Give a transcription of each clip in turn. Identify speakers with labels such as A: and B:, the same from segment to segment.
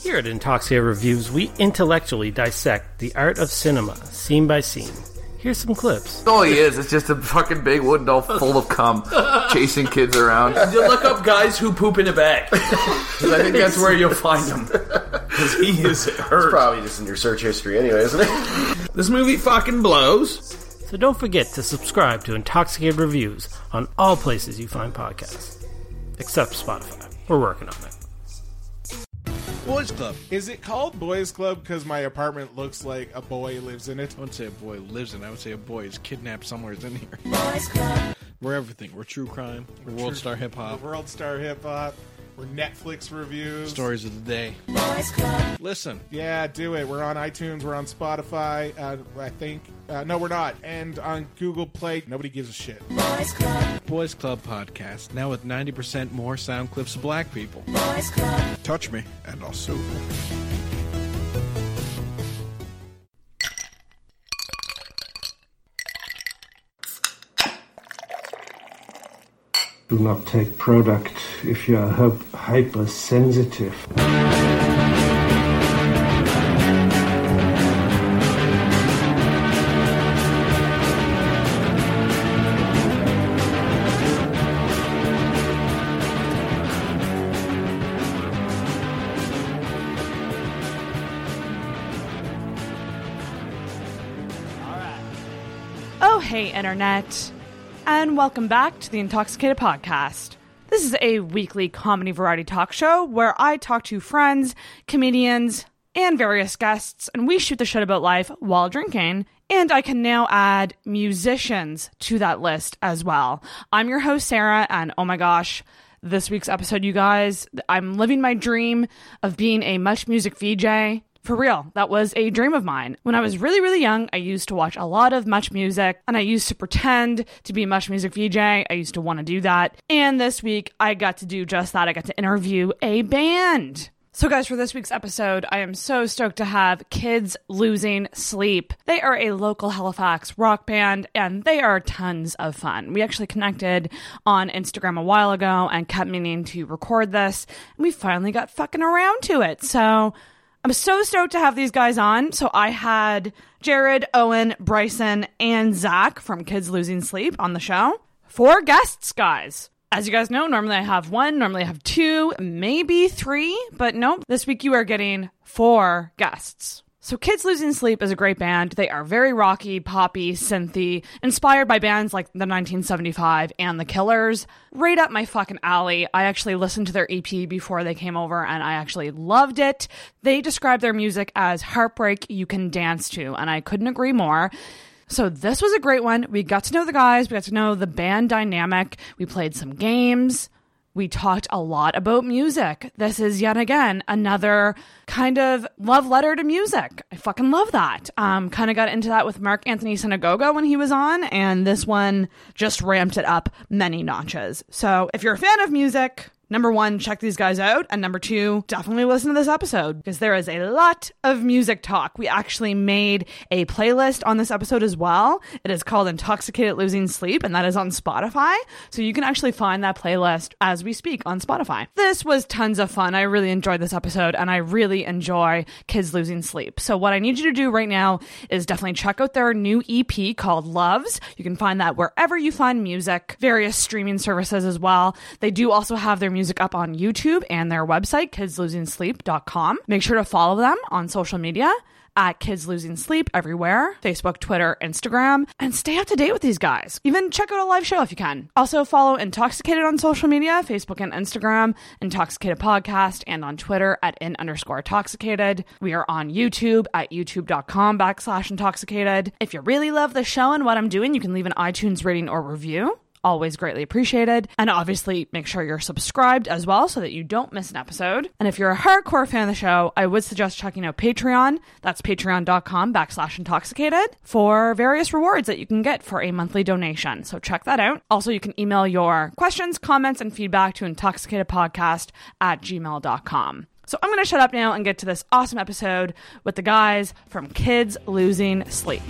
A: Here at Intoxia Reviews, we intellectually dissect the art of cinema, scene by scene. Here's some clips.
B: That's all he is. It's just a fucking big wooden doll full of cum chasing kids around.
C: You look up guys who poop in a bag. 'Cause I think that's where you'll find him. 'Cause he is hurt.
D: Probably just in your search history anyway, isn't it?
C: this movie fucking blows.
A: So don't forget to subscribe to Intoxicated Reviews on all places you find podcasts, except Spotify. We're working on it.
E: Boys Club.
F: Is it called Boys Club because my apartment looks like a boy lives in it?
E: I wouldn't say a boy lives in. I would say a boy is kidnapped somewhere in here.
G: Boys Club.
E: We're everything. We're true crime. We're world star hip hop.
F: We're World Star Hip Hop. We're Netflix reviews.
E: Stories of the day.
G: Boys Club.
E: Listen,
F: Yeah, do it. We're on iTunes. We're on Spotify. Uh, I think. Uh, no, we're not. And on Google Play. Nobody gives a shit.
G: Boys Club.
E: Boys Club podcast now with ninety percent more sound clips of black people.
G: Boys Club.
E: Touch me, and I'll sue.
H: Do not take product if you are hyp- hypersensitive.
I: Oh, hey, Internet. And welcome back to the Intoxicated Podcast. This is a weekly comedy variety talk show where I talk to friends, comedians, and various guests, and we shoot the shit about life while drinking. And I can now add musicians to that list as well. I'm your host, Sarah, and oh my gosh, this week's episode, you guys, I'm living my dream of being a much music VJ. For real, that was a dream of mine. When I was really, really young, I used to watch a lot of Much Music and I used to pretend to be a Much Music VJ. I used to want to do that. And this week, I got to do just that. I got to interview a band. So, guys, for this week's episode, I am so stoked to have Kids Losing Sleep. They are a local Halifax rock band and they are tons of fun. We actually connected on Instagram a while ago and kept meaning to record this, and we finally got fucking around to it. So, I'm so stoked to have these guys on. So I had Jared, Owen, Bryson, and Zach from Kids Losing Sleep on the show. Four guests, guys. As you guys know, normally I have one, normally I have two, maybe three, but nope. This week you are getting four guests. So Kids Losing Sleep is a great band. They are very rocky, poppy, synthy, inspired by bands like the 1975 and The Killers. Right up my fucking alley. I actually listened to their EP before they came over and I actually loved it. They describe their music as heartbreak you can dance to, and I couldn't agree more. So this was a great one. We got to know the guys, we got to know the band dynamic, we played some games we talked a lot about music. This is yet again another kind of love letter to music. I fucking love that. Um, kind of got into that with Mark Anthony Sinagoga when he was on, and this one just ramped it up many notches. So if you're a fan of music, number one, check these guys out, and number two, definitely listen to this episode because there is a lot of music talk. We actually made a playlist on this episode as well. It is called Intoxicated Losing Sleep, and that is on Spotify. So you can actually find that playlist as we speak on Spotify. This was tons of fun. I really enjoyed this episode, and I really enjoy kids losing sleep. So, what I need you to do right now is definitely check out their new EP called Loves. You can find that wherever you find music, various streaming services as well. They do also have their music up on YouTube and their website, kidslosingsleep.com. Make sure to follow them on social media at Kids Losing Sleep everywhere Facebook, Twitter, Instagram, and stay up to date with these guys. Even check out a live show if you can. Also, follow Intoxicated on social media Facebook and Instagram, Intoxicated Podcast, and on Twitter at in underscore intoxicated. We are on YouTube at youtube.com backslash intoxicated. If you really love the show and what I'm doing, you can leave an iTunes rating or review always greatly appreciated. And obviously, make sure you're subscribed as well so that you don't miss an episode. And if you're a hardcore fan of the show, I would suggest checking out Patreon. That's patreon.com backslash intoxicated for various rewards that you can get for a monthly donation. So check that out. Also, you can email your questions, comments, and feedback to intoxicatedpodcast at gmail.com. So I'm going to shut up now and get to this awesome episode with the guys from Kids Losing Sleep.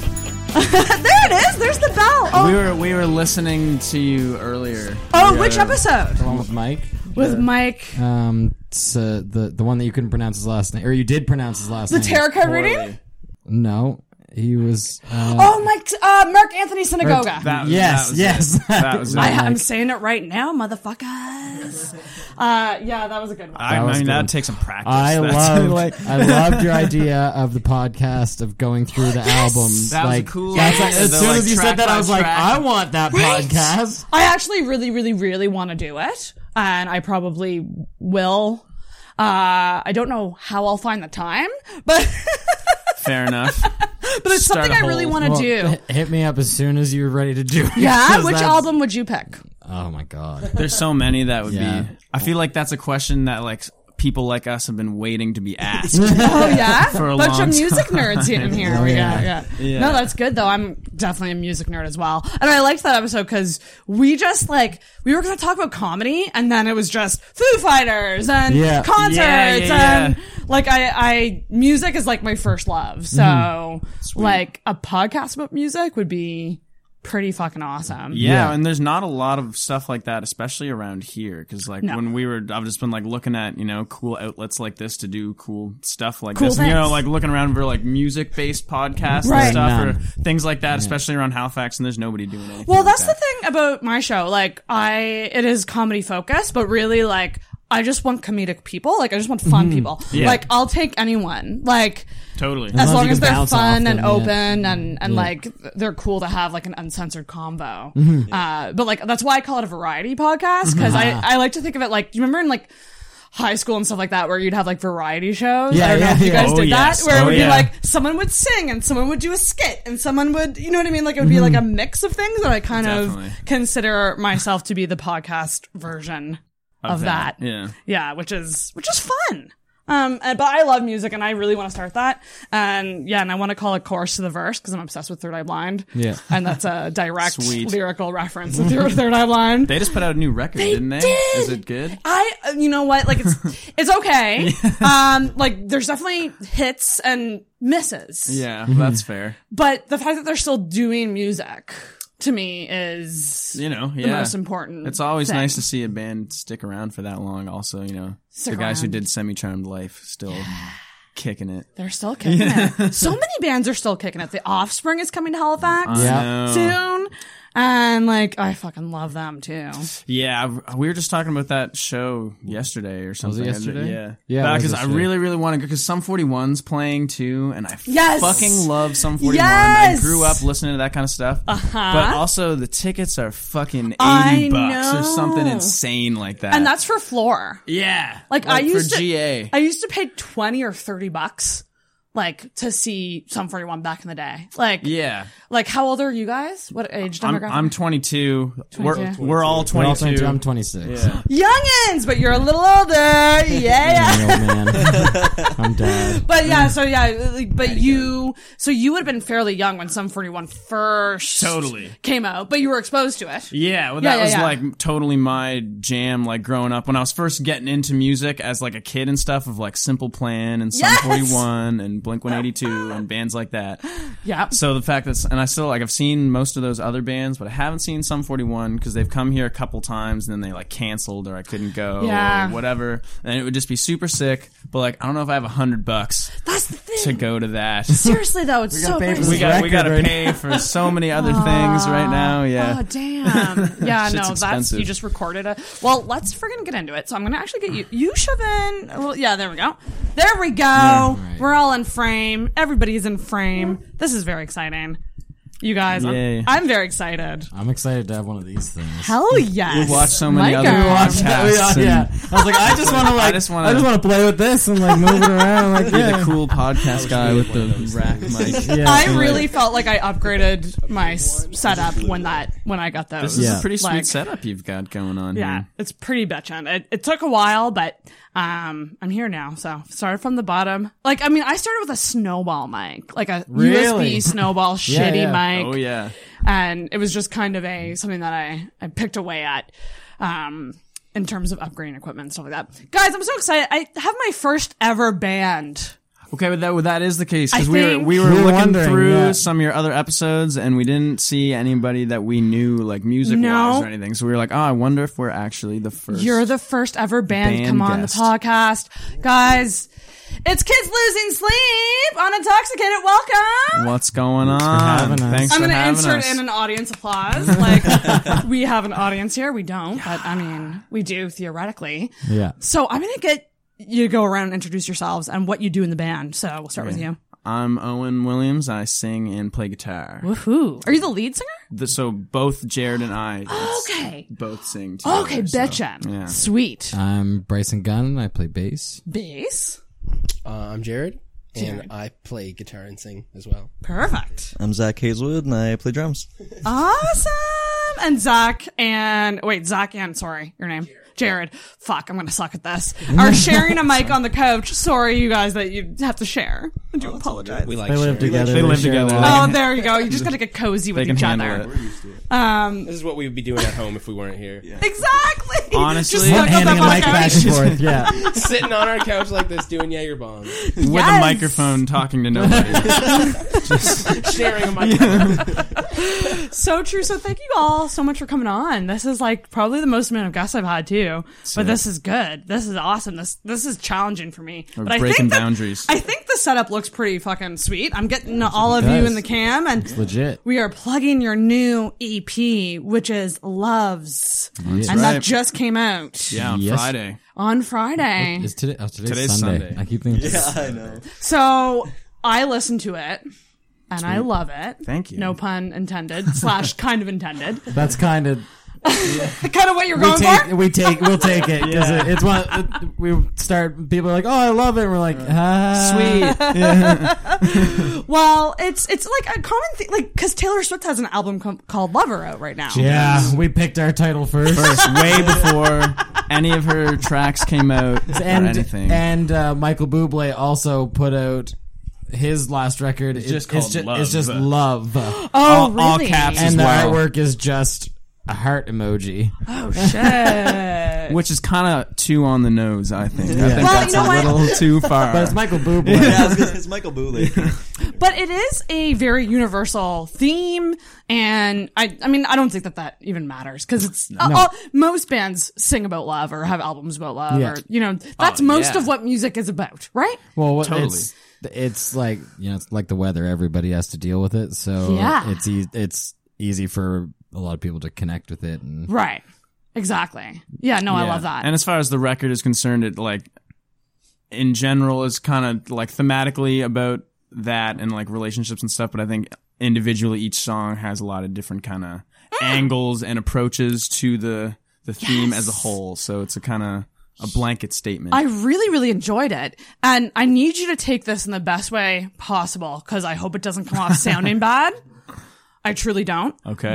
I: there it is. There's the bell. Oh,
H: We were we were listening to you earlier.
I: oh which episode?
H: The one with Mike.
I: With Mike.
H: Um, it's, uh, the the one that you couldn't pronounce his last name, or you did pronounce his last
I: The
H: name.
I: tarot card reading?
H: No, he was. Uh,
I: Oh, Mike. Uh, Mark Anthony Synagoga.
H: that, yes,
C: was
H: yes.
C: That was it.
I: I,
H: Mike.
I: I'm saying it right now, motherfuckers. Uh, yeah, that was a good one.
C: I
H: That was
C: mean, that
H: good.
C: takes some practice.
H: I
C: That's
H: loved,
C: like-
H: I loved your idea of the podcast of going through the albums.
C: That was
H: like,
C: cool.
H: That's
C: Yeah.
H: like,
C: And
H: as
C: then,
H: soon
C: like,
H: as you
C: track
H: said that,
C: by
H: I was like,
C: track.
H: I want that podcast.
I: I actually really, really, really want to do it, and I probably will. Uh, I don't know how I'll find the time, but
C: fair enough.
I: but it's
C: Start
I: something
C: a
I: I really
C: whole-
I: want to do.
H: h- Hit me up as soon as you're ready to do it.
I: Yeah,
H: 'cause
I: which
H: that's-
I: album would you pick?
H: Oh my god.
C: There's so many that would
H: Yeah.
C: be. I feel like that's a question that like people like us have been waiting to be asked.
I: Oh yeah,
C: For a
I: bunch of
C: long
I: music nerds in here. yeah.
H: yeah.
I: Yeah,
C: Yeah.
I: No, that's good though. I'm definitely a music nerd as well, and I liked that episode because we just like we were going to talk about comedy, and then it was just Foo Fighters and
H: Yeah.
I: concerts
C: Yeah, yeah,
I: and like I, I music is like my first love. So
C: Hmm.
I: like a podcast about music would be pretty fucking awesome.
C: Yeah,
H: Yeah.
C: and there's not a lot of stuff like that, especially around here. Because like
I: No.
C: when we were, I've just been like looking at you know cool outlets like this to do cool stuff like
I: Cool
C: this. And, you know,
I: things.
C: like looking around for like music based podcasts
I: Right.
C: and stuff
H: None.
C: or things like that, especially around Halifax. And there's nobody doing anything.
I: Well,
C: like
I: that's the
C: that.
I: thing about my show. Like, I, it is comedy focused, but really, like, I just want comedic people. Like, I just want fun
H: Mm-hmm.
I: people.
C: Yeah.
I: Like, I'll take anyone. Like,
C: totally.
I: as
H: long as
I: long
H: you
I: as
H: can
I: they're
H: bounce off
I: fun and
H: them, yeah.
I: open and, and like, they're cool to have like an uncensored combo.
H: Mm-hmm.
I: Uh, but like, that's why I call it a variety podcast because I, I like to think of it like, you remember in like, High school and stuff like that, where you'd have like variety shows.
H: Yeah,
I: I don't know
H: yeah,
I: if you
H: yeah.
I: guys
C: Oh,
I: did
C: yes.
I: that, where it
C: Oh,
I: would be
C: yeah.
I: like someone would sing and someone would do a skit and someone would, you know what I mean? Like it would be like a
H: Mm-hmm.
I: mix of things and I kind
C: Definitely.
I: of consider myself to be the podcast version of, that.
C: Yeah.
I: Yeah, which is, which is fun. Um, and- but I love music and I really want to start that. And yeah, and I want to call it Chorus to the Verse because I'm obsessed with Third Eye Blind.
H: Yeah.
I: And that's a direct
C: Sweet.
I: lyrical reference to Third Third Eye Blind.
C: They just put out a new record, didn't they?
I: did!
C: Is it good?
I: I, uh, you know what? Like it's, it's okay. Um, like there's definitely hits and misses. Mm-hmm.
C: Yeah, that's fair.
I: But the fact that they're still doing music to me is
C: You know, yeah.
I: the most important.
C: It's always
I: thing.
C: nice to see a band stick around for that long. Also, you know,
I: Stick
C: the guys who
I: around.
C: did Semi Charmed Life still kicking it.
I: They're still kicking it. So many bands are still kicking it. The Offspring is coming to Halifax
H: Yeah.
C: I know.
I: soon. And like, I fucking love them too.
C: Yeah, I- we were just talking about that show yesterday or something.
H: yesterday?
C: Yeah,
H: Yeah, it was
C: Because I
H: yesterday.
C: really, really want to go because some 41's playing too, and I
I: Yes!
C: fucking love some 41.
I: Yes!
C: I grew up listening to that kind of stuff. Uh-huh. But also the tickets are fucking eighty
I: I
C: bucks or something
I: know.
C: insane like that.
I: And that's for floor.
C: yeah,
I: Like, I used
C: for
I: to,
C: GA.
I: I used to pay 20 or 30 bucks, like, to see Sum 41 back in the day. Like,
C: yeah,
I: like, how old are you guys? What age
C: I'm,
I: demographic?
C: I'm 22. We're
I: 22.
C: we're all
H: We're
C: 22.
H: all 22. I'm 26.
C: Yeah.
I: Youngins, but you're a little older. Yeah. yeah.
H: I'm an old man. I'm dead.
I: But yeah, so yeah, like, but you, so you would have been fairly young when Sum 41 first
C: Totally.
I: came out, but you were exposed to it.
C: Yeah, well,
I: Yeah,
C: that
I: yeah,
C: was
I: yeah.
C: like totally my jam. Like growing up, when I was first getting into music as like a kid and stuff, of like Simple Plan and Sum
I: Yes!
C: 41 and Blink 182 and bands like that.
I: Yeah.
C: So the fact that's and I still like I've seen most of those other bands, but I haven't seen Sum 41 because they've come here a couple times and then they like canceled or I couldn't go
I: Yeah.
C: or whatever, and it would just be super sick. But like I don't know if I have a hundred bucks
I: That's the thing.
C: to go to that.
I: Seriously though, it's so
H: pay for
I: nice.
C: we got we
H: Record
C: got to
H: right
C: pay for so many other things right now. Yeah.
I: Oh damn! Yeah,
C: Shit's
I: no, that's
C: expensive.
I: you just recorded a. Well, let's friggin' get into it. So I'm gonna actually get you. You shove in. Well, yeah, there we go. There we go. We're all in frame. Everybody's in frame. This is very exciting. You guys,
C: Yay.
I: I'm, I'm very excited.
H: I'm excited to have one of these things.
I: Hell yes!
C: We watched so many other
I: Micah.
C: podcasts. and-
H: yeah. I was like, I just want to like, I
C: just
H: just
C: wanna-
H: want to play with this and like move it around. Like,
C: Be
H: yeah.
C: the cool podcast guy with the rack mic.
H: Yeah,
I: I
H: and, like,
I: really felt like I upgraded my s- setup when that when I got those.
C: This is
H: Yeah.
C: a pretty sweet
I: Like-
C: setup you've got going on
I: Yeah,
C: here.
I: it's pretty bitchin'. It, it took a while, but um, I'm here now. So started from the bottom. Like, I mean, I started with a snowball mic, like a
H: Really?
I: USB snowball
H: Yeah,
I: shitty
H: yeah.
I: mic,
C: Oh yeah,
I: and it was just kind of a something that I I picked away at. Um. In terms of upgrading equipment and stuff like that, guys, I'm so excited! I have my first ever band.
C: Okay, but that well, that is the case
I: I
C: because we were
I: think-
C: we were
I: We were
C: looking
I: wondering,
C: through
I: yeah.
C: some of your other episodes and we didn't see anybody that we knew like music wise
I: No.
C: or anything. So we were like, oh, I wonder if we're actually the first.
I: You're the first ever band,
C: Band
I: come on
C: guest.
I: the podcast. Guys, it's Kids Losing Sleep on Intoxicated. Welcome.
C: What's going on?
I: Thanks for
H: having us.
C: Thanks
I: I'm
C: for
I: going to
C: having
I: insert
C: us.
I: in an audience applause. Like, we have an audience here. We don't, but I mean, we do theoretically.
H: Yeah.
I: So I'm going to get you to go around and introduce yourselves and what you do in the band. So we'll start with you.
C: I'm Owen Williams. I sing and play guitar.
I: Woohoo. Are you the lead singer?
C: The, so both Jared and I
I: Okay.
C: both sing together.
I: Okay,
C: so,
I: betcha.
C: yeah.
I: Sweet.
H: I'm Bryson Gunn. I play bass.
I: Bass.
D: Uh, I'm Jared, and
I: Jared.
D: I play guitar and sing as well.
I: Perfect.
J: I'm Zach Hazelwood and I play drums.
I: Awesome. And Zach and wait, Zach and sorry, your name. Jared. Fuck, I'm gonna suck at this. Are sharing a mic on the couch. Sorry, you guys, that you have to share. I do apologize.
D: Oh, We like
H: They live
D: sharing.
H: together.
D: They live
H: share a
D: together.
H: lot.
I: Oh, there you go. You just gotta get cozy with each other. Um,
D: this is what we would be doing at home if we weren't here.
I: Exactly.
C: Honestly,
I: Just stuck up on the couch.
D: Sitting on our couch like this, doing Jaeger bombs,
C: With a microphone talking to nobody.
D: sharing a
I: so true. So thank you all so much for coming on. This is like probably the most amount of guests I've had too.
C: Sick.
I: But this is good. This is awesome. This this is challenging for me.
C: We're
I: but I
C: breaking
I: think that-
C: boundaries.
I: I think the setup looks pretty fucking sweet. I'm getting all of you
H: does.
I: in the cam and
H: It's legit.
I: We are plugging your new EP, which is Loves.
H: That's
I: and
H: right.
I: that just came out.
C: Yeah, on
H: Yes.
C: Friday.
I: On Friday.
H: Is today? Oh, today's,
C: Today's
H: Sunday.
C: Sunday.
H: I keep thinking.
C: Yeah, I know.
I: So I listened to it and I
H: Sweet.
I: love it.
H: Thank you.
I: No pun intended, slash kind of intended.
H: That's kind of
I: kind of what you're
H: we
I: going
H: take,
I: for?
H: We take, we'll take it because
I: Yeah.
H: it, it's one. It, we start. People are like, "Oh, I love it." And we're like,
C: Uh,
H: ah.
I: Sweet.
H: Yeah.
I: well, it's it's like a common thing, like because Taylor Swift has an album com- called Lover out right now.
H: yeah, we picked our title first,
C: First, way before any of her tracks came out or
H: and
C: anything.
H: and uh, Michael Bublé also put out his last record. It's
C: just called
H: it's just,
C: Love.
H: It's just love. oh,
C: All- all really? caps
H: and
C: as
H: the
C: well.
H: artwork is just a heart emoji.
I: Oh shit.
C: Which is kind of too on the nose, I think. I think
I: Well,
C: that's
I: you know
C: a
I: what?
C: little too far.
H: But it's Michael Bublé.
J: Yeah, it's Michael Bublé.
I: But it is a very universal theme, and I, I mean, I don't think that that even matters because it's uh,
H: No.
I: all, most bands sing about love or have albums about love,
H: Yeah.
I: or you know, that's
C: Oh,
I: most
H: yeah.
I: of what music is about, right?
H: Well, what,
I: Totally.
H: It's, it's like you know, it's like the weather. Everybody has to deal with it, so
I: Yeah.
H: it's e- it's easy for a lot of people to connect with it. And
I: Right. Exactly. Yeah. No, I
C: Yeah.
I: love that.
C: And as far as the record is concerned, it like in general is kind of like thematically about that and like relationships and stuff. But I think individually, each song has a lot of different kind of
I: Mm.
C: angles and approaches to the the theme as a whole. So it's a kind of a blanket statement.
I: I really, really enjoyed it. And I need you to take this in the best way possible because I hope it doesn't come off sounding bad. I truly don't.
C: Okay.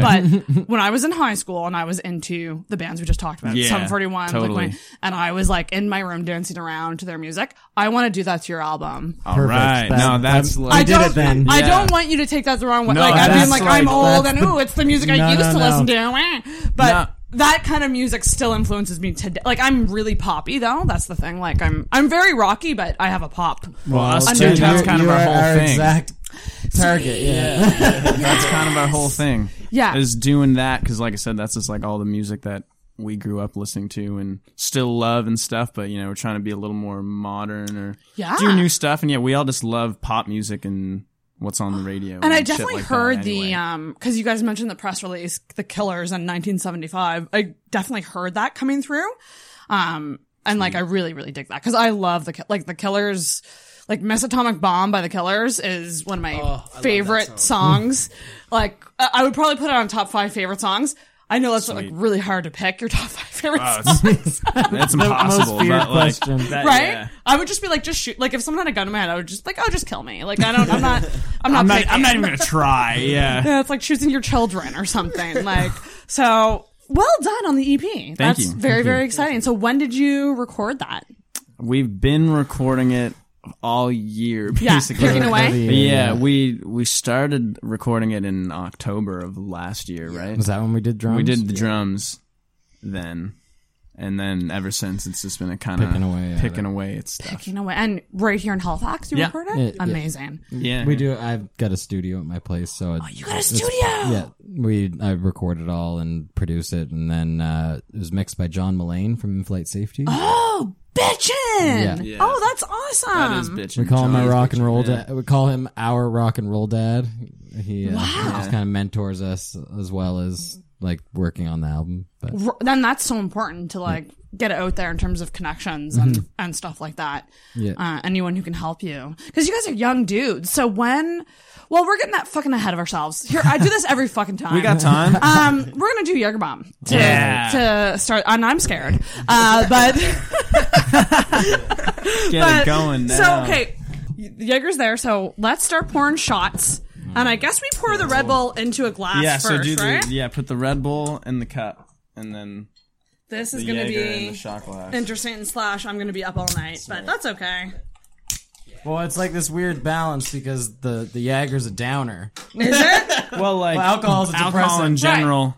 I: But when I was in high school and I was into the bands we just talked about,
C: Yeah,
I: Sum 41, Blink
C: totally.
I: 182, and I was like in my room dancing around to their music, I want to do that to your album.
C: All right, now that's
H: I'm-
C: like,
I: I don't, I
C: Yeah.
I: don't want you to take that the wrong way.
C: No,
I: like I
C: that's
I: mean, like I'm
C: like-
I: old
C: that's
I: and
C: the-
I: ooh, it's the music
C: No,
I: I used
C: no,
I: to
C: no.
I: listen to. eh. But that kind of music still influences me today. Like I'm really poppy though. That's the thing. Like I'm I'm very rocky, but I have a pop.
C: Well, us
I: under-
C: too. That's kind of
H: you
C: our
H: are
C: whole
H: our
C: thing.
H: exact target. Yeah.
C: that's kind of our whole thing.
I: Yeah.
C: is doing that because, like I said, that's just like all the music that we grew up listening to and still love and stuff. But you know, we're trying to be a little more modern or
I: Yeah.
C: do new stuff. And yeah, we all just love pop music and what's on the radio.
I: And I
C: shit
I: definitely
C: like that
I: heard
C: anyway.
I: the um because you guys mentioned the press release, the Killers in 1975. I definitely heard that coming through, um, and like I really really dig that because I love the Ki- like the Killers. Like Miss Atomic Bomb by the Killers is one of my favorite songs. like I I would probably put it on top five favorite songs. I know that's like really hard to pick your top five favorite
C: Wow,
I: songs.
C: it's- that's
H: The most
C: impossible.
H: feared
C: but, like,
H: question.
C: that-
I: Right?
C: yeah.
I: I would just be like, just shoot. Like, if someone had a gun in my head, I would just like, oh, just kill me. Like, I don't. I'm not. I'm not.
C: I'm not,
I: picking.
C: I'm not even gonna try. Yeah.
I: Yeah, it's like choosing your children or something. Like, so well done on the EP. That's
C: you.
I: very,
C: Thank you.
I: very exciting. So when did you record that?
C: We've been recording it all year,
I: Yeah,
C: basically.
I: picking away.
C: Yeah,
H: Yeah.
C: we we started recording it in October of last year, right?
H: Was that when we did drums?
C: We did the drums then,
E: and then ever since it's just been a kind of
F: Picking away at
E: picking away at stuff.
I: Like, you know what? And right here in Halifax, you
F: Yeah.
I: record it.
F: Yeah, yeah.
I: Amazing.
F: we do. I've got a studio at my place, so oh, you
I: got a studio!
F: Yeah, we I record it all and produce it, and then uh, it was mixed by John Mullane from In Flight Safety.
I: Oh, bitchin'!
F: Yeah. Yeah.
I: Oh, that's awesome.
E: That is bitchin'.
F: we call him
E: John
F: my
E: is
F: rock and roll
E: bitchin', yeah.
F: dad. We call him our rock and roll dad. He, uh,
I: Wow.
F: just kind of mentors us as well as like working on the album. But
I: R- then that's so important to like get it out there in terms of connections and, and stuff like that.
F: Yeah.
I: Uh, anyone who can help you. Because you guys are young dudes. So when, well, we're getting that fucking ahead of ourselves. Here, I do this every fucking time.
E: We got time.
I: Um, we're going to do Yergerbomb to,
E: Yeah.
I: to start. And I'm scared. Uh, but.
E: Get
I: But-
E: it going now.
I: So okay, Jaeger's there. So let's start pouring shots, and I guess we pour the Red Bull into a glass
E: yeah,
I: first,
E: so do
I: right?
E: the yeah, put the Red Bull in the cup and then
I: this is
E: the
I: going to
E: Jaeger in the
I: be
E: shot glass.
I: interesting. Slash, I'm going to be up all night, but that's okay.
F: well, it's like this weird balance because the the Jager's a downer.
I: Is it?
E: well, like
F: Well, alcohol's a
E: alcohol in
F: depressant.
E: general.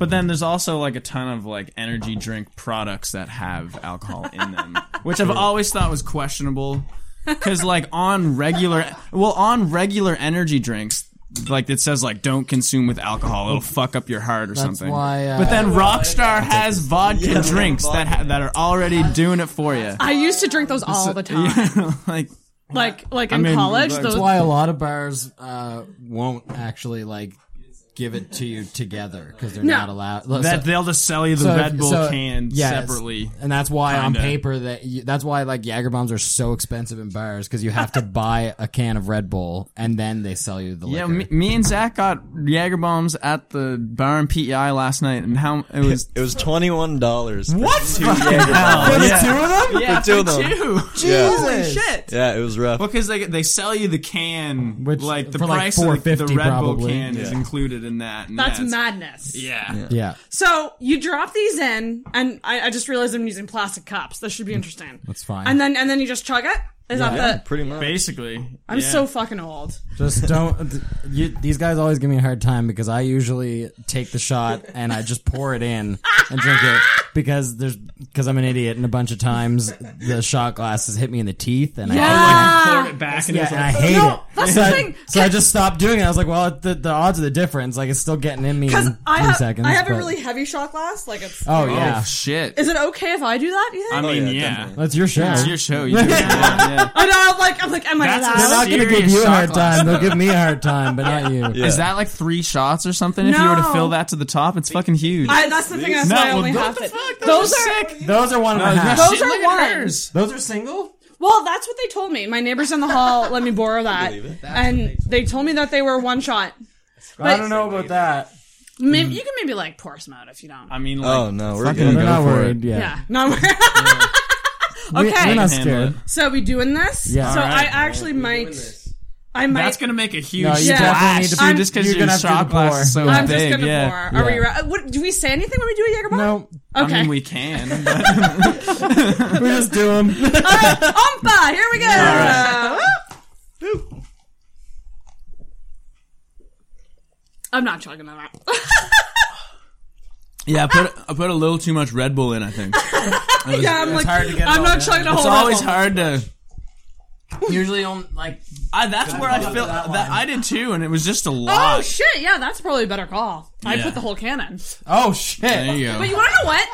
E: But then there's also like a ton of like energy drink products that have alcohol in them, which I've always thought was questionable. Because like on regular, well, on regular energy drinks, like it says like don't consume with alcohol; it'll fuck up your heart or
F: That's
E: something.
F: why, uh,
E: but then Rockstar has vodka
F: Yeah,
E: drinks that ha- that are already doing it for you.
I: I used to drink those all the time,
E: Yeah, like
I: like like
E: I
I: in
E: mean,
I: college.
E: that's
I: Those
F: That's why a lot of bars uh, won't actually like give it to you together because they're
I: No.
F: not allowed.
E: that they'll just sell you the
F: so-
E: Red Bull
F: so-
E: can
F: yeah, it's-
E: separately,
F: and that's why on
E: Kinda.
F: paper that you, that's why like Jager bombs are so expensive in bars because you have to buy a can of Red Bull and then they sell you the
E: Yeah,
F: liquor.
E: me, me and Zach got Jager bombs at the bar and PEI last night, and how it was.
H: It was twenty one dollars.
E: What?
H: Two Jaeger bombs.
E: For the
H: Yeah.
E: two of them? Yeah,
H: for two of
E: for
H: them.
E: two.
H: Yeah.
E: Holy
I: shit.
H: Yeah, it was rough.
E: Well, because they they sell you the can,
F: Which-
E: like the
F: for like
E: price of the, the
F: $4.50
E: Red Bull
F: probably.
E: can is
F: Yeah.
E: included in that. And
I: that's madness.
E: Yeah.
F: yeah.
I: So you drop these in, and I, I just realized I'm using plastic cups. This should be interesting.
F: That's fine.
I: And then and then you just chug it. Is that the?
H: pretty much.
E: Basically,
I: I'm so fucking old.
F: Just don't. th- You, these guys always give me a hard time because I usually take the shot and I just pour it in and drink it because there's because I'm an idiot and a bunch of times the shot glasses hit me in the teeth and I.
I: Yeah.
E: Poured it back and
F: Yeah,
E: it was
F: and
E: like,
F: I hate
I: No,
F: it.
I: that's
F: so
I: the
F: I,
I: thing.
F: So I just stopped doing it. I was like, well, the, the odds are the difference. Like, it's still getting in me in
I: Because
F: three
I: I have,
F: seconds.
I: I have a
F: but-
I: really heavy shot glass. Like it's.
F: Oh,
E: oh
F: yeah.
E: shit.
I: Is it okay if I do that? You think?
E: I mean, yeah,
F: That's your show.
E: it's your show. You do it. yeah, yeah.
I: I know. I'm like, I'm like, am I
E: That's
F: They're
I: allowed?
F: not going to give
E: Serious
F: you a
E: shot
F: hard
E: glass.
F: time. They'll give me a hard time, but not you.
E: Is that like three shots or something? If you were to
I: No.
E: fill that to the top, it's fucking huge.
I: I, that's the thing. That's
E: No,
I: why I
E: well,
I: only
E: what
I: half
E: the
I: it.
E: fuck?
I: Those
E: Those
I: are
E: are sick.
F: Those are one and a half.
I: those
E: Shit,
I: are
E: look at
I: ones.
E: hers.
F: Those are single?
I: Well, that's what they told me. My neighbors in the hall let me borrow that, and they told me that they were one shot.
F: I don't know Mm. about that.
I: Maybe you can maybe like pour some out if you don't.
E: I mean, like,
H: Oh no, we're
E: fucking
H: gonna
F: They're
H: go
F: not
H: for
F: worried.
H: it.
F: Yeah.
I: yeah. No. we're-
F: We-
I: okay.
F: We're
E: Handle
F: not scared.
E: it.
I: so we doing this?
F: Yeah.
I: So
F: All
I: I
E: right.
I: actually might. I might.
E: that's gonna make a huge
F: No, you
I: Yeah.
F: definitely
E: splash.
F: need to
I: I'm-
F: be,
E: just because
F: you're
E: your
F: gonna have to do
E: shot
F: the
E: glass is
F: pour.
E: so
I: I'm
E: big.
I: just gonna
E: yeah.
I: pour. Are
F: Yeah.
I: we? Ra- what, do we say anything when we do a Jagerbomb?
F: No,
I: Okay.
E: I mean, we can. But
F: we just do them.
I: Ompa, here we go. I'm not chugging that.
E: yeah, I put I put a little too much Red Bull in. I think
I: yeah, I'm like, I'm not chugging a whole.
E: it's always hard to.
F: Usually on like
E: I, that's where I feel that, I did too, and it was just a lot.
I: Oh shit! Yeah, that's probably a better call. I
E: Yeah.
I: put the whole can in.
F: oh shit.
E: there you go.
I: But you want to know what?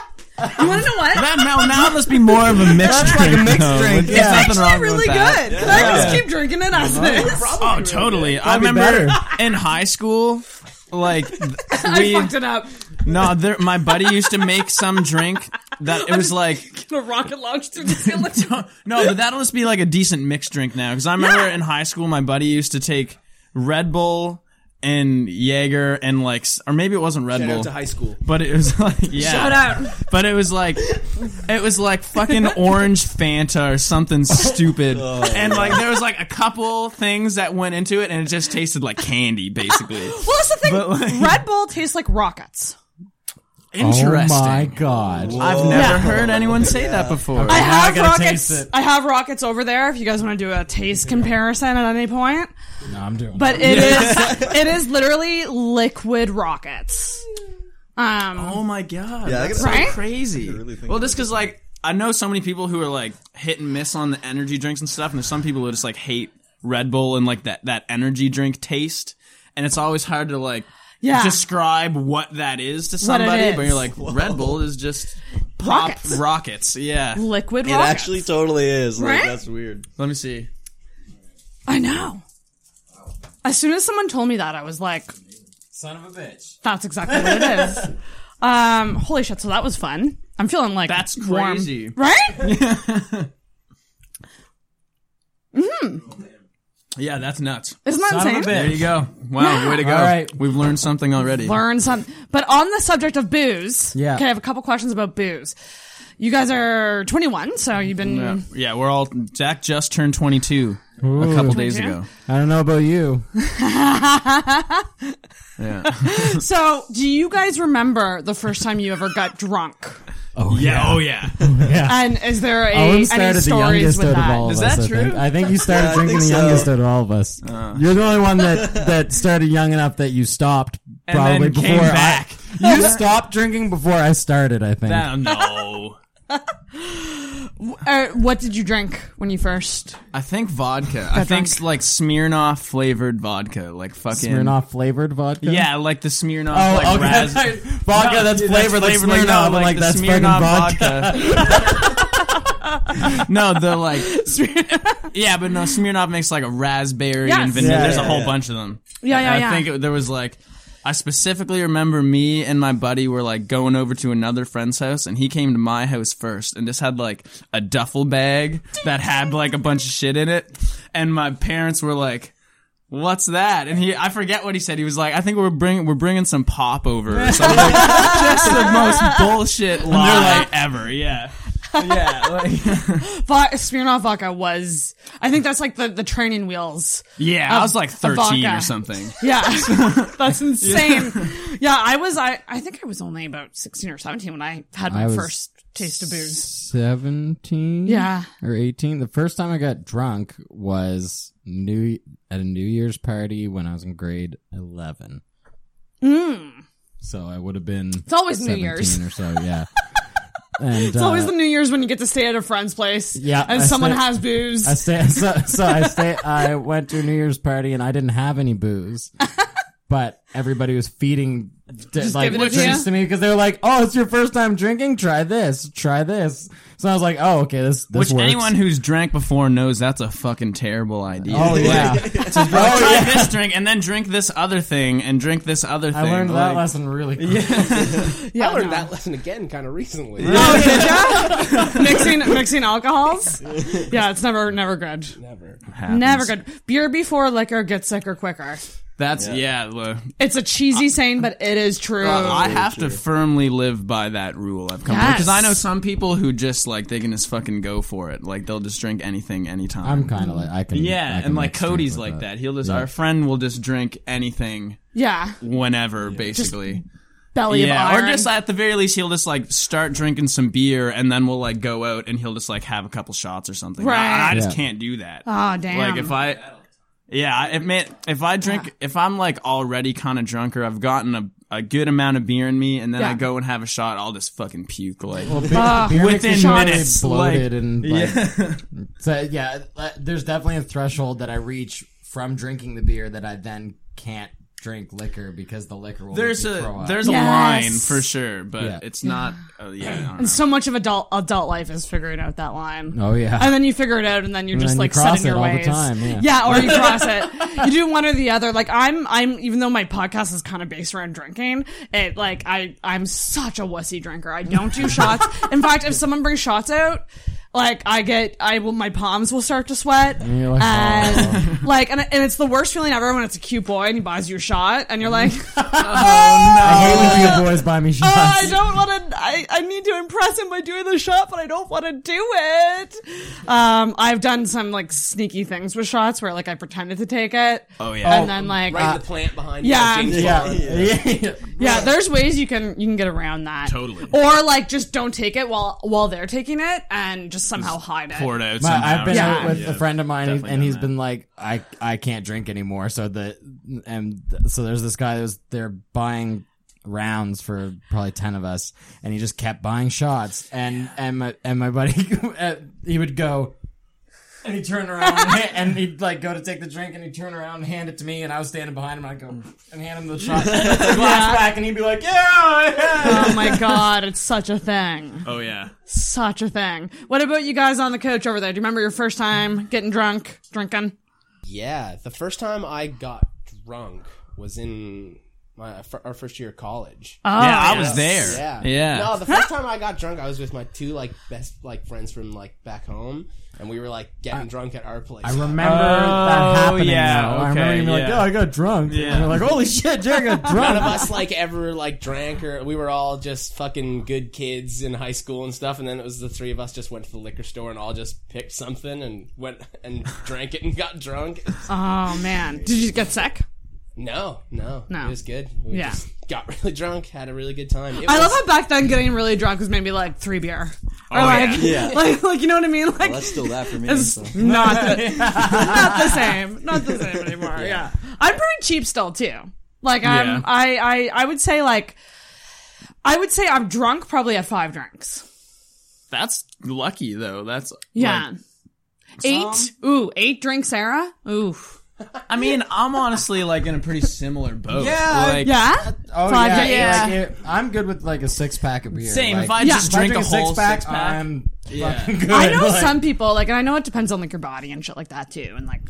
I: You want to know what?
E: that now now must be more of a mixed
F: That's like a
E: drink.
F: mixed
E: though.
F: drink,
E: There's
F: yeah.
E: nothing
I: Actually,
E: wrong with
I: really
E: that.
I: good. Can I just keep drinking it as this?
E: Oh, totally. I
F: Probably
E: remember
F: better.
E: in high school, like th-
I: I
E: we
I: fucked it up.
E: no, there, my buddy used to make some drink that it was like
I: The rocket launched through the ceiling.
E: no, but that'll just be like a decent mixed drink now. Because I remember in high school, my buddy used to take Red Bull and Jaeger and like, s- or maybe it wasn't Red
K: Shout
E: Bull,
K: out to high school.
E: but it was like yeah,
I: Shout out.
E: but it was like it was like fucking orange fanta or something stupid
K: Oh.
E: and like there was like a couple things that went into it and it just tasted like candy basically
I: Well, that's the thing.
E: But, like-
I: Red Bull tastes like rockets.
F: Oh
E: interesting
F: my god.
E: i've never heard anyone say that before
I: I have
F: gotta
I: rockets.
F: taste it.
I: I have rockets over there. If you guys want to do a taste comparison at any point,
F: No, I'm doing.
I: but it is it is literally liquid rockets. Um,
C: oh my god,
I: Yeah, I
C: that's
I: gotta- Right?
C: so crazy. well, just because like I know so many people who are like hit and miss on the energy drinks and stuff, and there's some people who just like hate Red Bull and like that that energy drink taste, and it's always hard to like
I: Yeah.
C: describe what that is to
I: What it
C: somebody. But
I: is.
C: you're like Red Bull is just pop rockets. yeah,
I: Liquid
C: It
I: rockets.
C: actually totally is.
I: Like, Right?
C: that's weird. Let me see.
I: I know. As soon as someone told me that, I was like,
H: Son of a bitch.
I: "That's exactly what it is." Um, holy shit! So that was fun. I'm feeling like
C: That's
I: warm.
C: crazy.
I: right? hmm
C: Yeah, that's nuts.
I: Isn't that Son of a insane? bitch.
C: There you go. Wow, way to go.
H: All right.
C: We've learned something already.
I: Learn some. But on the subject of booze,
C: Yeah.
I: okay, I have a couple questions about booze. You guys are 21, so you've been
C: Yeah. Yeah, we're all. Zach just turned 22 a couple days ago.
H: I don't know about you.
C: Yeah.
I: so, do you guys remember the first time you ever got drunk?
H: Oh yeah.
C: Oh yeah.
I: And is there a,
H: Owen
I: any
H: started
I: stories
H: the youngest
I: with
H: out
I: that?
H: of all of us. I think. I think you started
C: Yeah, I
H: drinking the
C: think so.
H: youngest out of all of us. You're the only one that, that started young enough that you stopped
C: And
H: probably
C: then
H: before
C: came
H: I-
C: back.
H: you stopped drinking before I started. I think.
C: That- no.
I: Uh, what did you drink when you first?
C: I think vodka. I
I: Got
C: think like Smirnoff flavored vodka, like fucking
H: Smirnoff flavored vodka.
C: Yeah, like the Smirnoff.
H: Oh,
C: like
H: okay.
C: ras-
H: Vodka,
C: No,
H: that's
C: dude,
H: flavored, like
C: flavored,
H: Smirnoff. I'm
C: no,
H: like,
C: the
H: that's fucking
C: Smirnoff
H: vodka.
C: no, the like. yeah, but no, Smirnoff makes like a raspberry and
I: Yes.
C: vanilla.
I: Yeah,
C: There's a
I: yeah,
C: whole
I: yeah.
C: bunch of them.
I: Yeah,
C: And
I: yeah,
C: I
I: yeah.
C: think it, there was like. I specifically remember me and my buddy were like going over to another friend's house, and he came to my house first, and just had like a duffel bag that had like a bunch of shit in it, and my parents were like, "What's that?" And he, I forget what he said. He was like, "I think we're bringing we're bringing some pop over." Or something. just the most bullshit lie
I: like-
C: ever. Yeah, yeah, like,
I: Vo- Smirnoff vodka was. I think that's like the the training wheels.
C: yeah. I
I: of-
C: was like
I: of
C: thirteen
I: vodka.
C: or something.
I: Yeah, that's insane. Yeah, I was. I I think I was only about sixteen or seventeen when I had my
H: I was
I: first taste of booze.
H: 17
I: Yeah.
H: or 18 the first time i got drunk was new at a new year's party when i was in grade 11
I: Mm.
H: so i would have been it's
I: always New Year's.
H: or so yeah and
I: It's always
H: uh,
I: the New Year's when you get to stay at a friend's place.
H: yeah
I: and
H: I
I: someone
H: stay-
I: has booze.
H: i stay so, so i stay i went to a new year's party and i didn't have any booze but everybody was feeding
I: Just
H: like
I: giving it to
H: drinks
I: you?
H: to me because they were like oh it's your first time drinking try this try this so i was like oh okay this, this
C: Which
H: works.
C: anyone who's drank before knows that's a fucking terrible idea.
H: Oh, yeah.
C: So be
I: Oh,
C: like, try this drink and then drink this other thing and drink this other thing.
H: I learned that
C: Like-
H: lesson really quick.
D: I learned that lesson again kind of recently.
I: mixing mixing alcohols. Yeah, it's never never good.
D: Never.
I: Never good. Beer before liquor gets sicker quicker.
C: That's yeah. lo-
I: It's a
H: Uh,
I: cheesy saying, but it is Oh, true.
C: I have to firmly live by that rule. I've come
I: Yes.
C: because I know some people who just like they can just fucking go for it. Like they'll just drink anything anytime.
H: I'm kind of like I can.
C: yeah,
H: I can
C: and like
H: mix drink
C: Cody's
H: with
C: like
H: that.
C: that. He'll just
H: Yeah.
C: our friend will just drink anything
I: Yeah.
C: whenever basically.
I: Belly
C: yeah,
I: of iron.
C: or just at the very least, he'll just like start drinking some beer, and then we'll like go out, and he'll just like have a couple shots or something.
I: Right.
C: I, I just
I: Yeah.
C: can't do that.
I: Aw, damn.
C: Like if I, yeah, I- it may, if I drink, if I'm like already kind of drunk or I've gotten a, a good amount of beer in me, and then I
H: Yeah.
C: go and have a shot, I'll just fucking puke like
H: Well, beer- beer makes you
C: within
H: feel really
C: minutes,
H: bloated
C: like-
H: and like,
C: yeah.
H: so yeah, uh, there's definitely a threshold that I reach from drinking the beer that I then can't drink liquor because the liquor will.
C: There's
H: make me
C: a
H: throw up.
C: there's a
I: Yes.
C: line for sure, but
H: Yeah.
C: it's not. Uh, yeah, I don't know.
I: and so much of adult adult life is figuring out that line.
C: Oh, yeah.
I: and then you figure it out, and then you're
H: And
I: just
H: then
I: like
H: you cross
I: set in
H: it
I: your
H: all the
I: ways.
H: time, yeah.
I: or you cross it. You do one or the other. Like I'm, I'm even though my podcast is kind of based around drinking, it like I I'm such a wussy drinker. I don't do shots. In fact, if someone brings shots out. Like I get, I will. My palms will start to sweat,
H: And you're like, "Oh."
I: and like, and, and it's the worst feeling ever when it's a cute boy and he buys you a shot, and you're like,
H: Oh, I hate when you boys buy me shots.
I: I don't want to. I, I need to impress him by doing the shot, but I don't want to do it. Um, I've done some like sneaky things with shots where like I pretended to take it.
D: Oh, yeah.
I: and then like
D: Right in
I: uh,
D: the plant behind you,
I: Yeah,
D: James
I: yeah,
D: Bond.
I: yeah, There's ways you can you can get around that.
C: Totally.
I: Or like just don't take it while while they're taking it and just somehow hide it.
C: pour it out
H: My-
C: somehow
H: I've been
C: or
H: out
C: something.
H: with a
C: Yeah.
H: friend of mine,
C: Definitely
H: and
C: done
H: he's
C: that.
H: been like, "I I can't drink anymore." So the and so there's this guy that was they're buying rounds for probably 10 of us and he just kept buying shots and and my, and my buddy uh, he would go and he turned around and, ha- and he'd like go to take the drink and he'd turn around and hand it to me and I was standing behind him and I'd go and hand him the shot the glass back and he'd be like yeah, yeah.
I: Oh my god, it's such a thing.
C: Oh yeah.
I: Such a thing. What about you guys on the couch over there? Do you remember your first time getting drunk, drinking?
D: Yeah, the first time I got drunk was in my fir- our first year of college.
I: Oh. Yeah, I was there.
D: Yeah,
I: Yeah.
D: No, the first time I got drunk, I was with my two like best like friends from like back home, and we were like getting drunk at our place.
H: I remember
C: Oh,
H: that happening
D: yeah,
H: though. I remember
D: okay,
H: you being like
D: yeah.
H: oh I got drunk
D: Yeah.
H: and you're like "Oh." holy shit Jerry got drunk
D: None of us like ever like drank or we were all just fucking good kids in high school and stuff. And then it was the three of us just went to the liquor store and all just picked something and went and drank it and got drunk.
I: Oh man, did you get sick?
D: No, no,
I: No.
D: It was good. We
I: Yeah.
D: just got really drunk, had a really good time. It
I: I
D: was-
I: love how back then getting really drunk was maybe like three beer. Or
D: Oh,
I: like,
D: yeah. Yeah.
I: like, like you know what I mean? Like
J: that's still that for me,
I: It's
J: so.
I: not, the, not the same. Not the same anymore. Yeah. I'm pretty cheap still too. Like I'm,
L: Yeah.
I: I, I, I would say like, I would say I'm drunk probably at five drinks.
C: That's lucky though. That's
I: Yeah.
C: like-
I: eight. Ooh, eight drinks, Sarah. Ooh.
C: I mean, I'm honestly like in a pretty similar boat.
H: Yeah,
C: Like-
I: yeah.
H: Oh
C: Five
H: yeah,
C: days. Yeah.
H: like, it- I'm good with like a six pack of beer.
C: Same,
H: Like,
C: if I just drink a whole
H: six-pack,
C: six-pack,
H: I'm
C: Yeah.
H: fucking good.
I: I know
H: Like,
I: some people like, and I know it depends on like your body and shit like that too, and like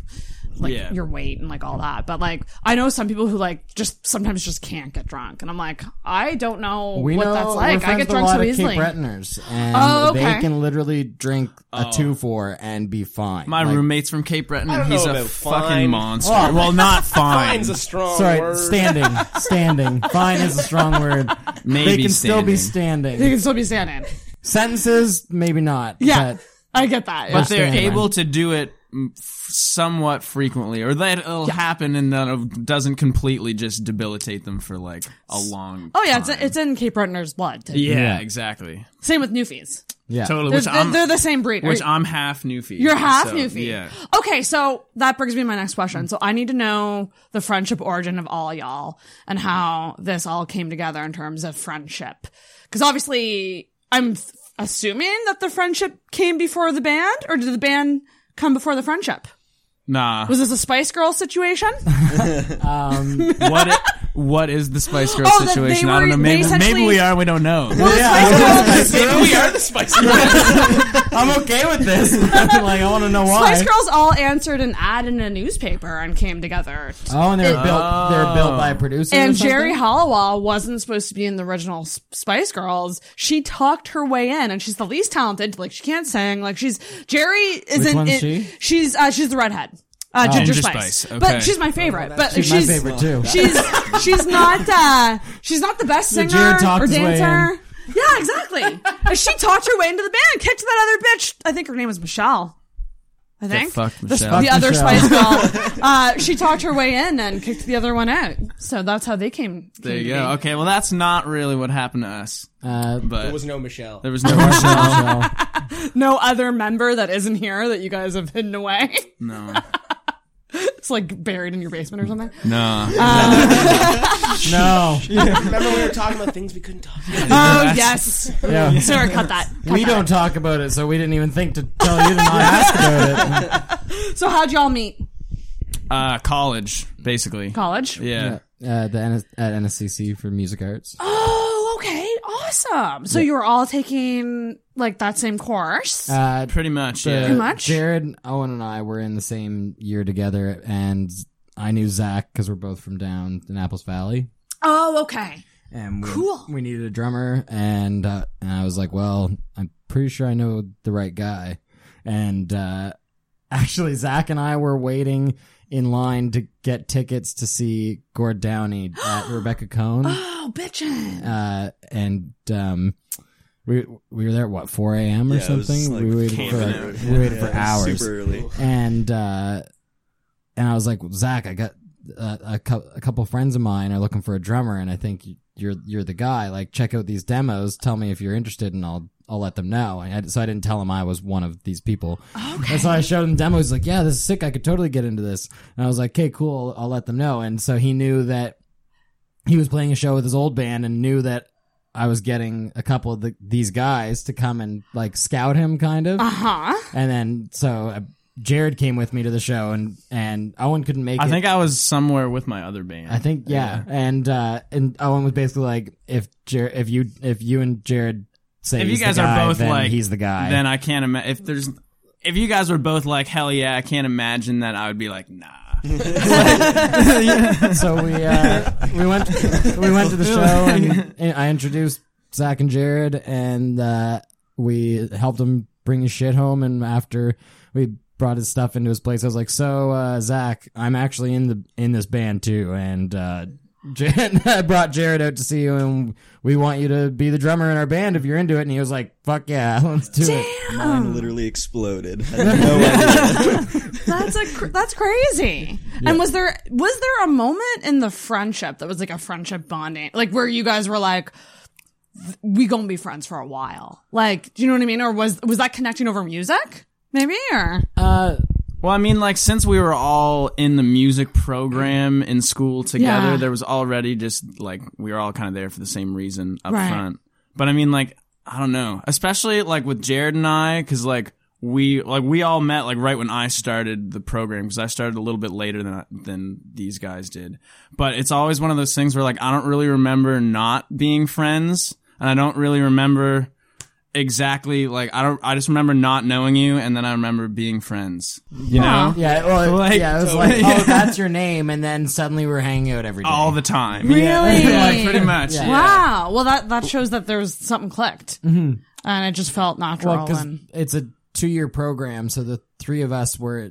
I: like
H: Yeah.
I: your weight and like all that. But like, I know some people who like just sometimes just can't get drunk, and I'm like, I don't know
H: We
I: what
H: know
I: that's
H: we're
I: like. I
H: friends
I: get
H: with
I: drunk
H: a lot
I: so
H: of
I: easily.
H: Cape Bretoners, and
I: Oh, okay.
H: they can literally drink a two four and be fine.
C: My
H: Like,
C: roommate's from Cape Breton,
H: I
C: and
H: don't
C: he's
H: know
C: a
H: about
C: fucking
H: fine.
C: monster.
H: Oh.
C: Well, not fine.
H: Fine's a
D: strong
H: Sorry, standing, standing. Fine is a strong word. they
C: Maybe
H: can still be
I: You can
H: standing.
I: still be standing.
H: Sentences, maybe not.
I: Yeah,
H: but-
I: I get that. yeah.
C: But they're
H: Understand.
C: able to do it mm, f- somewhat frequently, or that it'll happen and then it doesn't completely just debilitate them for like a long.
I: Oh yeah, it's, it's in Cape Bretoners blood. Too.
C: Yeah, exactly.
I: Same with Newfies.
H: Yeah,
C: totally.
I: They're-
C: Which
I: they're-
C: I'm,
I: they're the same breed,
C: Which
I: right?
C: I'm half Newfie.
I: You're half
C: so,
I: Newfie.
C: Yeah.
I: Okay, so that brings me to my next question. So I need to know the friendship origin of all y'all and how this all came together in terms of friendship. Because obviously, I'm th- assuming that the friendship came before the band, or did the band come before the friendship?
C: Nah.
I: Was this a Spice Girl situation?
H: um,
C: what? It, what is the Spice Girl
I: Oh, that they
C: situation? I
I: were-
C: don't know.
I: they
C: Maybe, maybe
I: essentially-
C: we are. and We don't know.
H: Maybe we
D: are the Spice
H: I'm okay with this. like I want to know why.
I: Spice Girls all answered an ad in a newspaper and came together.
H: Oh, and they're
I: It-
H: built. They're built by producers.
I: And
H: or something?
I: Jerry Halliwell wasn't supposed to be in the original S- Spice Girls. She talked her way in, and she's the least talented. Like she can't sing. Like she's Jerry isn't.
H: one's
I: in-
H: she?
I: She's uh, she's the redhead. Uh,
H: Oh.
I: Ginger,
H: Ginger
I: Spice,
H: Spice, okay.
I: but she's my favorite. But she's,
H: She's my favorite, too.
I: She's she's not uh, she's not the best
H: Yeah,
I: singer
H: Jared talked
I: or
H: his way in.
I: dancer. Yeah, exactly. and she talked her way into the band. Catch that other bitch. I think her name was Michelle. I
C: The
I: think
C: fuck
I: the,
C: Michelle.
I: the
C: Fuck
I: other
C: Michelle.
I: Spice Girl. Uh, she talked her way in and kicked the other one out. So that's how they came.
C: There
I: came
C: you
I: to
C: go. Okay, well, that's not really what happened to us.
H: Uh,
C: but
D: There was no Michelle.
C: There was no
H: There was no
C: Michelle.
I: be. No other member that isn't here that you guys have hidden away.
C: no.
I: it's like buried in your basement or something.
C: No.
I: Uh,
H: No.
D: Remember we were talking about things we couldn't talk about.
I: Oh yes. Sarah, cut that. Cut
H: we
I: that.
H: don't talk about it, so we didn't even think to tell you to not ask about it.
I: So how'd y'all meet?
C: Uh, college, basically.
I: College?
C: Yeah.
H: Uh, the N- at NSCC for music arts.
I: Oh, okay, awesome. So you were all taking like that same course.
H: Uh,
C: pretty much.
I: yeah. Pretty much?
H: Jared, Owen, and I were in the same year together, and I knew Zach because we're both from down in Apples Valley.
I: oh, okay.
H: And we,
I: Cool.
H: We needed a drummer, and uh, and I was like, well, I'm pretty sure I know the right guy. And uh, actually, Zach and I were waiting in line to get tickets to see Gord Downey at Rebecca Cohn.
I: Oh, bitchin'.
H: uh, and um, we we were there at what 4 a.m. or
J: Yeah, it was,
H: something.
J: like,
H: we waited for
J: camping out.
H: we waited
J: Yeah,
H: for
J: it
H: hours,
J: was super early.
H: and uh, and I was like, well, Zach, I got uh, a, cou- a couple friends of mine are looking for a drummer, and I think you- you're you're the guy. Like, check out these demos. Tell me if you're interested, and I'll. I'll let them know. And I, so I didn't tell him I was one of these people. Okay. And so I showed him demos. He's like, yeah, this is sick. I could totally get into this. And I was like, okay, cool. I'll, I'll let them know. And so he knew that he was playing a show with his old band and knew that I was getting a couple of the, these guys to come and like scout him, kind of.
L: Uh-huh.
H: And then so uh, Jared came with me to the show, and and Owen couldn't make
C: I
H: it.
C: think I was somewhere with my other band.
H: I think yeah, and uh, and Owen was basically like, if Jer- if you if you and Jared say
C: if you
H: he's the
C: guys
H: guy,
C: are both
H: then
C: like
H: he's the guy,
C: then I can't imagine if there's if you guys were both like hell yeah, I can't imagine that I would be like nah.
H: so we uh, we went we went to the show and, and I introduced Zach and Jared and uh, we helped him bring his shit home and after we brought his stuff into his place I was like so uh, Zach I'm actually in the in this band too and uh, Jared, I brought Jared out to see you and we want you to be the drummer in our band if you're into it and he was like fuck yeah let's do it
J: Mine literally exploded. I had no idea.
I: That's a cr- that's crazy. And was there was there a moment in the friendship that was like a friendship bonding, like where you guys were like, "Th- we gonna be friends for a while? Like, do you know what I mean? Or was was that connecting over music? Maybe or
H: Uh,
C: well, I mean, like since we were all in the music program in school together,
I: Yeah.
C: there was already just like we were all kind of there for the same reason up
I: Right.
C: front. But I mean, like I don't know, especially like with Jared and I, because like we like we all met like right when I started the program because I started a little bit later than than these guys did. But it's always one of those things where like I don't really remember not being friends, and I don't really remember exactly like I don't I just remember not knowing you and then I remember being friends. You know?
H: yeah well
C: Like,
H: yeah it was
C: totally.
H: like oh that's your name and then suddenly we're hanging out every day
C: all the time.
H: Really?
C: Yeah. like pretty much. Yeah.
I: Wow. Well, that that shows that there was something clicked,
H: Mhm.
I: and it just felt natural.
H: Well, 'cause
I: and
H: it's a two-year program, so the three of us were.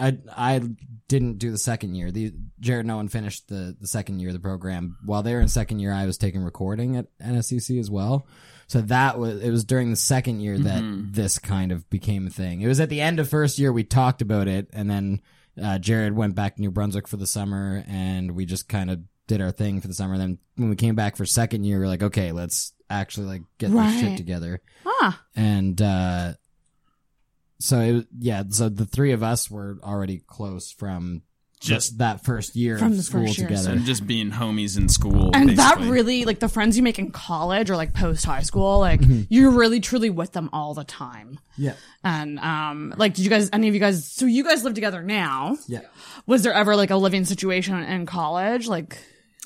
H: I I didn't do the second year. The Jared and Owen finished the the second year of the program. While they were in second year, I was taking recording at NSCC as well. So that was it was during the second year that
C: Mhm.
H: this kind of became a thing. It was at the end of first year we talked about it, and then uh, Jared went back to New Brunswick for the summer, and we just kind of did our thing for the summer. Then when we came back for second year, we are like, okay, let's actually like get this
I: Right.
H: shit together
I: ah,
H: and uh so it, yeah so the three of us were already close from
C: Just-
H: just that first year
I: From
H: of
I: the
H: school
I: first year,
H: together
C: And just being homies in school.
I: and that
C: basically.
I: really like the friends you make in college or like post high school, like
H: Mhm.
I: you're really truly with them all the time.
H: yeah
I: And um, like, did you guys, any of you guys, so you guys live together now.
H: yeah
I: Was there ever like a living situation in college? Like,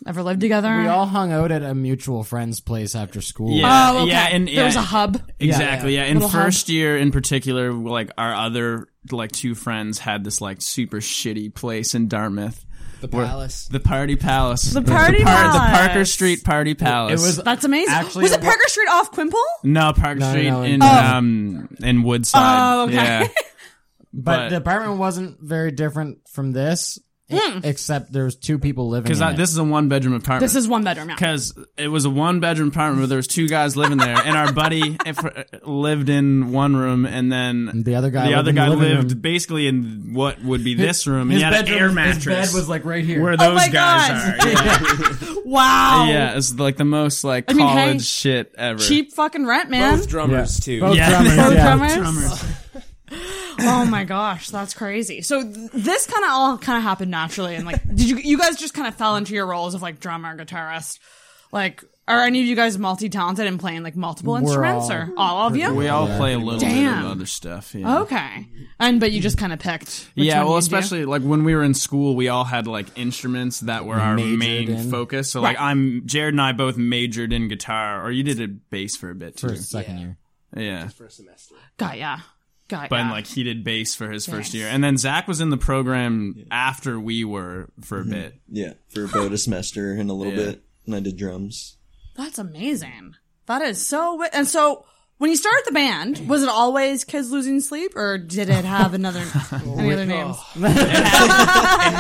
I: ever lived together?
H: we all hung out at a mutual friend's place after school
C: Yeah,
I: Oh, okay.
C: yeah, and
I: There
C: yeah,
I: was a hub.
C: Exactly.
I: Yeah,
C: Yeah.
I: yeah.
C: In
I: Little hub.
C: first year, in particular, like our other like two friends had this like super shitty place in Dartmouth.
D: The
C: where-
D: Palace.
C: The Party Palace.
I: The Party
C: The
I: Palace.
C: Parker Street Party Palace.
I: that's amazing.
C: actually-
I: was it Parker Street off Quimple?
C: no Parker
H: No, no,
C: Street
H: no, in-
C: in
H: Oh.
C: um in Woodside.
I: Oh, okay.
C: Yeah.
H: but, the apartment wasn't very different from this e- except there was two people living
C: Because
H: in it.
C: this is a one bedroom apartment.
I: This is one bedroom. Yeah.
C: Because it was a one bedroom apartment where there was two guys living there, and our buddy if, lived in one room, and then
H: the other guy
C: the
H: lived
C: other
H: in the
C: guy
H: living
C: lived
H: room.
C: basically in what would be this room. and
H: his
C: he had
H: bedroom-
C: an air
H: his
C: mattress.
H: bed was, like, right here.
C: Where
H: Oh
C: those
I: my
C: guys
I: God.
C: are. Yeah.
I: Wow.
C: yeah, it's like the most like
I: I
C: college
I: mean, hey,
C: shit ever.
I: Cheap fucking rent, man.
D: Both drummers too.
H: Both
C: Yeah.
H: drummers,
C: Both
H: yeah.
I: drummers? oh my gosh, that's crazy. So th- this kind of all kind of happened naturally, and like, did you you guys just kind of fell into your roles of like drummer, guitarist, like? Are any of you guys multi talented and playing like multiple
H: We're
I: instruments,
H: all
I: or all of you?
C: We all play a little bit
I: Damn.
C: of other stuff. Yeah.
I: Okay, and but you just kind of picked. Which
C: yeah,
I: one
C: well,
I: you'd do?
C: especially like when we were in school, we all had like instruments that were our
H: Majored
C: main
H: in.
C: focus. So like,
I: Right.
C: I'm Jared and I both majored in guitar, or you did a bass for a bit too.
H: first second year
C: yeah,
I: got ya, got
C: but
I: ya.
C: like he did bass for his first
I: Nice.
C: year, and then Zach was in the program after we were for a bit.
J: yeah, for about a semester and a little bit, and I did drums.
I: That's amazing. That is so. Wi- and so, when you started the band, was it always kids losing sleep, or did it have another any other names?
C: It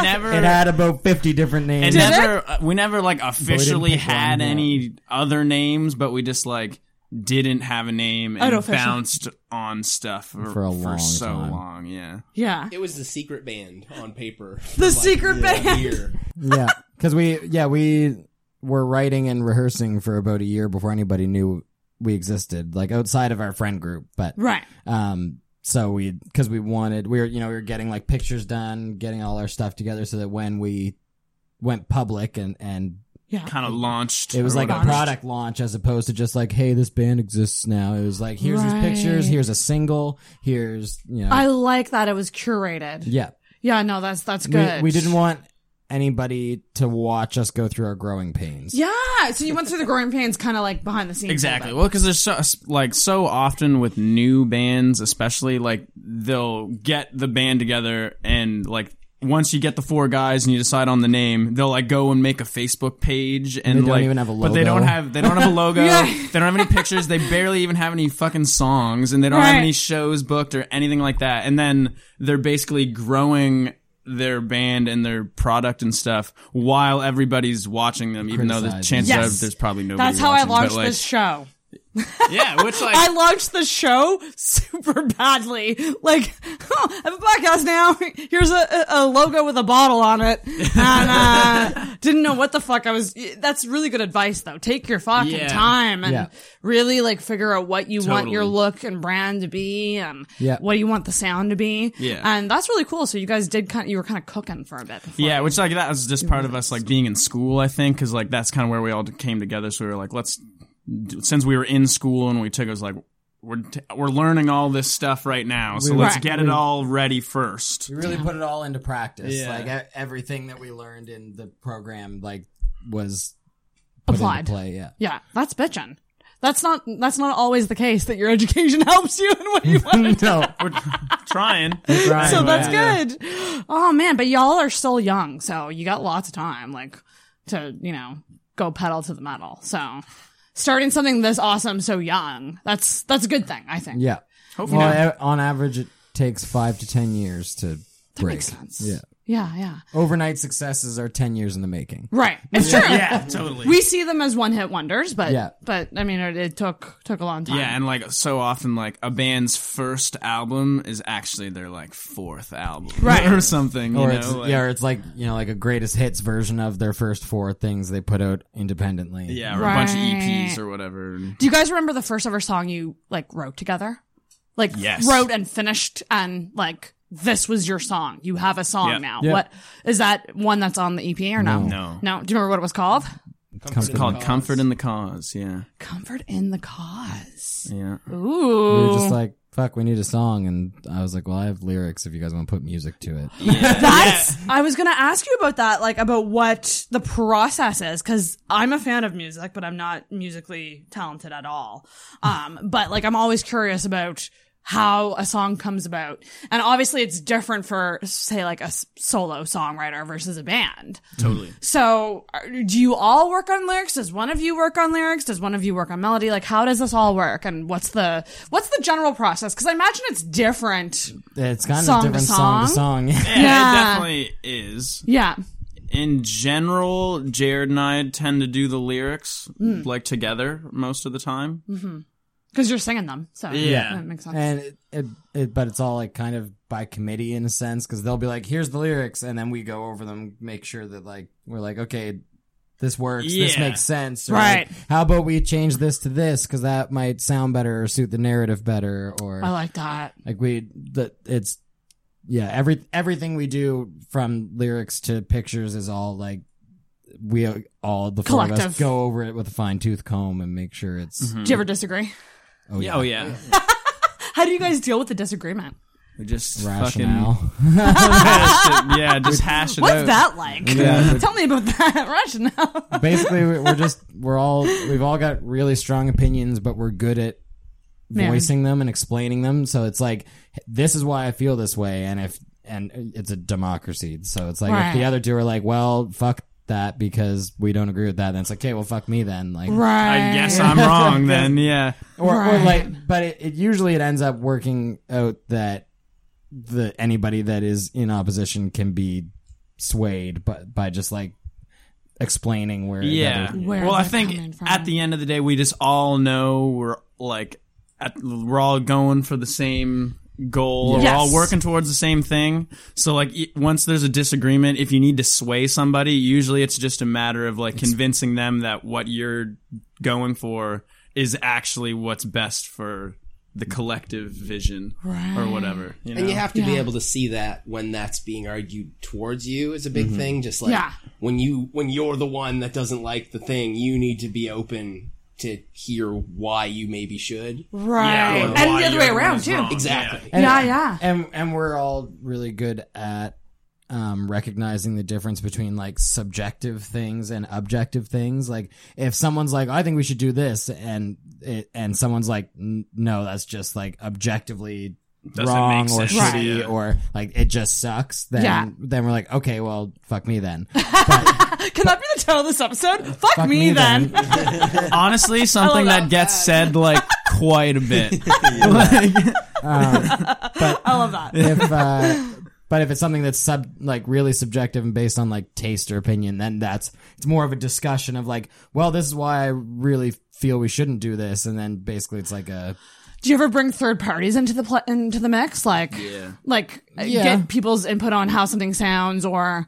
C: never.
H: it had about 50 different
C: it
H: names
C: never uh, we never like officially
H: pick
C: had
H: one, yeah.
C: any other names, but we just like didn't have a
H: Oh,
C: name and
I: An official-
C: bounced on stuff for,
H: For a long
C: so
H: time.
C: long. Yeah.
I: Yeah,
D: It was the secret band on paper.
I: the secret band.
D: Year.
H: yeah because we yeah we were writing and rehearsing for about a year before anybody knew we existed like outside of our friend group but
I: Right.
H: um so we because we wanted we were you know we were getting like pictures done getting all our stuff together so that when we went public and and
C: kind of launched.
H: It was
C: or
H: like a
C: whatever.
H: product launch as opposed to just like, hey, this band exists now. It was like, here's
I: Right.
H: these pictures, here's a single, here's you know,
I: I like that it was curated.
H: yeah.
I: Yeah, no, that's that's
H: We-
I: good.
H: We, didn't want anybody to watch us go through our growing pains.
I: Yeah, so you went through the growing pains, kind of like behind the scenes. a
C: Exactly. Well, because there's so, like so often with new bands, especially like they'll get the band together and like once you get the four guys and you decide on the name, they'll like go and make a Facebook page and
H: they don't
C: like
H: even have a
C: but they don't
H: logo.
C: have they don't have a logo.
H: Yeah.
C: They don't have any pictures. They barely even have any fucking songs and they don't have
H: Right.
C: any shows booked or anything like that. And then they're basically growing their band and their product and stuff while everybody's watching them, even though the
I: Criticizing.
C: chances
I: Yes.
C: are there's probably nobody.
I: That's how I
C: watching, but,
I: launched
C: like-
I: this show.
C: yeah, which like
I: I launched the show super badly. Like, oh, I have a podcast now. Here's a, a- a logo with a bottle on it, and uh, didn't know what the fuck I was. That's really good advice, though. Take your fucking
L: Yeah.
I: time and
L: Yeah.
I: really like figure out what you want your
L: Totally.
I: look and brand to be, and
C: Yeah.
I: what you want the sound to be.
C: Yeah.
I: and that's really cool. So you guys did kind. you were kind of cooking for a bit.
C: Yeah, which like that was just part of us like being in school, I think, because like that's kind of where we all came together. So we were like, let's do- since we were in school and we took it was like we're t- we're learning all this stuff right now, so
H: We-
C: let's
H: Right.
C: get it all ready first.
H: We really put it all into practice.
C: Yeah.
H: Like e- everything that we learned in the program, like was put
I: Applied.
H: into play. Yeah.
I: Yeah, that's bitchin'. That's not that's not always the case that your education helps you in what you want.
H: no,
C: we're trying.
I: so that's
C: Yeah.
I: good. Oh man, but y'all are still young, so you got lots of time, like to you know go pedal to the metal. So starting something this awesome so young, that's that's a good thing, I think.
H: Yeah.
I: Hopefully
H: well,
I: not.
H: a- on average, it takes five to ten years to break. sense. Yeah.
I: Yeah, yeah.
H: Overnight successes are ten years in the making.
I: Right, it's
H: Yeah.
I: true.
H: Yeah, totally.
I: We see them as one-hit wonders, but
C: Yeah.
I: but I mean, it, it took took a long time.
C: Yeah, and like so often, like a band's first album is actually their like fourth album,
H: Right.
C: or something.
H: or
C: you
H: it's,
C: know, like-
H: yeah, or it's like you know, like a greatest hits version of their first four things they put out independently.
C: yeah, or a bunch of
I: Right.
C: EPs or whatever.
I: Do you guys remember the first ever song you like wrote together? Like
C: Yes.
I: wrote and finished and like this was your song. You have a song
C: Yeah.
I: now.
C: Yeah.
I: What is that one that's on the EP or no?
C: No.
I: No. Do you remember what it was called?
C: It's called "Comfort in the Cause." Yeah,
I: Comfort in the Cause.
C: yeah.
I: Ooh.
H: We were just like, fuck, we need a song. And I was like, well, I have lyrics if you guys want to put music to it.
I: That's. I was gonna ask you about that, like about what the process is, because I'm a fan of music, but I'm not musically talented at all. Um, but like I'm always curious about how a song comes about, and obviously it's different for say like a s- solo songwriter versus a band.
C: Totally.
I: So, are- do you all work on lyrics? Does one of you work on lyrics? Does one of you work on melody? Like, how does this all work? And what's the what's the general process? Because I imagine it's different.
H: It's kind
I: Song
H: of
I: to
H: different song to
I: song?
H: song.
C: Yeah,
I: Yeah.
C: it definitely is.
I: Yeah.
C: In general, Jared and I tend to do the lyrics
I: Mm.
C: like together most of the time.
I: Because you're singing them, so
C: Yeah.
I: that makes sense.
H: And it, it, it, but it's all like kind of by committee in a sense because they'll be like, here's the lyrics. And then we go over them, make sure that like, we're like, okay, this works. This
C: Yeah.
H: makes sense.
C: Right.
H: like, How about we change this to this because that might sound better or suit the narrative better or.
I: I like that.
H: Like we that it's yeah, every everything we do from lyrics to pictures is all like we all the four of
I: Collective.
H: us go over it with a fine tooth comb and make sure it's
I: Do you ever disagree?
H: Oh yeah.
C: Oh yeah,
I: How do you guys deal with the disagreement?
C: we just
H: Rationale.
C: fucking hash it. Yeah, just hash it
I: What's
C: out.
I: that like?
H: Yeah.
I: Tell me about that rationale.
H: Basically we- we're just we're all we've all got really strong opinions but we're good at
I: Man.
H: voicing them and explaining them so it's like this is why I feel this way and if and it's a democracy so it's like if
C: Right.
H: the other two are like well fuck that because we don't agree with that then it's like okay well fuck me then like
C: I guess I'm wrong then. Yeah,
H: or, or like but it, it usually it ends up working out that the anybody that is in opposition can be swayed but by just like explaining where the
C: yeah.
H: other-
C: well, I think at the end of the day, we just all know we're like at, we're all going for the same goal. We're all
D: Yes.
C: working towards the same thing. So like e- once there's a disagreement, if you need to sway somebody, usually it's just a matter of like convincing them that what you're going for is actually what's best for the collective vision
D: Right.
C: or whatever. You know?
D: And you have to be
C: Yeah.
D: able to see that when that's being argued towards you is a big
C: Mhm.
D: thing. Just like
C: Yeah.
D: when you when you're the one that doesn't like the thing, you need to be open to hear why you maybe should.
I: Right. Yeah,
D: Or
I: and
D: why
I: the other
D: you're
I: way
D: the one
I: around,
D: who's
I: too.
D: wrong. Exactly.
H: And-
I: Yeah, yeah.
H: And and we're all really good at um, recognizing the difference between like subjective things and objective things. Like if someone's like, I think we should do this, and it, and someone's like, "N- No, that's just like objectively.
C: Doesn't
H: wrong
C: make
H: or
C: sense.
H: shitty
C: Right.
H: or like it just sucks then
I: Yeah.
H: then we're like okay well fuck me then
I: Can that be the title of this episode? Fuck, me, then.
C: Honestly, something that, gets said like quite a bit.
H: Um, but
I: I love that.
H: If, uh, but if it's something that's sub like really subjective and based on like taste or opinion, then that's it's more of a discussion of like, well, this is why I really feel we shouldn't do this, and then basically it's like a
I: Do you ever bring third parties into the pl- into the mix? Like,
H: Yeah.
I: like uh,
H: Yeah.
I: get people's input on how something sounds, or,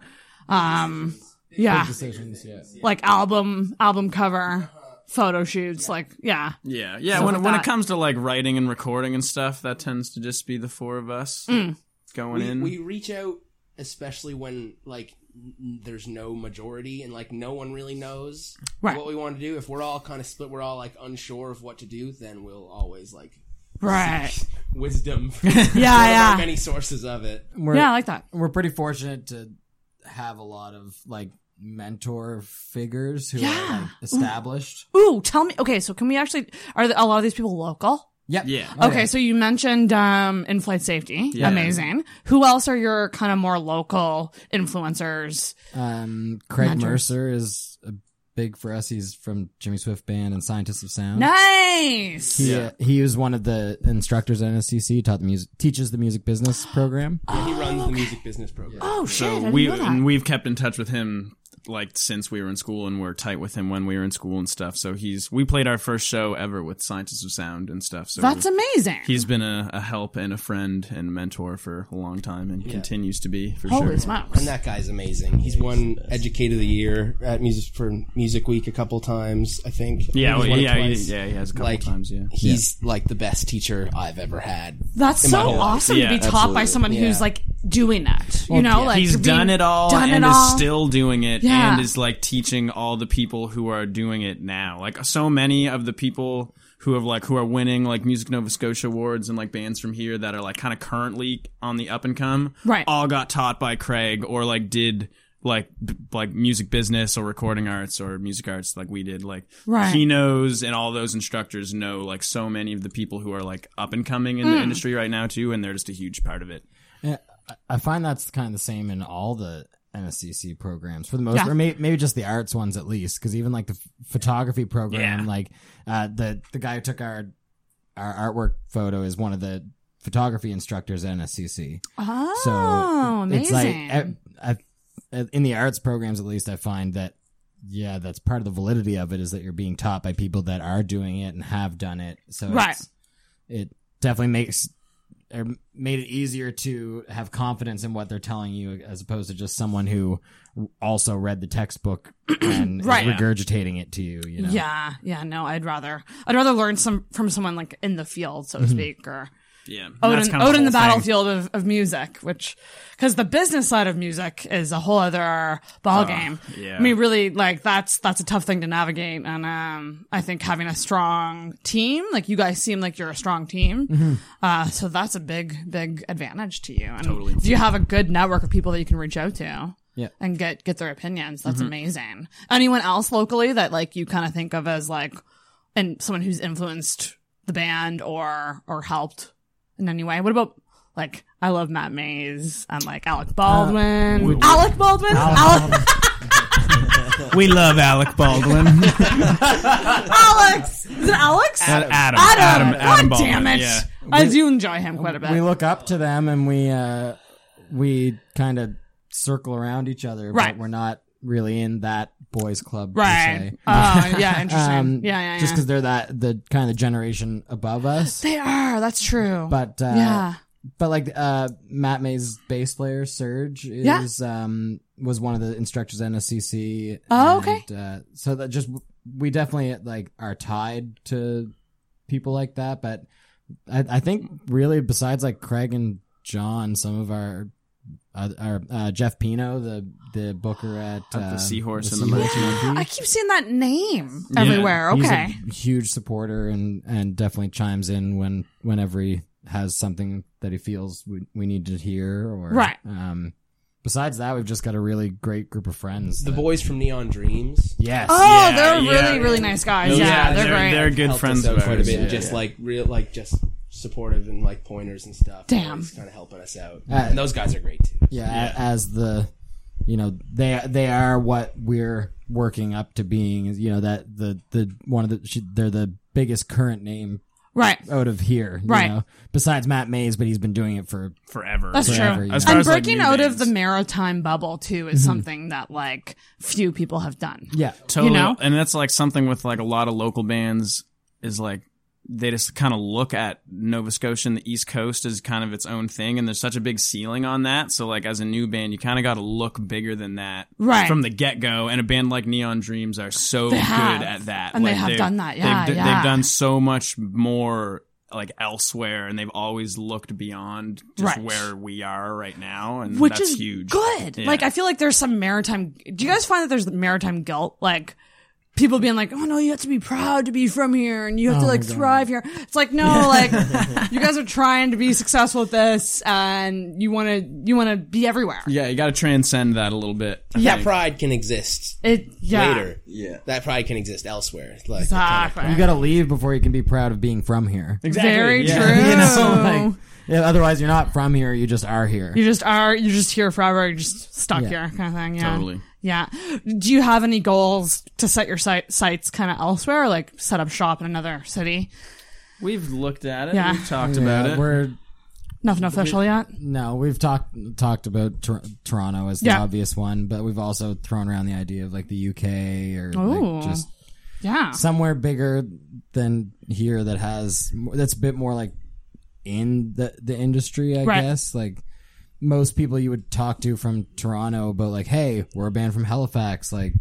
I: um, yeah,
H: decisions, yeah.
I: like album album cover, photo shoots, like yeah,
C: Yeah, yeah.
I: Stuff
C: when
I: like
C: when
I: that.
C: it comes to like writing and recording and stuff, that tends to just be the four of us
D: Mm.
C: going
D: we,
C: in.
D: we reach out, especially when like n- there's no majority and like no one really knows
I: Right.
D: what we want to do. If we're all kind of split, we're all like unsure of what to do. Then we'll always like
I: Right.
D: seek wisdom.
I: yeah.
D: Many sources of it.
I: Yeah, I like that.
H: We're pretty fortunate to have a lot of like mentor figures who are like, established.
I: Ooh, tell me. Okay, so can we actually? Are the- a lot of these people local?
H: Yep. Oh,
C: Yeah.
I: Okay, so you mentioned um, in flight safety.
H: Yeah.
I: Amazing. Who else are your kind of more local influencers?
H: Um, Craig
I: Mentors.
H: Mercer is uh, big for us. He's from Jimmy Swift Band and Scientists of Sound.
I: Nice.
H: He, he was one of the instructors at NSCC. Taught the music, teaches the music business program.
D: Yeah, he runs the music business program.
I: Oh
C: so we and we've kept in touch with him like since we were in school, and we're tight with him when we were in school and stuff. So he's we played our first show ever with Scientists of Sound and stuff. So
I: That's
C: we-
I: amazing.
C: He's been a, a help and a friend and mentor for a long time, and
D: Yeah.
C: continues to be for
I: Holy
C: sure.
I: smokes.
D: And that guy's amazing. He's won Educator of the Year at Music for Music Week a couple times, I think.
C: Yeah,
D: He's
C: well,
D: won it
C: yeah, he-
D: twice.
C: yeah, he has a couple
D: Like,
C: times, yeah.
D: he's like the best teacher I've ever had.
I: That's
D: in my
I: so
D: whole life.
I: awesome to be taught by someone who's
D: Yeah.
I: like doing that. You
D: Well,
I: know,
D: yeah.
I: like
C: he's
I: being
C: done it all
I: done
C: and
I: it
C: is
I: all.
C: still doing it
I: Yeah.
C: and is like teaching all the people who are doing it now. Like so many of the people who have like who are winning like Music Nova Scotia awards and like bands from here that are like kind of currently on the up and come,
I: Right.
C: All got taught by Craig or like did like b- like music business or recording arts or music arts like we did like
I: Right.
C: he knows and all those instructors know like so many of the people who are like up and coming in the
I: Hmm.
H: Mm.
C: industry right now too and they're just a huge part of it
H: Yeah, I- I find that's kind of the same in all the NSCC programs for the most,
C: Yeah.
H: or may, maybe just the arts ones at least, because even like the f- photography program, like uh, the the guy who took our our artwork photo is one of the photography instructors at NSCC.
I: Oh,
H: it's like e- eh,
I: amazing.
H: I, I, in the arts programs at least, I find that yeah, that's part of the validity of it is that you're being taught by people that are doing it and have done it. So
I: Right.
H: it's- it definitely makes or made it easier to have confidence in what they're telling you as opposed to just someone who also read the textbook and
I: Right.
H: is regurgitating it to you. You know,
I: Yeah, yeah. No, I'd rather I'd rather learn some from someone like in the field, so to
H: Mhm.
I: speak, or
C: Yeah,
I: out
C: that's
I: in,
C: kinda
I: out
C: the
I: in the
C: whole thing.
I: battlefield of, of music, which because the business side of music is a whole other ball
C: Uh,
I: game.
C: yeah.
I: I mean, really, like that's that's a tough thing to navigate, and um, I think having a strong team, like you guys seem like you're a strong team,
H: Mm-hmm.
M: Mhm.
I: uh, so that's a big big advantage to you. And
M: Totally.
I: if you have a good network of people that you can reach out to.
H: Yeah.
I: And get get their opinions. That's
C: Mm-hmm.
M: Mhm.
I: amazing. Anyone else locally that like you kind of think of as like and someone who's influenced the band or or helped in any way. What about like I love Matt Mays and like
H: Uh,
I: Alec Baldwin.
C: we- we-
I: Alec Baldwin.
C: Alec
I: Alec.
C: we love Alec Baldwin.
I: Alex. Is it Alex?
C: Adam. Adam.
I: Adam.
C: Adam- Adam
I: God damn
C: Baldwin,
I: it.
C: yeah.
I: I
H: We-
I: do enjoy him quite a bit.
H: we look up to them and we uh, we kind of circle around each other,
I: Right.
H: but we're not really in that boys club, per
I: Right.
H: se.
I: Oh, yeah, interesting. Yeah, yeah,
H: Um, Just
I: yeah.
H: because they're that the kind of the generation above us.
I: they are. That's true.
H: But uh,
I: yeah.
H: but like uh, Matt May's bass player Serge
I: Yeah.
H: is um was one of the instructors at NSCC.
I: Oh, okay.
H: And, uh, so that just we definitely like are tied to people like that, but I, I think really besides like Craig and John, some of our uh, our uh, Jeff Pino, the the booker at
C: At the
H: uh,
C: Seahorse and the
H: Seahorse
C: Mercury.
H: Mercury.
I: I keep seeing that name everywhere.
H: He's a
I: Okay.
H: huge supporter and and definitely chimes in when whenever he has something that he feels we, we need to hear or
D: Right.
H: Um, besides that, we've just got a really great group of friends.
D: The
H: that-
D: boys from Neon Dreams.
H: Yes.
I: Oh, they're really, really nice guys.
D: Those
I: Yeah,
D: guys
I: they're, great.
C: they're good
D: helped
C: friends
D: us out
C: of
D: quite a
C: ours.
D: bit, and
C: Yeah,
D: just
C: yeah.
D: like real, like just supportive and like pointers and stuff.
I: Damn.
D: kind of helping us out.
H: Uh,
D: and those guys are great too.
H: yeah, a- as the you know they they are what we're working up to being is you know that the the one of the she, they're the biggest current name
I: Right.
H: out of here you
I: Right.
H: know? besides Matt Mays but he's been doing it for
C: forever
I: That's true.
H: forever, yeah.
I: And breaking out of the maritime bubble too is
H: Mhm.
I: something that like few people have done.
H: Yeah,
C: totally.
I: You know?
C: And that's like something with like a lot of local bands is like they just kind of look at Nova Scotia and the East Coast as kind of its own thing, and there's such a big ceiling on that. So like as a new band, you kind of got to look bigger than that
I: Right.
C: from the get go. And a band like Neon Dreams are so
I: They
C: good
I: have.
C: at that,
I: And they
C: Like,
I: have
C: they've-
I: done that.
C: they've
I: Yeah,
C: d-
I: yeah.
C: they've done so much more like elsewhere, and they've always looked beyond just
I: Right.
C: where we are right now, and
I: Which
C: that's
I: is
C: huge.
I: good.
C: Yeah.
I: Like I feel like there's some maritime do you guys find that there's maritime guilt? Like people being like, Oh no, you have to be proud to be from here and you have
N: Oh
I: to
N: my
I: like
N: God.
I: thrive here. It's like, no, like you guys are trying to be successful at this and you wanna you wanna be everywhere.
C: yeah, you got to transcend that a little bit. I
D: Yeah,
C: think.
D: pride can exist.
I: It yeah.
D: Later, yeah, that pride can exist elsewhere. Like
I: Exactly.
H: you gotta leave before you can be proud of being from here
D: Exactly,
I: Very
D: yeah.
I: true.
H: you know like yeah, otherwise you're not from here you just are here
I: Oh. You just are. You're just here forever. You're just stuck
H: Yeah.
I: here, kind of thing. Yeah.
H: Totally.
I: Yeah. Do you have any goals to set your site, sites kind of elsewhere, like set up shop in another city?
C: We've looked at it.
I: Yeah.
C: We've talked
H: Yeah,
C: about it.
H: we're
I: Nothing official
H: We-
I: yet.
H: No, we've talked talked about Tor- Toronto as the
I: Yeah.
H: obvious one, but we've also thrown around the idea of like the UK or
I: Ooh.
H: like just
I: Yeah.
H: somewhere bigger than here that has mo- that's a bit more like in the the industry, I
I: Right.
H: guess. Like most people you would talk to from Toronto about like, hey, we're a band from Halifax, like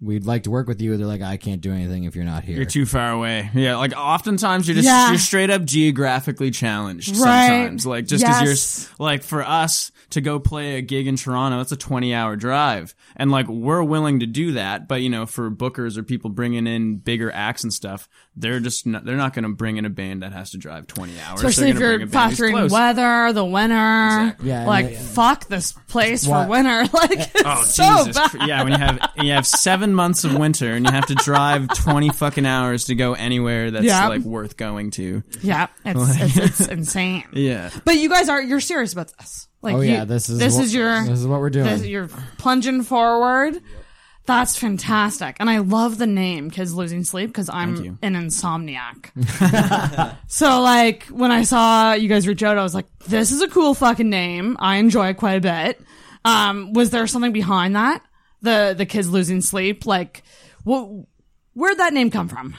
H: we'd like to work with you. They're like, I can't do anything if you're not here.
C: You're too far away. Yeah, like oftentimes you're just
H: Yeah.
C: you're straight up geographically challenged.
H: Right.
C: Sometimes, like just because
H: Yes.
C: you're like for us to go play a gig in Toronto, that's a 20 hour drive, and like we're willing to do that. But you know, for bookers or people bringing in bigger acts and stuff, they're just not, they're not going to bring in a band that has to drive 20 hours. They're
I: Especially if
C: gonna bring
I: you're
C: a band who's
I: factoring
C: close.
I: weather, the winter.
C: Yeah, and
I: Like
C: it-
I: fuck this place
C: Why-
I: for winter. Like it's
C: Oh
I: so
C: Jesus!
I: bad.
C: Cr- Yeah, when you have you have seven months of winter and you have to drive twenty fucking hours to go anywhere that's
I: Yeah.
C: like worth going to.
I: Yeah, it's, it's it's insane.
C: Yeah.
I: But you guys are you're serious about this. Like
H: Oh,
I: you-
H: yeah, this is
I: this
H: what-
I: is your
H: this is what we're doing.
C: Hmm.
I: you're plunging forward. That's fantastic, and I love the name "Kids Losing Sleep" because
C: Thank
I: I'm
C: you.
I: an insomniac. so, like when I saw you guys reach out, I was like, "This is a cool fucking name. I enjoy it quite a bit." Um, was there something behind that? The the kids losing sleep, like, what? Where'd that name come from?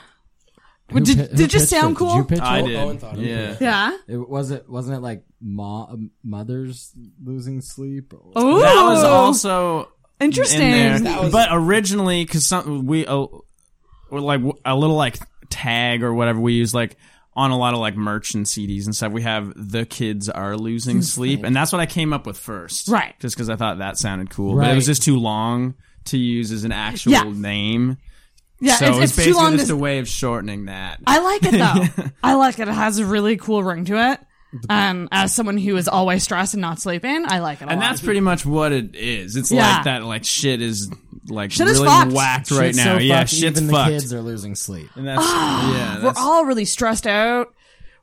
H: Who
I: did
H: pi-
I: did
H: who
I: it just
H: pitched
I: sound
H: it?
I: cool?
H: Did you pitch
C: I
H: it?
C: did. Owen thought of it. Yeah.
I: Yeah.
H: It was it wasn't it like ma- um, mothers losing sleep? Or-
I: Ooh.
C: That was also
I: Interesting.
C: in there.
I: That was-
C: but originally, because some we uh, were like a little like tag or whatever we use like on a lot of like merch and CDs and stuff. We have the kids are losing sleep, and that's what I came up with first,
I: Right.
C: Just because I thought that sounded cool, but it
D: Right.
C: was just too long to use as an actual
I: Yeah.
C: name.
I: Yeah,
C: so
I: it's-
C: it's,
I: it's too
C: basically
I: long to
C: just
I: s-
C: a way of shortening that.
I: I like it though. I like it. It has a really cool ring to it. Um, as someone who is always stressed and not sleeping, I like it. A
C: and
I: lot.
C: that's pretty much what it is. It's
I: Yeah.
C: like that, like shit is like
I: Shit is
C: really
I: fucked.
C: whacked right
H: Shit's so
C: now. yeah,
H: fucked,
C: shit's
H: even
C: fucked.
H: The kids are losing sleep.
C: And that's yeah.
I: we're
C: That's,
I: all really stressed out.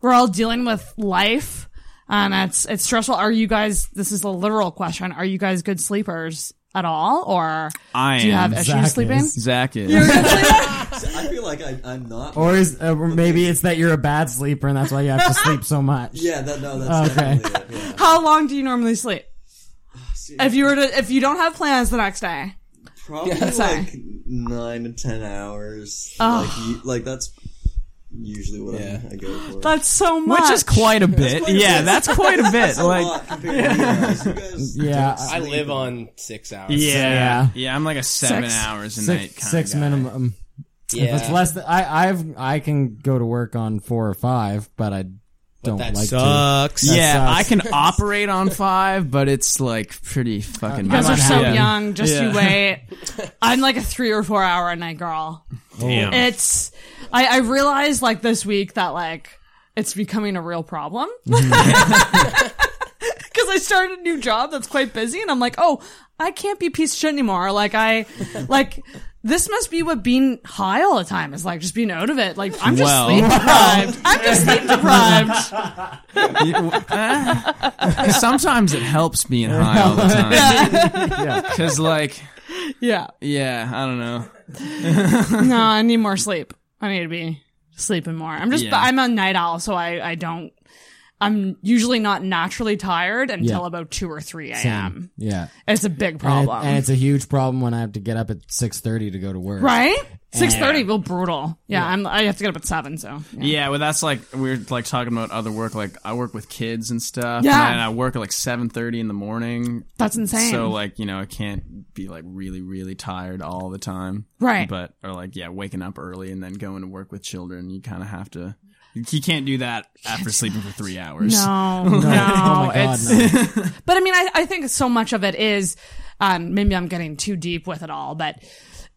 I: We're all dealing with life, and it's it's stressful. Are you guys? This is a literal question. Are you guys good sleepers at all, or
C: I
I: do you
C: am.
I: have issues sleeping?
C: Zach is.
I: You're good
O: I feel like I, I'm not.
H: Or is uh, or maybe it's that you're a bad sleeper and that's why you have to sleep so much.
O: Yeah, that- no, that's definitely it,
I: How long do you normally sleep? If you were to, if you don't have plans the next day,
O: Probably
I: Yeah, sorry.
O: like nine to ten hours.
I: Ugh.
O: Like, you, like that's usually what I, I go for.
I: that's so much.
C: Which is quite a bit.
O: quite a
C: yeah,
O: bit.
C: that's quite a bit.
O: That's a
C: like,
O: lot compared to
C: yeah.
H: Yeah.
D: I live on six hours.
C: yeah, I'm like a seven
D: Six-
C: hours a
H: six,
C: night kind
H: six
C: of guy.
H: minimum. If it's
C: Yeah.
H: less than I, I've I can go to work on four or five, but I
D: But
H: Don't
D: that
H: like to.
D: sucks.
H: That
C: yeah,
H: sucks.
C: I can operate on five, but it's like pretty fucking.
I: You guys are
C: miserable.
I: so
C: Yeah.
I: young. Just
C: Yeah.
I: you wait. I'm like a three or four hour a night girl.
C: Damn.
I: It's. I, I realized like this week that like it's becoming a real problem. Because I started a new job that's quite busy, and I'm like, oh, I can't be a piece of shit anymore. Like I, like this must be what being high all the time is like, just being out of it. Like I'm just
C: Well.
I: sleep deprived. I'm just sleep deprived.
C: Sometimes it helps being high all the time. Because like,
I: Yeah.
C: yeah, I don't know.
I: no, I need more sleep. I need to be sleeping more. I'm just,
C: Yeah.
I: I'm a night owl, so I, I don't, I'm usually not naturally tired until
H: Yeah.
I: about 2 or 3
H: Same.
I: a.m.
H: Yeah.
I: It's a big problem.
H: And, it- and it's a huge problem when I have to get up at six thirty to go to work.
I: right?
H: And-
I: 6.30, well, brutal. Yeah, I'm, I have to get up at 7, so.
C: Yeah. well, that's like we're like talking about other work. Like I work with kids and stuff.
I: Yeah.
C: and I work at like seven thirty in the morning.
I: That's insane.
C: So uh, like you know I can't be like really really tired all the time.
I: Right.
C: But or like yeah, waking up early and then going to work with children. You kind of have to. You can't do that after sleeping for three hours.
I: No, no, Oh
H: Oh
C: Like-
I: it's, but I mean, I, I think so much of it is, um, maybe I'm getting too deep with it all, but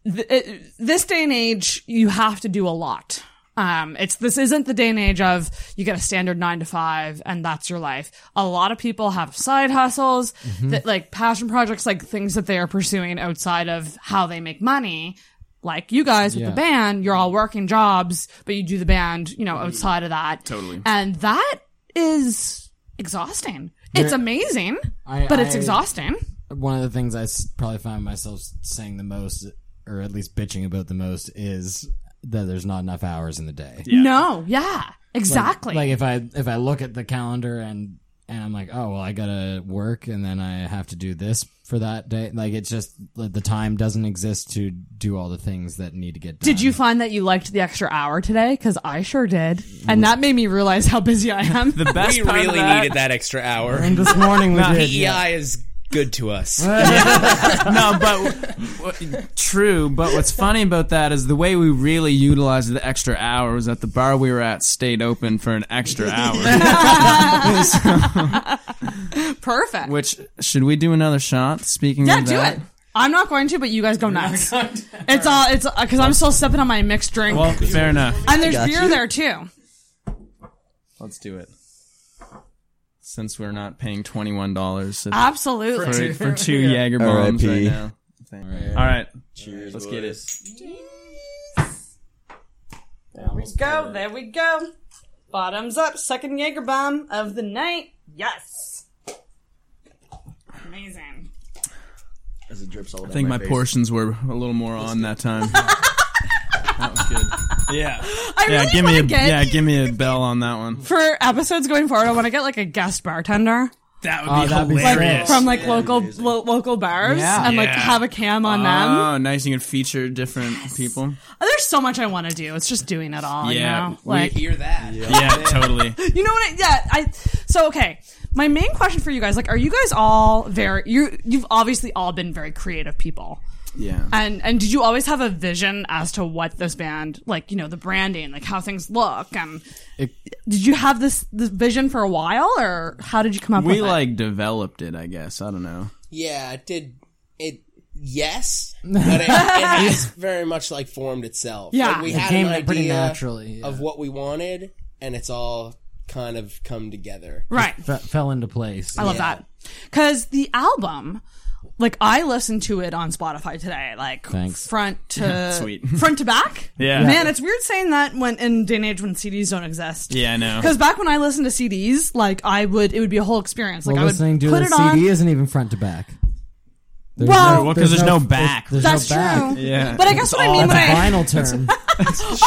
I: th- it, this day and age, you have to do a lot. Um, it's, this isn't the day and age of you get a standard nine to five and that's your life. A lot of people have side hustles
L: Mhm.
I: that like passion projects, like things that they are pursuing outside of how they make money. Like you guys with
L: Yeah.
I: the band, you're all working jobs, but you do the band, you know, outside of that.
C: Totally.
I: And that is exhausting.
H: There-
I: it's amazing,
H: I-
I: but it's
H: I-
I: exhausting.
H: One of the things I s- probably find myself saying the most, or at least bitching about the most, is that there's not enough hours in the day.
I: No, yeah, exactly.
H: Like, like if I if I look at the calendar and and I'm like, oh well, I gotta work and then I have to do this for that day. Like it's just like, the time doesn't exist to do all the things that need to get done.
I: did you find that you liked the extra hour today? Because I sure did, and that made me realize how busy I am.
C: the
D: we really needed that extra hour.
H: And this morning we
D: Nah,
H: did,
D: PEI
H: yeah.
D: is good to us.
C: no, but w- true. But what's funny about that is the way we really utilized the extra hour was that the bar we were at stayed open for an extra hour.
I: Perfect.
C: which should we do another shot? Speaking
I: yeah,
C: of
I: do
C: that,
I: it. I'm not going to, but you guys go nuts. it's all it's because I'm still sipping on my mixed drink.
C: Well, fair enough.
I: And there's
C: Got
I: beer
C: you.
I: there too.
C: Let's do it. Since we're not paying twenty one dollars,
I: Absolutely.
C: for, for two
I: Yeah.
C: Jaeger bombs right
J: R.I.P..
C: now. All
J: right.
C: right, All right.
J: Cheers,
C: Let's get it.
I: There we go. There we go. Bottoms up. Second Jaeger bomb of the night. Yes. Amazing.
J: As it drips all
C: I
J: down
C: think my,
J: face.
C: portions were a little more on that time. that was good. Yeah.
I: I
C: yeah,
I: really
C: give me a
I: like it.
C: yeah, give me a bell on that one.
I: For episodes going forward, I want to get like a guest bartender.
C: That
I: would
C: be Oh, that'd be hilarious.
I: from like local lo- local bars
C: Yeah.
I: and like
C: Yeah.
I: have a cam on them.
C: Oh, nice! You can feature different people.
I: There's so much I want to do. It's just doing it all.
C: yeah,
I: You know? Like
D: that.
C: Yeah,
I: Yeah.
C: totally.
I: You know what? I, yeah, I. So okay, my main question for you guys, like, are you guys all very you? You've obviously all been very creative people,
C: Yeah.
I: and and did you always have a vision as to what this band, like, you know, the branding, like how things look, and did you have this this vision for a while, or how did you come up
C: we
I: with it?
C: like developed it, I guess. I don't know.
D: Yeah, it did it. Yes, but it, it has very much like formed itself.
H: Yeah.
D: Like, we
H: It
D: had
H: came
D: an idea
H: pretty naturally, yeah.
D: of what we wanted, and it's all kind of come together.
I: Right.
H: Fe- fell into place.
I: I love that because the album, like, I listened to it on Spotify today, like
H: Thanks.
I: front to
C: Sweet.
I: front to back.
C: Yeah.
I: man, it's weird saying that when in day and age when CDs don't exist.
C: Yeah, I know.
I: Because back when I listened to CDs, like I would, it would be a whole experience. Like
H: well,
I: I would
H: listening to
I: put
H: the
I: it
H: CD
I: on.
H: isn't even front to back. There's
I: Well- Well,
C: 'cause there's no back.
H: There's,
I: That's
H: no back.
I: true. Yeah. But I guess what I mean
H: That's
I: when
H: a
I: I-
H: vinyl term.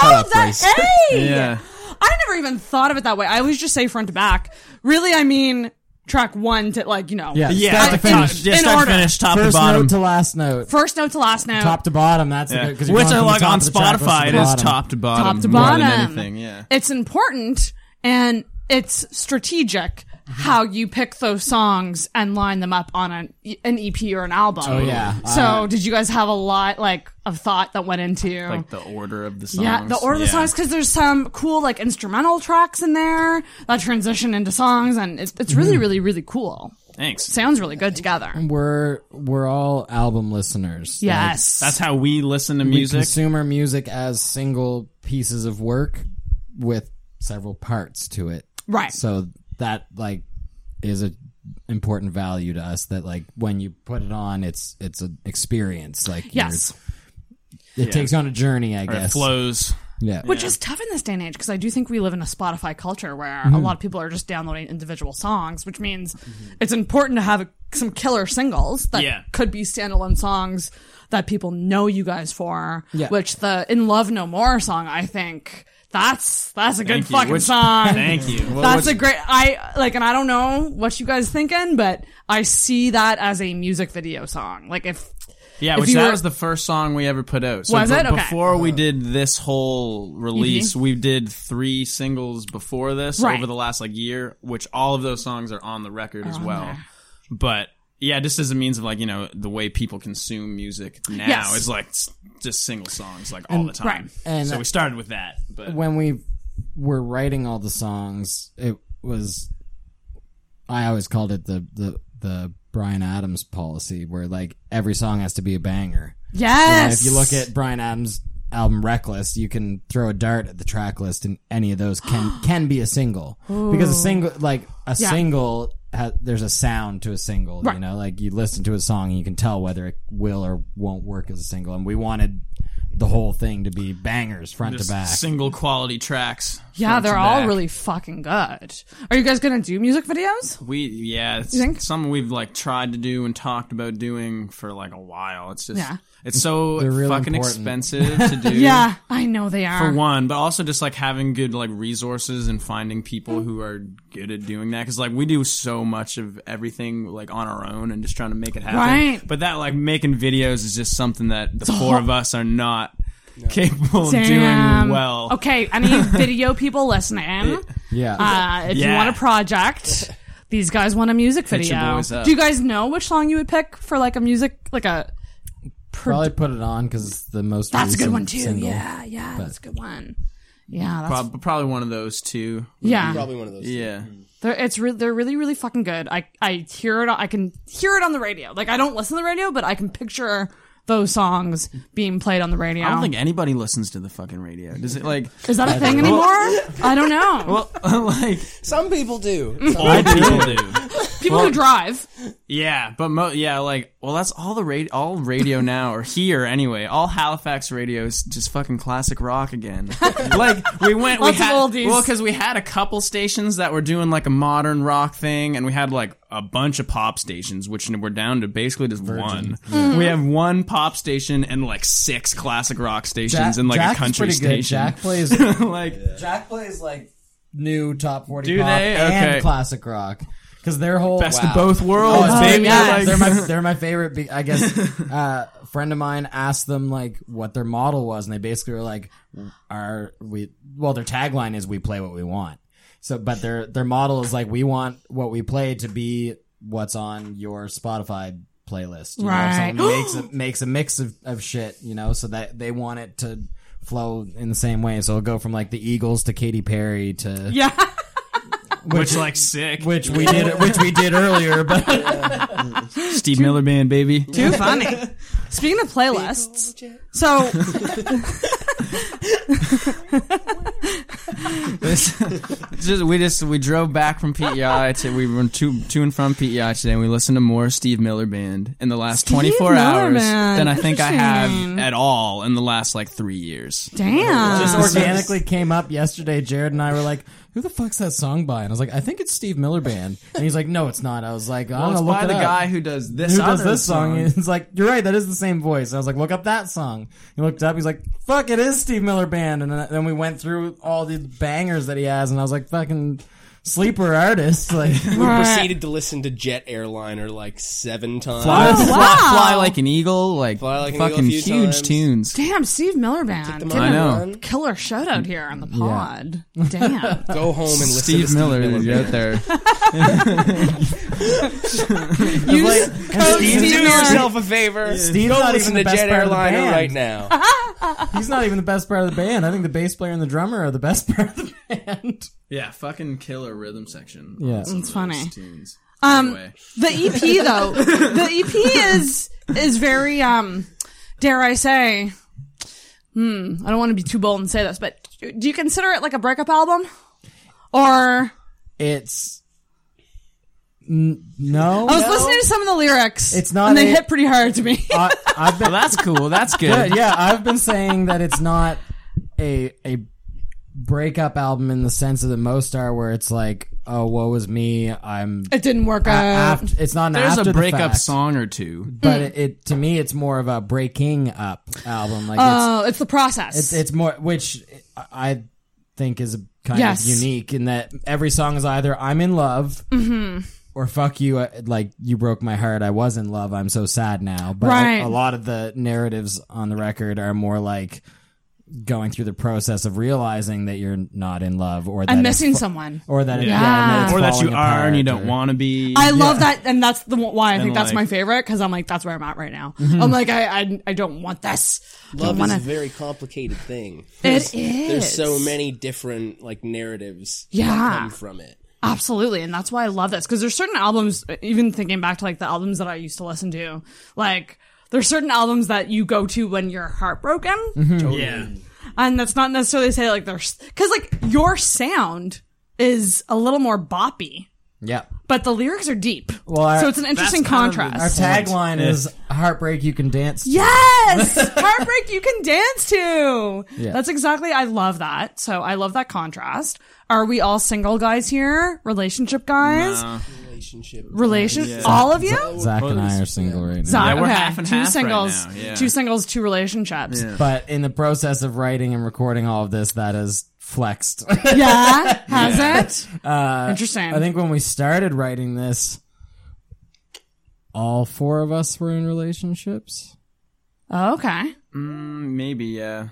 I: all of that. Hey,
H: Yeah.
I: I never even thought of it that way. I always just say front to back. Really, I mean track one to like you know
H: Yeah,
I: I-
H: start to
I: in-
H: finish.
I: in order.
H: First note to last note.
I: First note to last note.
H: Top to bottom. That's
C: Yeah.
H: the good.
C: Which I like on Spotify. It is top to bottom.
I: Top to
C: more than
I: bottom.
C: anything. Yeah.
I: It's important and it's strategic how you pick those songs and line them up on an, an EP or an album.
C: Oh, yeah.
I: So
C: Uh,
I: did you guys have a lot like of thought that went into
C: like the order of the songs.
I: Yeah, the order of the songs because there's some cool like instrumental tracks in there that transition into songs, and it's it's really
C: Mm-hmm.
H: Mhm.
I: really really cool.
C: Thanks.
I: Sounds really good together.
H: We're we're all album listeners.
I: Yes.
C: That's how we listen to
H: we
C: music.
H: consumer music as single pieces of work with several parts to it.
I: Right.
H: So that like is a important value to us that like when you put it on it's it's an experience like you're-
I: Yes.
H: it
C: Yeah.
H: takes you on a journey I
C: Or it
H: guess
C: flows.
H: yeah
I: Which is tough in this day and age because I do think we live in a Spotify culture where a
C: Mm-hmm.
H: Mhm.
I: lot of people are just downloading individual songs, which means it's important to have a, some killer singles that
L: Yeah.
I: could be standalone songs that people know you guys for.
L: Yeah.
I: Which the "In Love No More" song, I think that's that's a good
C: Thank you.
I: fucking
C: Which-
I: song.
C: thank you. Well,
I: that's
C: which-
I: a great. I like, and I don't know what you guys thinking, but I see that as a music video song. Like if
C: Yeah,
I: if
C: which
I: you
C: that
I: were-
C: was the first song we ever put out.
I: Was it? Okay.
C: Before we did this whole release,
I: Mhm.
C: we did three singles before this
I: Right.
C: over the last like year, which all of those songs are on the record as
I: Are on
C: well.
I: there.
C: But yeah, just as a means of like you know the way people consume music now
I: Yes.
C: is like s- just single songs like all
H: And-
C: the time.
H: Right. And-
C: so we started with that. But
H: when we were writing all the songs, it was I always called it the the the Brian Adams policy, where like every song has to be a banger. You know,
I: Yes!
H: if you look at Brian Adams' album Reckless, you can throw a dart at the track list, and any of those can can be a single because a
P: Ooh.
H: single like a
P: Yeah.
H: single. ha- There's a sound to a single,
P: Right.
H: you know. Like you listen to a song, and you can tell whether it will or won't work as a single. And we wanted the whole thing to be bangers front
C: Just
H: to back.
C: single quality tracks.
I: yeah,
C: front to
I: they're all
C: back.
I: really fucking good. Are you guys gonna do music videos?
C: We yeah, it's
I: You think?
C: something we've like tried to do and talked about doing for like a while. It's just
I: Yeah.
C: it's so
H: They're really
C: fucking
H: important.
C: expensive to do.
I: Yeah, I know they are.
C: For one, but also just like having good like resources and finding people who are good at doing that because like we do so much of everything like on our own and just trying to make it happen.
I: Right.
C: But that like making videos is just something that the
I: It's a
C: four
I: whole-
C: of us are not capable of
I: Damn.
C: doing well.
I: Okay, any video people listening?
C: Yeah.
I: Uh, if you
C: Yeah.
I: want a project, these guys want a music
H: Hit your
I: video.
H: boys up.
I: Do you guys know which song you would pick for like a music, like a?
H: Probably put it on because it's the most.
I: That's a good
H: recent
I: one too.
H: single.
I: Yeah, yeah,
H: But-
I: that's a good one. Yeah, that's
C: Prob- probably one of those two.
I: Yeah.
D: Probably one of those two.
C: Yeah.
I: They're it's re- they're really really fucking good. I I hear it. I can hear it on the radio. Like I don't listen to the radio, but I can picture those songs being played on the radio.
C: I don't think anybody listens to the fucking radio. Does it like?
I: is that a thing anymore? I don't know.
C: Well, like
I: Some people do.
C: old people do.
I: People
C: Well,
I: who drive.
C: Yeah, but mo- yeah, like well, that's all the radio, all radio now or here anyway. All Halifax radio is just fucking classic rock again. like we went,
I: Lots
C: we
I: of
C: had
I: oldies.
C: well because we had a couple stations that were doing like a modern rock thing, and we had like a bunch of pop stations, which we're down to basically just one.
I: Mm-hmm.
H: Mhm.
C: We have one pop station and like six classic rock stations
H: Jack-
C: and like
H: Jack's
C: a country
H: pretty good.
C: station.
H: Jack plays
C: like
H: Jack plays like new top forty
C: Do
H: pop
C: they? eh, Okay.
H: and classic rock because their whole
C: Best of Wow. both worlds,
H: Oh,
C: baby.
H: yeah.
C: Like-
H: they're my they're my favorite. Be- I guess uh, a friend of mine asked them like what their model was, and they basically were like, "Our we well their tagline is we play what we want." So, but their their model is like we want what we play to be what's on your Spotify playlist. You know, if
P: Right.
H: someone makes a, makes a mix of, of shit, you know, so that they want it to flow in the same way. So it'll go from like the Eagles to Katy Perry to
I: yeah,
C: which like sick,
H: which we did which we did earlier, but
C: Steve Miller Band, baby.
I: Too funny. Speaking of playlists, so
C: This- just, we just we drove back from PEI. To, we were to, to and from PEI today, and we listened to more Steve Miller Band in the last
I: Steve
C: 24
I: Miller
C: hours
I: Band,
C: than I think I have
H: interesting.
C: at all in the last like three years.
I: Damn.
H: Just
I: This is-
H: organically came up yesterday. Jared and I were like, "Who the fuck's that song by?" And I was like, "I think it's Steve Miller Band." And he's like, "No, it's not." I was like, "I'm
C: Well, it's
H: gonna look
C: by
H: it
C: the
H: up."
C: guy who does this
H: Who does
C: other
H: this song?
C: song.
H: And It's like you're right. That is the same voice. And I was like, "Look up that song." He looked up. He's like, "Fuck, it is Steve Miller Band." And then- then we went through all the bangers that he has, and I was like, "Fucking." sleeper artists. Like
D: We proceeded to listen to Jet Airliner like seven times.
C: Fly, fly,
I: Oh, wow.
C: fly like an eagle, like
D: Fly Like an Eagle
C: fucking
D: a few
C: huge
D: times.
C: tunes.
I: Damn, Steve Miller Band.
C: them
I: Did
C: all. I know.
I: a killer shout out here on the pod. Damn.
D: Go home and listen
C: Steve
D: to
C: Miller,
D: Steve Miller.
C: if you're out there.
I: You
D: Like,
I: s-
D: and
I: come
D: Steve
I: Steve
D: do
I: Miller.
D: yourself a favor.
H: Steve's
D: Go
H: not
D: listen
H: even the
D: to
H: best
D: Jet
H: part of the
D: Airliner
H: band.
D: right now.
H: He's not even the best part of the band. I think the bass player and the drummer are the best part. Of the
C: Yeah, fucking killer rhythm section.
H: Yeah. That's
C: Some of those
I: funny.
C: Tunes.
L: Um,
C: Anyway.
L: the EP though,
I: E the EP is
L: is very um,
I: dare I say, hmm, I don't want to be too bold and say this, but do you consider it like a breakup album? Or
H: It's N- no.
I: I was listening to some of the lyrics.
H: It's not
I: and they
H: a-
I: hit pretty hard to me.
H: I, I've been,
C: that's cool. That's good.
H: Good, Yeah, I've been saying that it's not a a breakup album in the sense of that most are, where it's like, oh, woe is me. I'm.
I: it didn't work
H: a-
I: out.
H: aft- it's not an
C: There's
H: after
C: a
H: the
C: breakup
H: fact,
C: song or two.
H: but it, it to me it's more of a breaking up album. Like
I: Oh, it's the process.
H: it's, it's it's more which I I think is kind
I: Yes.
H: of unique in that every song is either I'm in love.
I: hmm
H: Or fuck you, I- like you broke my heart. I was in love. I'm so sad now. But
I: Right.
H: a, a lot of the narratives on the record are more like going through the process of realizing that you're not in love, or that
I: I'm
H: it's
I: missing
H: fa-
I: someone.
H: or that it,
I: Yeah.
H: yeah. and it's
C: Or that you
H: falling
C: are and you
H: apart,
C: don't
H: or-
C: want to be.
I: I love that, and that's the one- why I
C: And
I: think that's
C: like-
I: my favorite because I'm like that's where I'm at right now.
H: Mm-hmm.
C: Mhm.
I: I'm like I I, I don't want this. I don't
D: Love
I: wanna-
D: is a very complicated thing.
I: It
D: There's so
I: is.
D: many different like narratives
I: Yeah.
D: that come from it.
I: Absolutely, and that's why I love this because there's certain albums. Even thinking back to like the albums that I used to listen to, like there's certain albums that you go to when you're heartbroken,
H: Mm-hmm.
D: Yeah.
I: and that's not necessarily say like there's because like your sound is a little more boppy,
H: Yeah.
I: but the lyrics are deep.
H: Well, our-
I: so it's an interesting
H: that's kind of the
I: contrast.
H: Our
C: eh.
H: tagline is "Heartbreak you can dance." to."
I: Yes, heartbreak you can dance to.
H: Yeah.
I: That's exactly. I love that. So I love that contrast. Are we all single guys here? Relationship guys?
C: No.
D: Relationship.
I: Relation? All of you?
H: Zach and I are single right now.
I: Sorry,
C: Yeah, we're
I: okay.
C: half and
I: two
C: half right
I: singles,
C: now, yeah.
I: two singles, two relationships. Yeah,
H: But in the process of writing and recording all of this, that is flexed.
I: has it?
H: Uh,
I: Interesting.
H: I think when we started writing this, all four of us were in relationships.
I: Oh, okay.
C: Mm, maybe, yeah.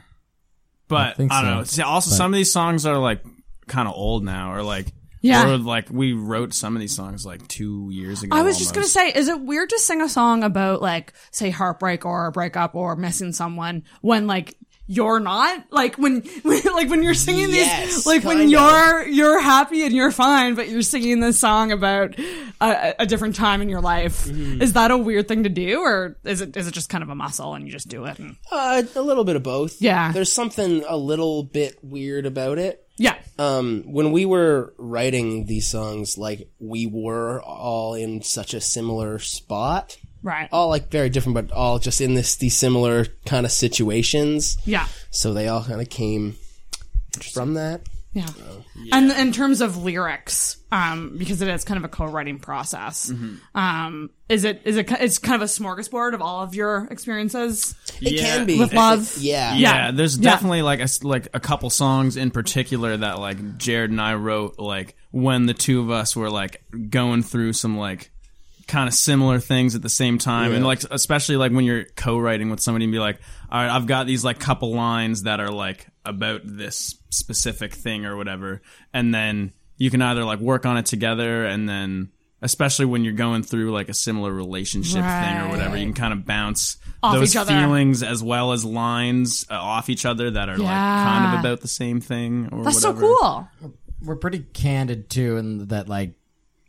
C: But I,
H: think
C: don't
H: so.
C: know. See, also,
H: But-
C: some of these songs are like kind of old now, or like,
I: Yeah.
C: or like we wrote some of these songs like two years ago.
I: I was just gonna
C: almost.
I: say, is it weird to sing a song about like, say, heartbreak or a breakup or missing someone when like you're not like when, when like when you're singing
D: Yes,
I: these like when
D: kind of.
I: you're you're happy and you're fine, but you're singing this song about a, a different time in your life. Is that a weird thing to do, or is it is it just kind of a muscle and you just do it? And,
D: Uh, a little bit of both.
I: Yeah.
D: There's something a little bit weird about it.
I: yeah,
D: Um, when we were writing these songs, like we were all in such a similar spot.
I: right.
D: All like very different, but all just in this these similar kind of situations.
I: Yeah.
D: So they all kind of came from that.
I: Yeah. And in terms of lyrics, um, because it is kind of a co-writing process,
H: Mm-hmm.
I: um, is it is it ki- it's kind of a smorgasbord of all of your experiences
D: It
C: Yeah.
D: can be
I: with love.
D: Yeah.
C: Yeah,
I: Yeah.
C: there's
I: Yeah.
C: definitely like a, s- like a couple songs in particular that like Jared and I wrote like when the two of us were like going through some like kind of similar things at the same time and
D: Yeah.
C: like especially like when you're co-writing with somebody and be like all right I've got these like couple lines that are like about this specific thing or whatever and then you can either like work on it together and then especially when you're going through like a similar relationship thing or whatever you can kind of bounce
I: Off
C: those
I: each other.
C: feelings as well as lines uh, off each other that are
I: Yeah.
C: like kind of about the same thing or
I: That's
C: whatever.
I: so cool.
H: We're pretty candid too, in that like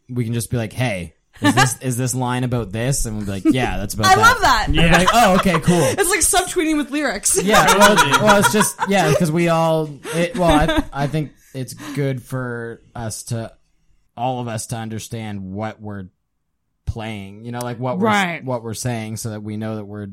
H: we can just be like, "Hey, is this is this line about this?" And we'll be like, "Yeah, that's about."
I: I
H: that.
I: love that.
H: And we're like, oh, okay, cool.
I: It's like subtweeting with lyrics.
H: Yeah, well, it's- well, it's just yeah, because we all. It, well, I I think it's good for us to, all of us to understand what we're playing. You know, like what we're
I: Right.
H: what we're saying, so that we know that we're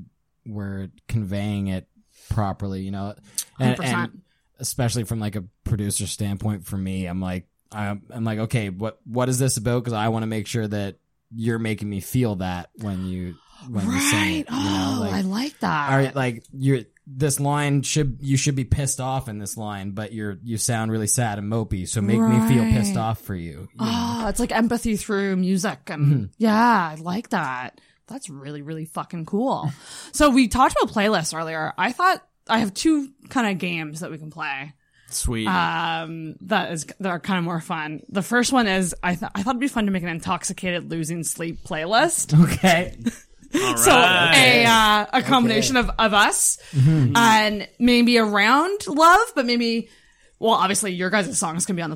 H: we're conveying it properly. You know, and,
I: 100%.
H: and especially from like a producer standpoint, for me, I'm like I'm, I'm like okay, what what is this about? Because I want to make sure that you're making me feel that when you when you sing
I: Right.
H: it. You know,
I: Oh,
H: like,
I: I like that.
H: are like you're this line should you should be pissed off in this line, but you're you sound really sad and mopey, so make me feel pissed
I: Right.
H: off for you.
I: Ah, it's like empathy through music. And
H: Mhm.
I: yeah, I like that. That's really, really fucking cool. so we talked about playlists earlier. I thought I have two kind of games that we can play.
C: Sweet.
I: Um, that is that are kind of more fun. The first one is I thought I thought it'd be fun to make an intoxicated losing sleep playlist.
H: Okay.
I: So a uh, a combination of, of us
C: Mm-hmm.
H: Mhm.
I: and maybe around love, but maybe well, obviously your guys' songs can be on the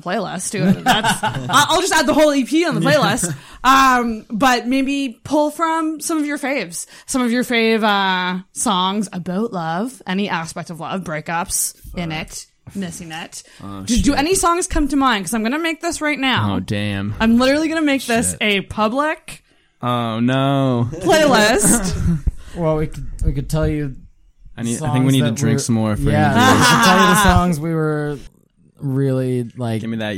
I: playlist too. That's I- I'll just add the whole EP on the
L: Yeah.
I: playlist. Um, but maybe pull from some of your faves, some of your fave uh, songs about love, any aspect of love, breakups in it, missing it.
C: Oh,
I: do, do
C: shit.
I: any songs come to mind? Because I'm gonna make this right now.
C: Oh damn.
I: I'm literally gonna make this
C: Shit.
I: a public
C: Oh no.
I: playlist.
H: well, we could we could tell you.
C: I need- I
H: songs
C: think we need to
H: that
C: drink
H: were-
C: some more if we're
H: yeah,
C: gonna do
H: we
C: this.
H: should tell you the songs we were really like. Give
C: me that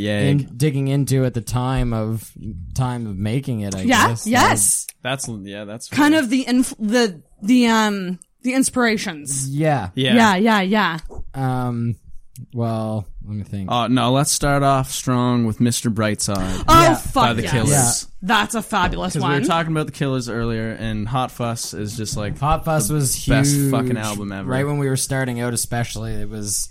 H: digging into at the time of time of making it. I
I: Yeah,
H: guess.
I: yes.
C: That's yeah. That's
I: kind of the inf- the the um the inspirations.
H: Yeah.
I: Yeah. Yeah. Yeah.
H: Um. Well, let me think.
C: Oh no. Let's start off strong with Mr. Brightside.
I: Oh fuck
C: By the
I: yes.
C: Killers.
I: That's a fabulous
C: Because
I: one.
C: we were talking about the Killers earlier, and Hot Fuss is just like
H: Hot Fuss was huge.
C: best fucking album ever.
H: Right when we were starting out, especially, it was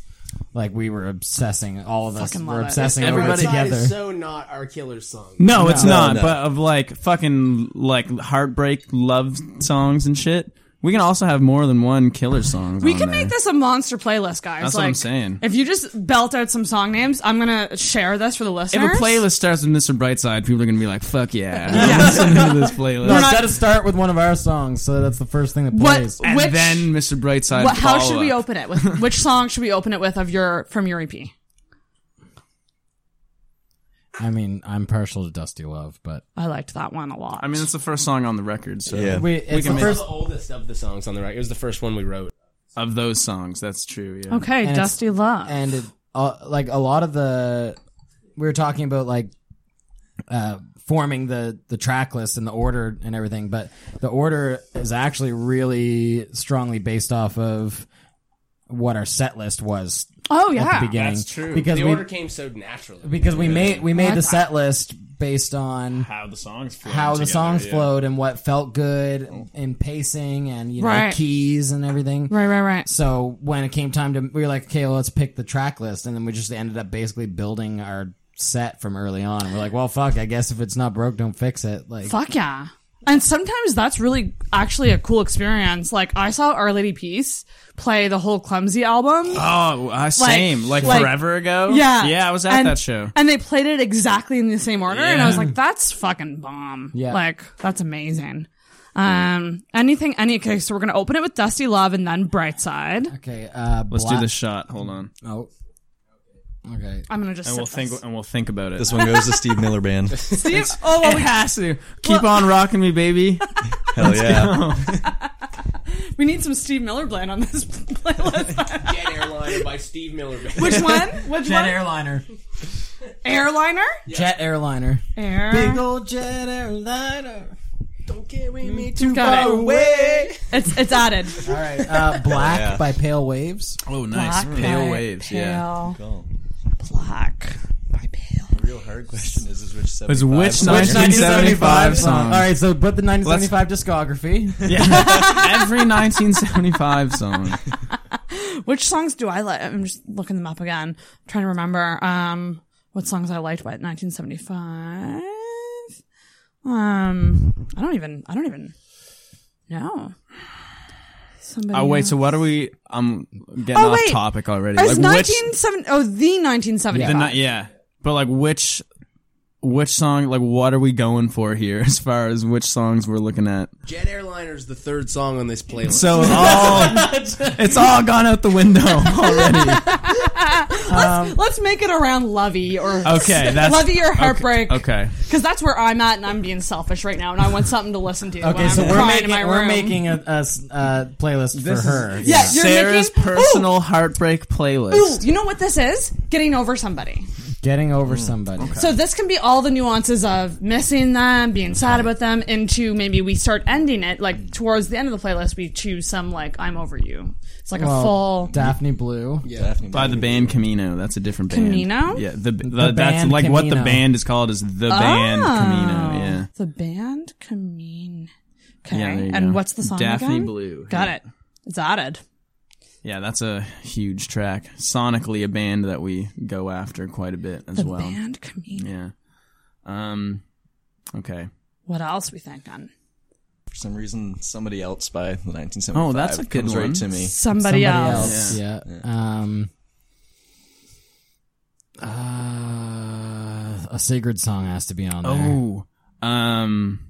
H: like we were obsessing. All of us
D: Fucking
H: were
D: love it.
H: obsessing over it
D: Everybody
H: together.
D: is so not our killer song.
C: No, it's
H: No,
C: not.
H: no.
C: But of like fucking like heartbreak love songs and shit, we can also have more than one killer song.
I: we can make this a monster playlist, guys.
C: Oh, That's
I: like,
C: what I'm saying.
I: If you just belt out some song names, I'm gonna share this for the
C: If
I: listeners.
C: a playlist starts with Mr. Brightside, people are gonna be like, "Fuck yeah!" Listen to this playlist.
H: No, it's got to start with one of our songs, so that's the first thing that
I: What-
H: plays.
C: and
I: which-
C: then Mr. Brightside.
I: What- how should
C: follow
I: we
C: up.
I: open it with? Which song should we open it with of your from your E EP?
H: I mean, I'm partial to Dusty Love, but
I: I liked that one a lot.
C: I mean, it's the first song on the record, so
H: Yeah. Wait,
C: we
H: it's
C: can
H: the
C: make
H: first-
D: The oldest of the songs on the record. It was the first one we wrote.
C: of those songs. That's true. Yeah.
I: Okay,
H: it's-
I: Dusty Love.
H: and it, uh, like a lot of the we were talking about like uh, forming the the track list and the order and everything, but the order is actually really strongly based off of what our set list was.
I: Oh,
H: at
I: yeah.
H: the beginning
D: That's true.
H: because
D: the
H: we
D: order came so naturally.
H: because we
D: Yeah.
H: made we made the set list based on how
C: the songs flowed
H: how the
C: together,
H: songs
C: yeah.
H: flowed and what felt good in pacing and you know
I: Right.
H: keys and everything.
I: Right, right, right.
H: So when it came time to, we were like, okay, well, let's pick the track list, and then we just ended up basically building our set from early on. We're like, well, fuck, I guess if it's not broke, don't fix it. Like,
I: Fuck yeah. And sometimes that's really actually a cool experience. Like I saw Our Lady Peace play the whole Clumsy album.
C: Oh, uh, same. Like, forever ago.
I: Yeah.
C: Yeah, I was at
I: And-
C: that show.
I: And they played it exactly in the same order and I
C: Yeah.
I: was like that's fucking bomb.
C: Yeah.
I: Like that's amazing. Um anything any okay, so we're going to open it with Dusty Love and then Brightside.
H: Okay. Uh
C: Let's
I: Black-
C: do this shot. Hold on.
H: Oh. Okay.
I: I'm gonna just
C: and
I: sip
C: we'll think
I: this.
C: and we'll think about it.
J: This one goes to Steve Miller Band.
I: Steve, oh, well,
C: it
I: we-
C: has to keep on rocking me, baby.
J: Hell
C: Let's
J: yeah.
C: go.
I: We need some Steve Miller Bland on this playlist.
D: Jet Airliner by Steve Miller Band.
I: Which one? Which
H: Jet
I: one?
H: Airliner.
I: Airliner?
H: jet airliner.
I: Air.
H: Big old jet airliner.
D: Don't carry me
I: Too
H: far away.
I: It's it's added.
H: All right. Uh, Black
C: Yeah.
H: by Pale Waves.
C: Oh, nice.
I: Black
C: pale
I: by
C: waves.
I: Pale.
C: Yeah.
I: Black.
J: The real hard question is, is which
C: Is
J: 75
C: which
J: song?
C: 1975
H: song?
C: song?
H: All right, so put the 1975 discography.
C: Yeah. Every 1975 song.
I: Which songs do I like? I'm just looking them up again, trying to remember um what songs I liked. What 1975? Um, I don't even. I don't even know. Somebody.
C: Oh wait,
I: else.
C: so what are we? I'm getting
I: Oh,
C: off
I: wait.
C: topic already.
I: It's
C: Like, which
I: 1970. Oh, the 1975.
C: The ni- yeah, but like which which song? Like what are we going for here as far as which songs we're looking at?
D: Jet Airliner's the third song on this playlist.
C: So it's all it's all gone out the window already.
I: let's, let's make it around lovey or
C: Okay, that's
I: lovey or
C: okay,
I: heartbreak.
C: Okay,
I: Because that's where I'm at, and I'm being selfish right now, and I want something to listen to.
H: Okay,
I: when
H: so
I: I'm
H: we're
I: crying
H: making
I: in my
H: we're
I: room.
H: making a, a s- uh, playlist for her.
I: Yeah, you're
C: Sarah's
I: making-
C: personal heartbreak playlist.
I: Ooh, you know what this is? Getting over somebody.
H: Getting over
C: Mm,
H: somebody.
I: So this can be all the nuances of missing them, being sad about them, into maybe we start ending it like towards the end of the playlist. We choose some like "I'm over you." It's like
H: Well,
I: a full
H: Daphne Blue. Yeah.
C: By the band Camino. That's a different band.
I: Camino?
C: Yeah, the, the,
H: The
C: that's
H: band
C: like what the
H: Camino.
C: band is called is the band
I: Ah.
C: Camino. Yeah.
I: The band Camino. Okay.
C: Yeah, there you
I: and
C: go.
I: what's the song
C: Daphne
I: again?
C: Blue.
I: Got it. It's added.
C: Yeah, that's a huge track. Sonically, a band that we go after quite a bit as
I: The
C: well.
I: band Camino.
C: Yeah. Um. Okay.
I: What else we think on?
J: For some reason, somebody else by the 1975.
C: Oh, that's a good
J: comes
C: one.
J: right to me.
I: Somebody else.
H: Yeah. Um, uh, a Sigrid song has to be on there.
C: Oh. Um.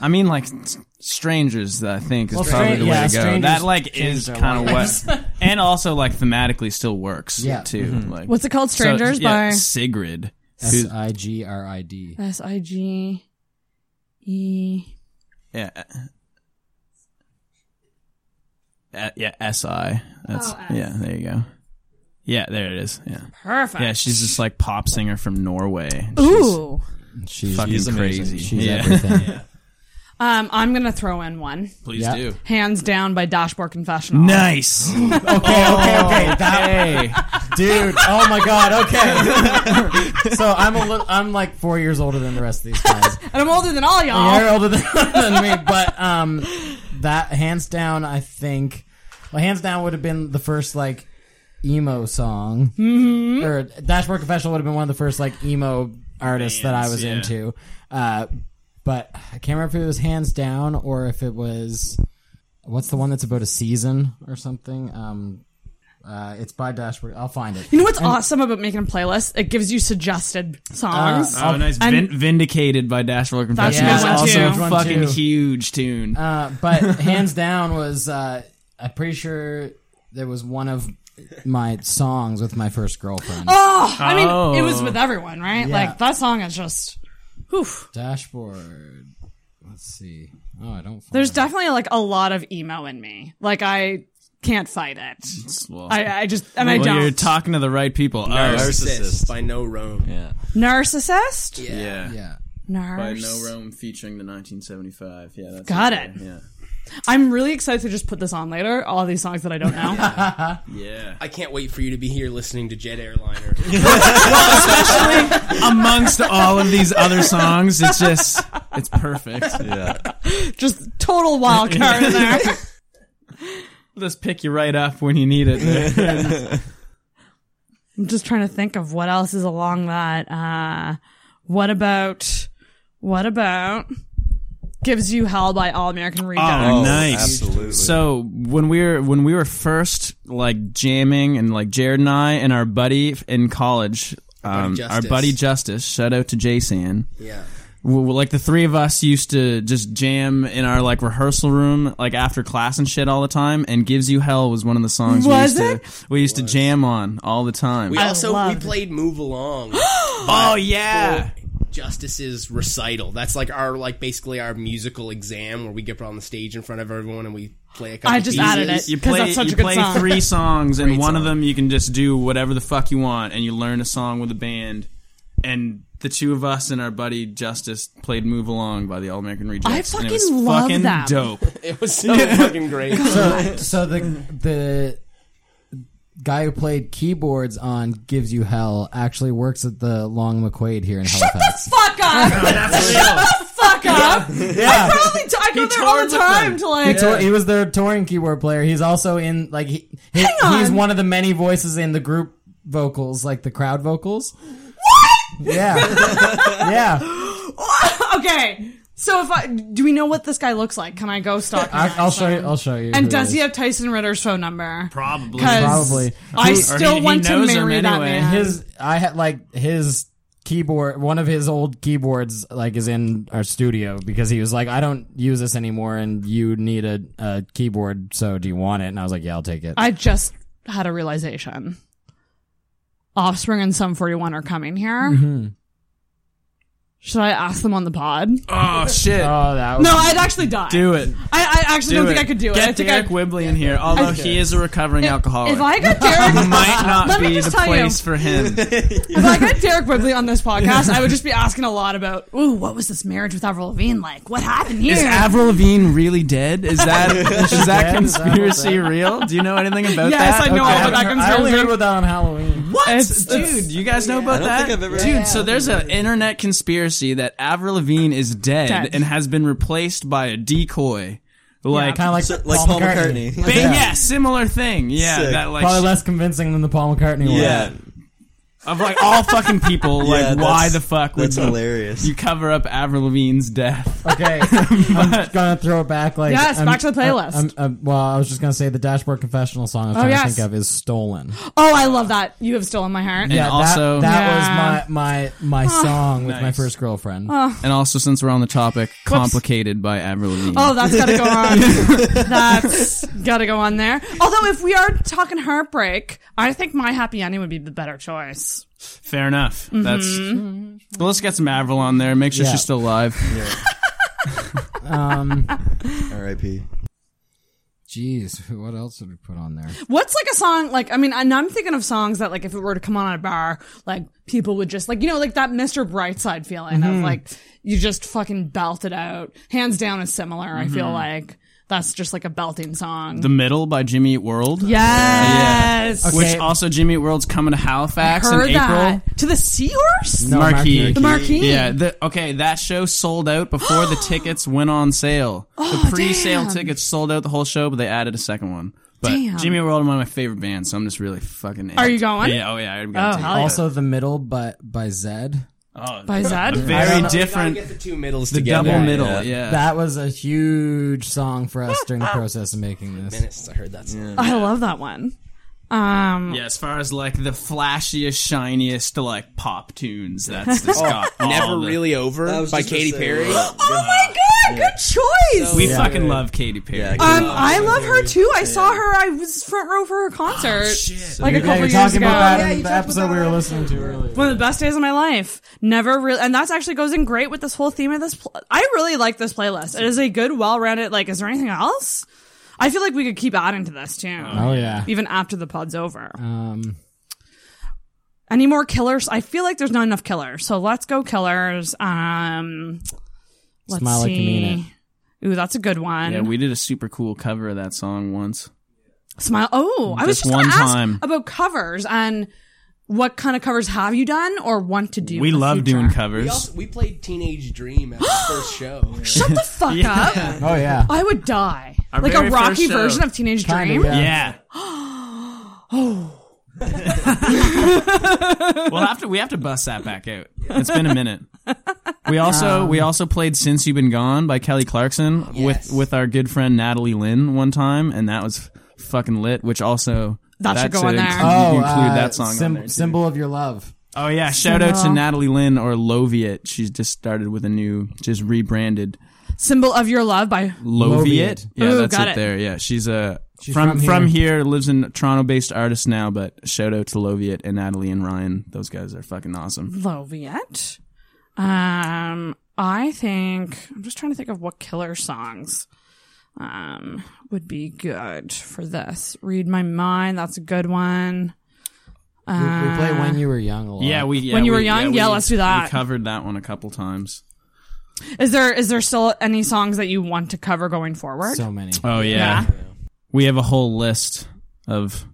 C: I mean, like s- strangers. I think is
H: Well,
C: probably
H: Stran-
C: the way
H: yeah,
C: to go.
H: Strangers
C: That like is
H: changed our
C: kind of
H: lives.
C: what, and also like thematically still works.
H: Yeah.
C: Too.
H: Mhm.
C: Like
I: What's it called?
C: so,
I: Strangers
C: yeah,
I: by-
C: Sigrid.
H: S I G R I D.
I: S I G E.
C: Yeah. Uh, yeah, SI. That's
I: Oh, S.
C: yeah, there you go. Yeah, there it is. Yeah.
I: Perfect.
C: Yeah, she's this like pop singer from Norway.
I: Ooh.
C: She's
H: She's-
C: fucking
H: She's amazing.
C: crazy.
H: She's
C: yeah.
H: everything. Yeah.
I: Um, I'm gonna throw in one.
C: Please Yeah. do.
I: Hands down by Dashboard Confessional.
C: Nice. Oh. okay, okay,
H: okay. That, dude. Oh my god. Okay. so I'm a little. I'm like four years older than the rest of these guys.
I: And I'm older than all y'all.
H: You're older than, than me, but um, that hands down, I think. Well, hands down would have been the first like emo song, mm-hmm. or Dashboard Confessional would have been one of the first like emo artists that I was
C: yeah.
H: into. Uh, but I can't remember if it was hands down or if it was what's the one that's about a season or something. Um, uh, it's by Dashboard. I'll find it.
I: You know what's
H: And-
I: awesome about making a playlist? It gives you suggested songs.
C: Oh, nice.
I: And
C: Vin- vindicated by Dashboard
I: That's
C: Confession.
I: a
C: That's
I: good one,
C: also
I: too.
C: a fucking
H: Good one, too.
C: huge tune.
H: Uh, but hands down was uh, I'm pretty sure there was one of my songs with my first girlfriend.
I: Oh, I mean, it was with everyone, right?
H: Yeah.
I: Like that song is just. Whew.
H: Dashboard. Let's see. Oh, I don't.
I: There's definitely like a lot of emo in me. Like I can't fight it.
C: well-
I: I, I just and I
C: well,
I: don't.
C: You're talking to the right people.
D: Narcissist,
C: Narcissist.
D: by No Rome.
C: Yeah.
I: Narcissist.
C: Yeah.
H: Yeah.
I: Narcs.
C: By No Rome featuring the 1975. Yeah, that's
I: Got
C: okay.
I: it.
C: Yeah.
I: I'm really excited to just put this on later. All these songs that I don't know.
C: Yeah.
D: I can't wait for you to be here listening to Jet Airliner.
C: Amongst all of these other songs, it's just it's perfect.
J: Yeah.
I: just total wild card in there.
C: Just pick you right up when you need
J: Oh,
C: it.
I: I'm just trying to think of what else is along that. Uh, what about, what about gives you hell by All American Redux?
C: Oh, nice.
J: absolutely.
C: So when we were when we were first like jamming and like Jared and I and our buddy in college, um,
D: buddy
C: our
D: Justice.
C: buddy Justice, shout out to Jason.
D: Yeah.
C: we- we- like the three of us used to just jam in our like rehearsal room like after class and shit all the time and gives you hell was one of the songs
I: Was
C: we used to we used to jam on all the time
D: We
C: I
D: also we
I: loved-
D: played Move Along.
C: Oh, yeah.
D: Justice's recital. That's like our like basically our musical exam where we get on the stage in front of everyone and we play a couple
I: I just
D: pieces.
I: added it.
C: you
I: 'cause
C: play,
I: that's such
C: you
I: a good
C: play
I: song.
C: three songs and
D: Great
C: one of
D: song.
C: them you can just do whatever the fuck you want and you learn a song with a band and the two of us and our buddy Justice played "Move Along" by the All American Rejects. and it was
I: fucking love
C: fucking
I: them.
C: dope.
D: It was so fucking great.
H: So, so the the guy who played keyboards on Gives You Hell actually works at the Long McQuaid here in Halifax.
I: Fuck up! Shut the fuck up! I probably t- I go there all
C: toured
I: the
C: with
I: time
C: them.
I: to
H: He,
I: like.
H: tour- he was their touring keyboard player. He's also in like he, he-
I: on.
H: he's one of the many voices in the group vocals, like the crowd vocals. What? Yeah, yeah.
I: okay, so if I do, we know what this guy looks like. Can I go stalk? him
H: I,
I: on
H: I'll show you.
I: Instagram?
H: I'll show you. who
I: And does
H: is.
I: he have Tyson Ritter's phone number?
C: Probably.
I: 'Cause
H: Probably.
I: I
H: He- or
I: still
C: he- he
I: want to
C: knows him
I: marry that
C: anyway.
I: man.
H: his I had like his keyboard one of his old keyboards like is in our studio because he was like I don't use this anymore and you need a, a keyboard so do you want it and I was like yeah I'll take it
I: I just had a realization. Offspring and Sum 41 are coming here.
C: Mm-hmm.
I: Should I ask them on the pod?
C: Oh shit!
H: oh that was
I: No, I'd actually die.
C: Do it.
I: I, I, actually don't think I could do it.
C: Get
I: I think
C: Derek
I: I'd-
C: Wibley in here, although
I: I'd-
C: he is a recovering alcoholic.
I: If I got Derek,
C: might not
I: let me
C: be
I: just
C: the
I: tell
C: place
I: you,
C: for him.
I: if I got Derek Wibley on this podcast, I would just be asking a lot about, ooh, what was this marriage with Avril Lavigne like? What happened here?
C: Is Avril Lavigne really dead? Is that is that
H: Dead?
C: conspiracy real? Do you know anything about
H: Yes,
C: that?
H: I know about that
C: I only
H: conspiracy.
C: heard about
H: that on Halloween.
C: What,
H: It's-
C: dude? You guys know about
H: I don't
C: that,
H: think I've ever-
C: dude?
H: Yeah.
C: So there's an internet conspiracy that Avril Lavigne is dead,
H: Dead.
C: and has been replaced by a decoy, like
H: kinda like So- like Paul Paul McCartney. McCartney.
C: Ba-
H: Yeah.
C: yeah. similar thing. Yeah,
H: Sick.
C: that like
H: probably
C: sh-
H: less convincing than the Paul McCartney one.
C: Yeah. of like all fucking people.
H: Yeah,
C: Like, why
H: that's-
C: the fuck? would
H: that's
C: you-
H: hilarious.
C: You cover up Avril Lavigne's death.
H: Okay, I'm gonna throw it back. Like
I: Yes,
H: I'm-
I: back to the
H: I-
I: playlist.
H: I'm- I'm- well, I was just gonna say the Dashboard Confessional song I'm
I: Oh,
H: trying
I: yes.
H: to think of is "Stolen."
I: oh, I love that. You have stolen my heart.
H: yeah, that, that
I: Yeah.
H: was my my my
I: Oh.
H: song with my
C: Nice.
H: first girlfriend.
I: Oh.
C: And also, since we're on the topic, complicated by Avril Lavigne.
I: Oh, that's gotta go on. that's gotta go on there. Although, if we are talking heartbreak, I think my happy ending would be the better choice.
C: Fair enough.
I: Mhm.
C: That's well. Let's get some Avril on there. Make sure
H: Yeah.
C: she's still alive.
H: Um,
J: R.I.P.
H: Jeez, what else did we put on there?
I: What's like a song like? I mean, and I'm thinking of songs that like if it were to come on at a bar, like people would just like you know like that Mr. Brightside feeling of
C: Mm-hmm.
L: Mhm.
I: like you just fucking belt it out. Hands down is similar. I feel
C: Mhm.
I: like that's just like a belting song.
C: The Middle by Jimmy Eat World.
I: Yes. Okay.
C: Which also Jimmy Eat World's coming to Halifax in
I: Heard
C: April.
I: that to the seahorse.
C: Marquee.
I: The marquee.
C: Yeah. The, okay, that show sold out before the tickets went on sale. the pre-sale
I: Oh, damn.
C: tickets sold out the whole show, but they added a second one. But
I: Damn.
C: Jimmy Eat World is one of my favorite bands, so I'm just really fucking.
I: Are you
C: amped.
I: going?
C: Yeah. Oh yeah. I'm going
I: Oh,
C: to.
I: hell yeah.
H: also, the middle by by Zed.
C: Oh,
I: By Zed?
C: a
H: I
C: Very
H: don't know.
C: different.
D: Get the two middles
C: The
D: together.
C: double middle. Yeah.
H: That was a huge song for us during the
I: Ah.
H: process of making this.
D: Minutes since I heard that song.
I: I love that one. Um,
C: Yeah, as far as like the flashiest, shiniest like pop tunes, that's it's
D: Oh,
C: got all
D: Never
C: the-
D: Really Over by Katy Perry.
I: Oh my god, good choice.
C: We fucking love Katy Perry.
I: Um, I love her too. I saw her. I was front row for her concert, like a
H: Oh, yeah,
I: couple
H: you're
I: years
H: talking
I: ago.
H: about that in the episode we were listening to earlier.
I: One of the best days of my life. Never really, and that's actually goes in great with this whole theme of this. Pl- I really like this playlist. It is a good, well-rounded. Like, is there anything else? I feel like we could keep adding to this too.
H: Oh, yeah.
I: even after the pod's over.
H: Um,
I: Any more killers? I feel like there's not enough killers. So let's go killers. Um, let's
C: Smile Like You
I: see.
C: Mean
I: Ooh, that's a good one.
C: Yeah, we did a super cool cover of that song once.
I: Smile. Oh, I was
C: Just
I: just going
C: one
I: to ask
C: time.
I: about covers and what kind of covers have you done or want to do?
C: We
I: in the
C: love
I: future?
C: doing covers.
D: We, also, we played Teenage Dream at the first show.
I: Shut the fuck
D: Yeah.
I: up!
D: Oh, yeah.
I: I would die.
D: Our
I: like a
D: very
I: rocky
D: first show.
I: version of Teenage
D: Kinda,
I: Dream.
C: yeah.
I: Oh,
C: we'll have to we have to bust that back out. It's been a minute. We
H: Um,
C: also we also played "Since You've Been Gone" by Kelly Clarkson with with our good friend Natalie Lynn one time, and that was fucking lit. Which also
H: That should
C: that's
H: go on
C: it.
H: there.
C: You can
H: Oh,
C: include
H: uh,
C: that song.
H: sym-
C: on there, too.
H: symbol of your love.
C: Oh yeah, shout out to
I: Symbol.
C: Natalie Lynn or Loviet. She's just started with a new, just rebranded
I: symbol of your love by
C: Loviet. Yeah,
I: Ooh,
C: that's
I: got
C: it there. Yeah, she's a
I: She's
C: from
I: from here.
C: from here. lives in Toronto-based artist now. But shout out to Loviet and Natalie and Ryan. Those guys are fucking awesome.
I: Loviet. Um, I think I'm just trying to think of what killer songs um would be good for this. Read my mind. That's a good one.
H: We, we play
I: Uh,
H: when you were young a lot.
C: Yeah, we yeah,
I: When You
C: we-
I: Were Young?
C: we-
I: Yeah, let's do that.
C: We covered that one a couple times.
I: Is there is there still any songs that you want to cover going forward?
H: So many.
C: Oh yeah,
I: Yeah.
C: we have a whole list of.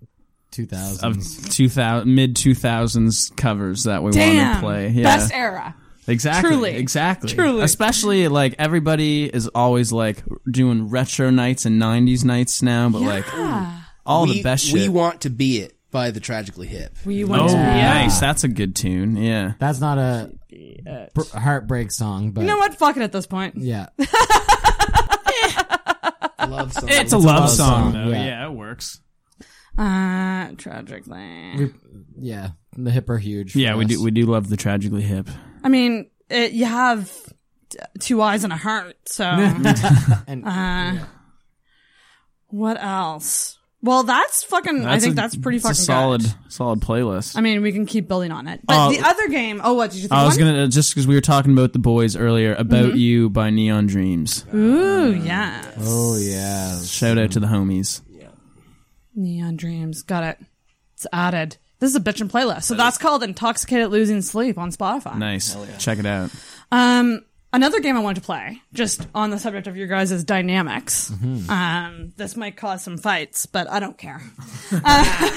H: 2000s.
C: Of 2000, mid 2000s covers that we want
I: Damn.
C: to play. Yeah.
I: Best era.
C: Exactly.
I: Truly.
C: Exactly.
I: Truly.
C: Especially like everybody is always like doing retro nights and '90s nights now, but like all
D: we,
C: the best shit.
D: We want to be it by the Tragically Hip.
I: We
C: oh, nice. That's a good tune. Yeah.
H: That's not a br- heartbreak song, but
I: you know what? Fuck it at this point.
H: yeah,
D: love song.
C: It's a love, song, though. Yeah. it works.
I: Uh, tragically.
H: We, yeah, the hip are huge. for
C: Yeah, we
H: us.
C: do. We do love the tragically hip.
I: I mean, it, you have t- two eyes and a heart, so.
H: And-
I: uh, What else? Well, that's fucking. I think
C: a-
I: that's pretty
C: it's
I: fucking
C: a solid, solid playlist.
I: Good. I mean, we can keep building on it. But
C: Uh,
I: the other game. Oh, what did you think?
C: I was
I: one?
C: gonna just because we were talking about the boys earlier about
I: Mhm.
C: you by Neon Dreams.
I: Ooh, yeah.
C: Oh yeah! Shout out to the homies.
I: Neon Dreams. Got it. It's added. This is a bitchin' playlist. So that's called Intoxicated Losing Sleep on Spotify.
C: Nice. Check it out.
I: Um, another game I wanted to play, just on the subject of your guys' dynamics.
C: Mhm.
I: Um, this might cause some fights, but I don't care.
H: I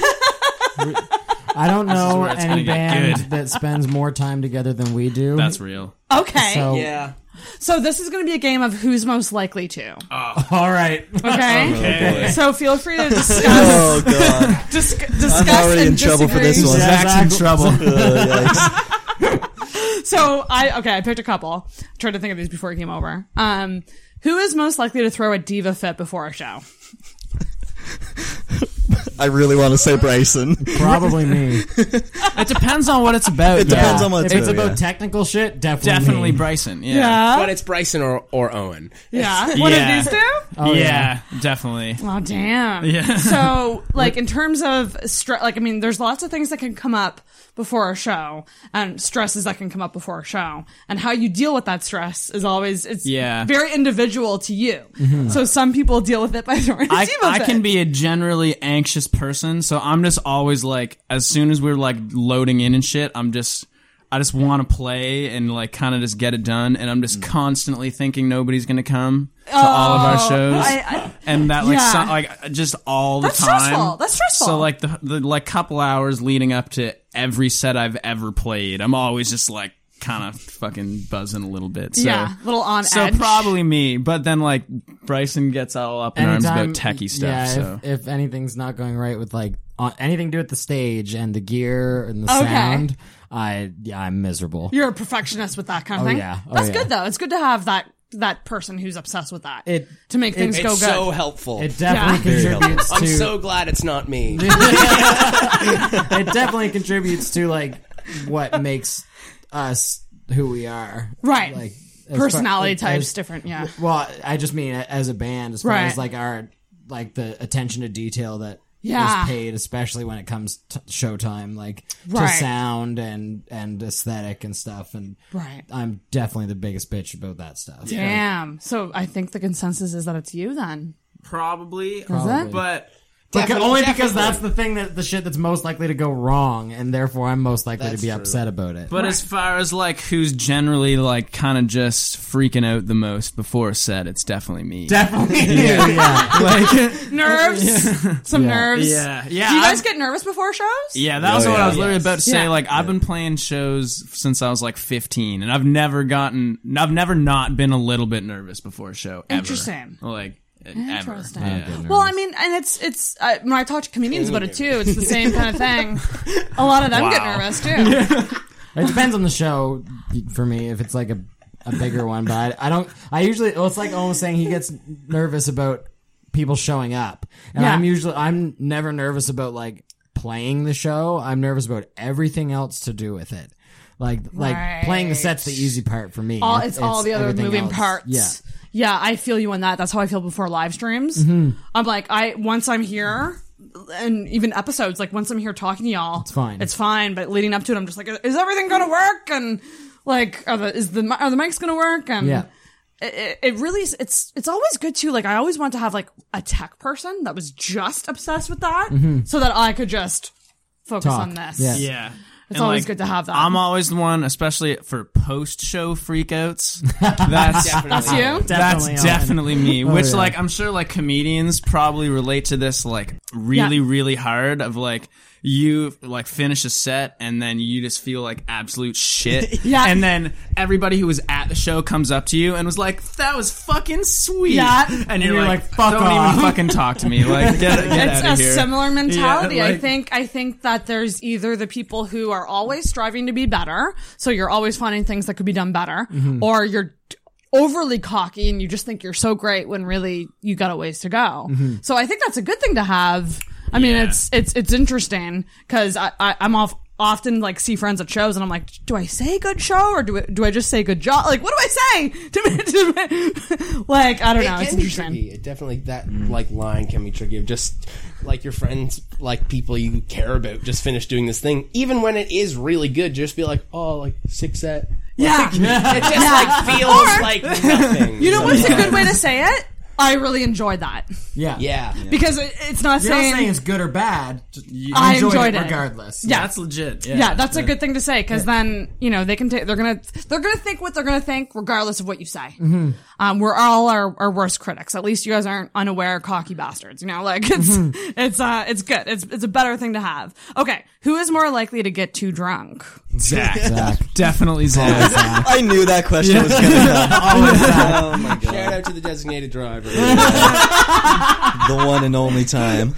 H: don't
I: This is
H: know
I: where it's
H: any
I: gonna get
H: band
I: good.
H: that spends more time together than we do.
C: That's real.
I: Okay.
H: So,
I: So this is going to be a game of who's most likely to.
H: All right.
I: Okay.
H: Okay.
I: So feel free to discuss.
H: Oh, God.
I: Dis- discuss
J: I'm already
I: and
J: in trouble for this one.
I: disagree.
C: Zach's in trouble.
J: Uh,
I: so I okay, I picked a couple. Tried to think of these before I came over. Um, who is most likely to throw a diva fit before a show?
J: I really want to say Bryson.
H: Probably me.
C: It depends on what it's about.
J: It depends on what
H: If
J: it's
H: it's
J: about,
H: about
J: yeah.
H: technical shit, definitely.
C: Definitely
H: me.
C: Bryson. Yeah.
I: Yeah.
D: But it's Bryson or, or Owen.
I: Yeah. What did
C: Yeah.
I: these do?
C: yeah,
H: Oh, yeah.
C: definitely.
I: Oh damn!
C: Yeah.
I: so, like, in terms of stress, like, I mean, there's lots of things that can come up before a show, and stresses that can come up before a show, and how you deal with that stress is always it's
C: Yeah.
I: very individual to you.
C: Mhm.
I: So some people deal with it by throwing a
C: I,
I: diva
C: I
I: fit.
C: can be a generally anxious person, so I'm just always like, as soon as we're like loading in and shit, I'm just, I just want to play and like kind of just get it done, and I'm just constantly thinking nobody's gonna come to all of
I: Oh,
C: our shows,
I: I- I-
C: and that like,
I: Yeah.
C: so, like just all the
I: That's
C: time.
I: stressful. That's stressful.
C: So like the, the like couple hours leading up to every set I've ever played, I'm always just like kind of fucking buzzing a little bit. So.
I: yeah, a little on
C: So
I: edge.
C: probably me, but then like Bryson gets all up in arms about techie stuff.
H: um, Yeah,
C: so
H: if, if anything's not going right with like on, anything to do with the stage and the gear and the
I: Okay.
H: sound, I yeah, I'm miserable.
I: You're a perfectionist with that kind of
H: Oh,
I: thing.
H: yeah. Oh,
I: that's
H: yeah.
I: good though. It's good to have that that person who's obsessed with that
H: It-
I: to make things
D: it's
I: go good.
D: so helpful.
H: It definitely
D: Very
H: contributes
D: helpful. I'm
H: to-
D: so glad it's not me.
H: it definitely contributes to like what makes us who we are.
I: Right.
H: Like as far-
I: Personality
H: as-
I: types different. Yeah.
H: Well, I just mean as a band, as far
I: Right.
H: as like our like the attention to detail that is
I: Yeah.
H: paid, especially when it comes to showtime, like
I: Right.
H: to sound and and aesthetic and stuff. And
I: Right.
H: I'm definitely the biggest bitch about that stuff.
I: Damn. So I think the consensus is that it's you then.
C: probably,
H: Probably.
C: but
H: But
C: Definitely,
H: only because
C: definitely.
H: that's the thing that the shit that's most likely to go wrong, and therefore I'm most likely
C: That's
H: to be
C: true.
H: upset about it.
C: But as far as like who's generally like kind of just freaking out the most before a set, it's definitely me.
H: Definitely
I: you,
H: yeah.
C: Like-
I: Nerves.
C: Yeah.
I: Some
C: Yeah.
I: nerves.
C: Yeah. Yeah,
I: Do you guys
C: I'm-
I: get nervous before shows?
C: Oh, Yeah, that was what I was literally about to say.
I: Yeah.
C: Like, I've been playing shows since I was like 15, and I've never gotten, I've never not been a little bit nervous before a show. Ever.
I: Interesting.
C: Like, e-, ever.
I: Interesting. Well, I mean, and it's it's uh, when I talk to comedians about it too, it's the same kind of thing. A lot of them get
H: Wow.
I: nervous too.
H: It depends on the show for me. If it's like a, a bigger one, but I, I don't. I usually well, it's like almost saying he gets nervous about people showing up, and
I: Yeah.
H: I'm usually I'm never nervous about like playing the show. I'm nervous about everything else to do with it. Like like playing the
I: Right.
H: set's the easy part for me.
I: All it's, all the other
H: everything
I: moving
H: else.
I: parts.
H: Yeah.
I: Yeah, I feel you on that. That's how I feel before live streams.
H: Mhm.
I: I'm like, I once I'm here, and even episodes, like once I'm here talking to y'all, it's
H: fine.
I: It's fine. But leading up to it, I'm just like, is everything gonna work? And like, are the is the mi- are the mics gonna work? And
H: Yeah.
I: It- It, it really is- it's it's always good too. Like I always want to have like a tech person that was just obsessed with that,
H: Mm-hmm.
C: Mhm.
I: so that I could just focus
C: Talk.
I: on this.
C: Yeah. Yeah.
I: it's
C: And,
I: always
C: like,
I: good to have that.
C: I'm always the one, especially for post-show freakouts. That's
I: Definitely. That's you?
C: That's
I: Definitely,
C: definitely,
I: Owen.
C: me.
I: Oh,
C: Which,
I: yeah.
C: like, I'm sure, like, comedians probably relate to this, like, really,
I: Yeah.
C: really hard. Of like, you like finish a set and then you just feel like absolute shit.
I: Yeah.
C: And then everybody who was at the show comes up to you and was like, "That was fucking sweet."
I: Yeah.
C: And you're,
H: you're
C: like,
H: like, "Fuck
C: "Don't
H: off."
C: even fucking talk to me." Like, get, get
I: it's
C: out
I: a
C: of here.
I: similar mentality.
C: Yeah,
I: I
C: like-
I: think I think that there's either the people who are always striving to be better, so you're always finding things that could be done better,
C: Mm-hmm.
L: Mhm.
I: or you're overly cocky and you just think you're so great when really you got a ways to go.
C: Mm-hmm.
L: Mhm.
I: So I think that's a good thing to have. I mean, it's it's it's interesting because I, I I'm off often like see friends at shows, and I'm like, do I say good show or do I, do I just say good job? Like, what do I say? To, to, like, I don't
D: It
I: know.
D: can
I: It's
D: be
I: interesting.
D: tricky. It definitely that like line can be tricky of just like your friends, like people you care about, just finish doing this thing, even when it is really good. Just be like, oh, like six set.
I: Yeah.
D: Like, it just
I: Yeah.
D: like feels
I: Or-
D: like nothing.
I: You know what's a good way to say it? I really enjoyed that.
H: Yeah.
D: Yeah.
I: Because it- it's not
H: You're
I: saying-
H: not saying it's good or bad. just You
I: I
H: enjoyed,
I: enjoyed
H: it,
I: it.
H: regardless.
I: Yeah.
H: that's legit.
I: Yeah, that's a good thing to say because then you know they can take. They're gonna they're gonna think what they're gonna think regardless of what you say.
H: Mhm.
I: Um, we're all our, our worst critics. At least you guys aren't unaware cocky bastards. You know, like it's
H: Mhm.
I: it's uh it's good. It's it's a better thing to have. Okay, who is more likely to get too drunk?
C: Zach. Definitely Zach.
J: I knew that question was
C: Yeah.
J: going to come. oh my
D: Shout out to the designated driver.
J: god. The one and only time.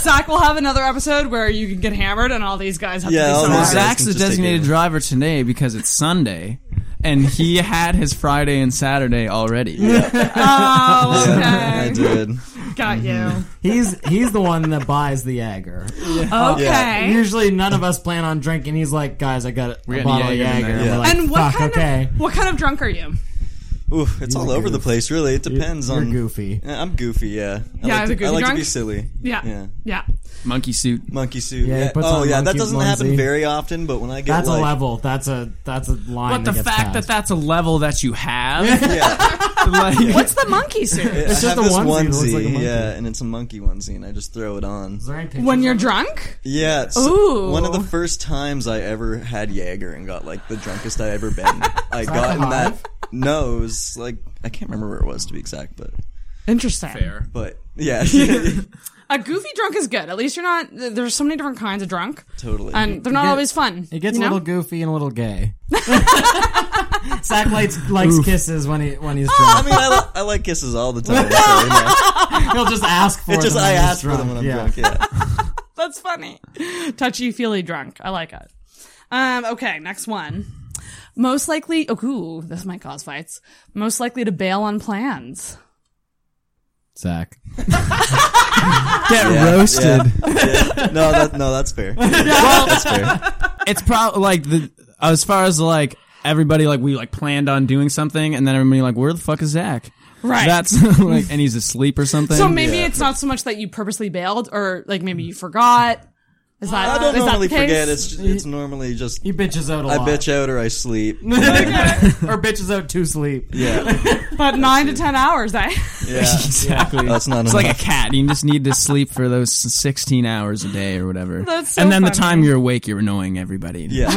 I: Zach will have another episode where you can get hammered and all these guys have
J: Yeah,
I: to
J: all
I: be
J: these
I: somewhere.
J: guys
C: Zach's the designated driver today because it's Sunday, and he had his Friday and Saturday already.
I: Oh, okay.
J: I did. Mm-hmm.
I: Got you.
H: He's he's the one that buys the Jaeger.
I: Okay. Yeah.
H: Usually none of us plan on drinking. He's like, guys, I got a,
J: got
H: bottle of
J: Jaeger in
H: Jaeger.
J: there.
H: And we're
J: Yeah.
H: like,
I: And what
H: fuck,
I: kind
H: okay.
I: of what kind of drunk are you?
J: Oof, it's all over the place, really. It depends
H: you're
J: on.
H: goofy.
J: Yeah, I'm goofy. Yeah. I
I: Yeah,
J: like
I: as
J: to,
I: a goofy
J: I like
I: drunk?
J: to be silly.
I: Yeah.
J: Yeah.
I: Yeah.
C: Monkey suit.
J: Monkey suit.
H: Yeah, he
J: Yeah.
H: puts
J: Oh
H: on
J: yeah, that
H: monkey
J: doesn't
H: onesie.
J: happen very often, but when I get
H: That's
J: like,
H: a level. That's a that's a line.
C: But the
H: that gets
C: fact that
H: passed.
C: that's a level that you have, like,
I: What's the monkey suit?
J: I
H: It's just
J: have
H: a
J: this
H: onesie that looks like a monkey.
J: yeah, and it's a monkey onesie, and I just throw it on.
I: When you're drunk?
J: Yeah, it's
I: Ooh.
J: one of the first times I ever had Jaeger and got like the drunkest I ever been. I got in that no, it was like I can't remember where it was to be exact, but
I: Interesting.
J: but yeah, yeah,
I: A goofy drunk is good. At least you're not. There's so many different kinds of drunk,
J: totally.
I: and they're not
H: It get-
I: always fun.
H: it gets
I: you
H: a
I: know?
H: little goofy and a little gay. Zach likes likes kisses when he when he's
J: I
H: drunk.
J: mean, I, li- I like kisses all the time. so, you know.
I: Ah.
H: He'll just ask for
J: It's just
H: them
J: I
H: when he's
J: ask for them when I'm drunk. Yeah,
I: That's funny. Touchy feely drunk. I like it. Um. Okay. Next one. Most likely. Oh, ooh, this might cause fights. Most likely to bail on plans.
H: Zach.
C: get
J: Yeah,
C: roasted.
J: yeah, yeah. No, that, no, that's fair. that's fair.
C: It's probably like the as far as like everybody like we like planned on doing something, and then everybody like where the fuck is Zach?
I: Right.
C: That's like, and he's asleep or something.
I: So maybe it's not so much that you purposely bailed, or like maybe you forgot. Is that?
J: I don't
I: is that the
J: normally
I: case?
J: forget. It's ju- it's normally just
H: He bitches out a
J: I
H: lot.
J: bitch out or I sleep.
H: or bitches out to sleep.
J: Yeah,
I: but nine to ten hours. eh? I.
J: yeah.
C: exactly.
J: That's not
C: It's
J: enough.
C: like a cat. You just need to sleep for those 16 hours a day or whatever.
I: That's so
C: and then the
I: funny.
C: time you're awake, you're annoying everybody.
J: yeah.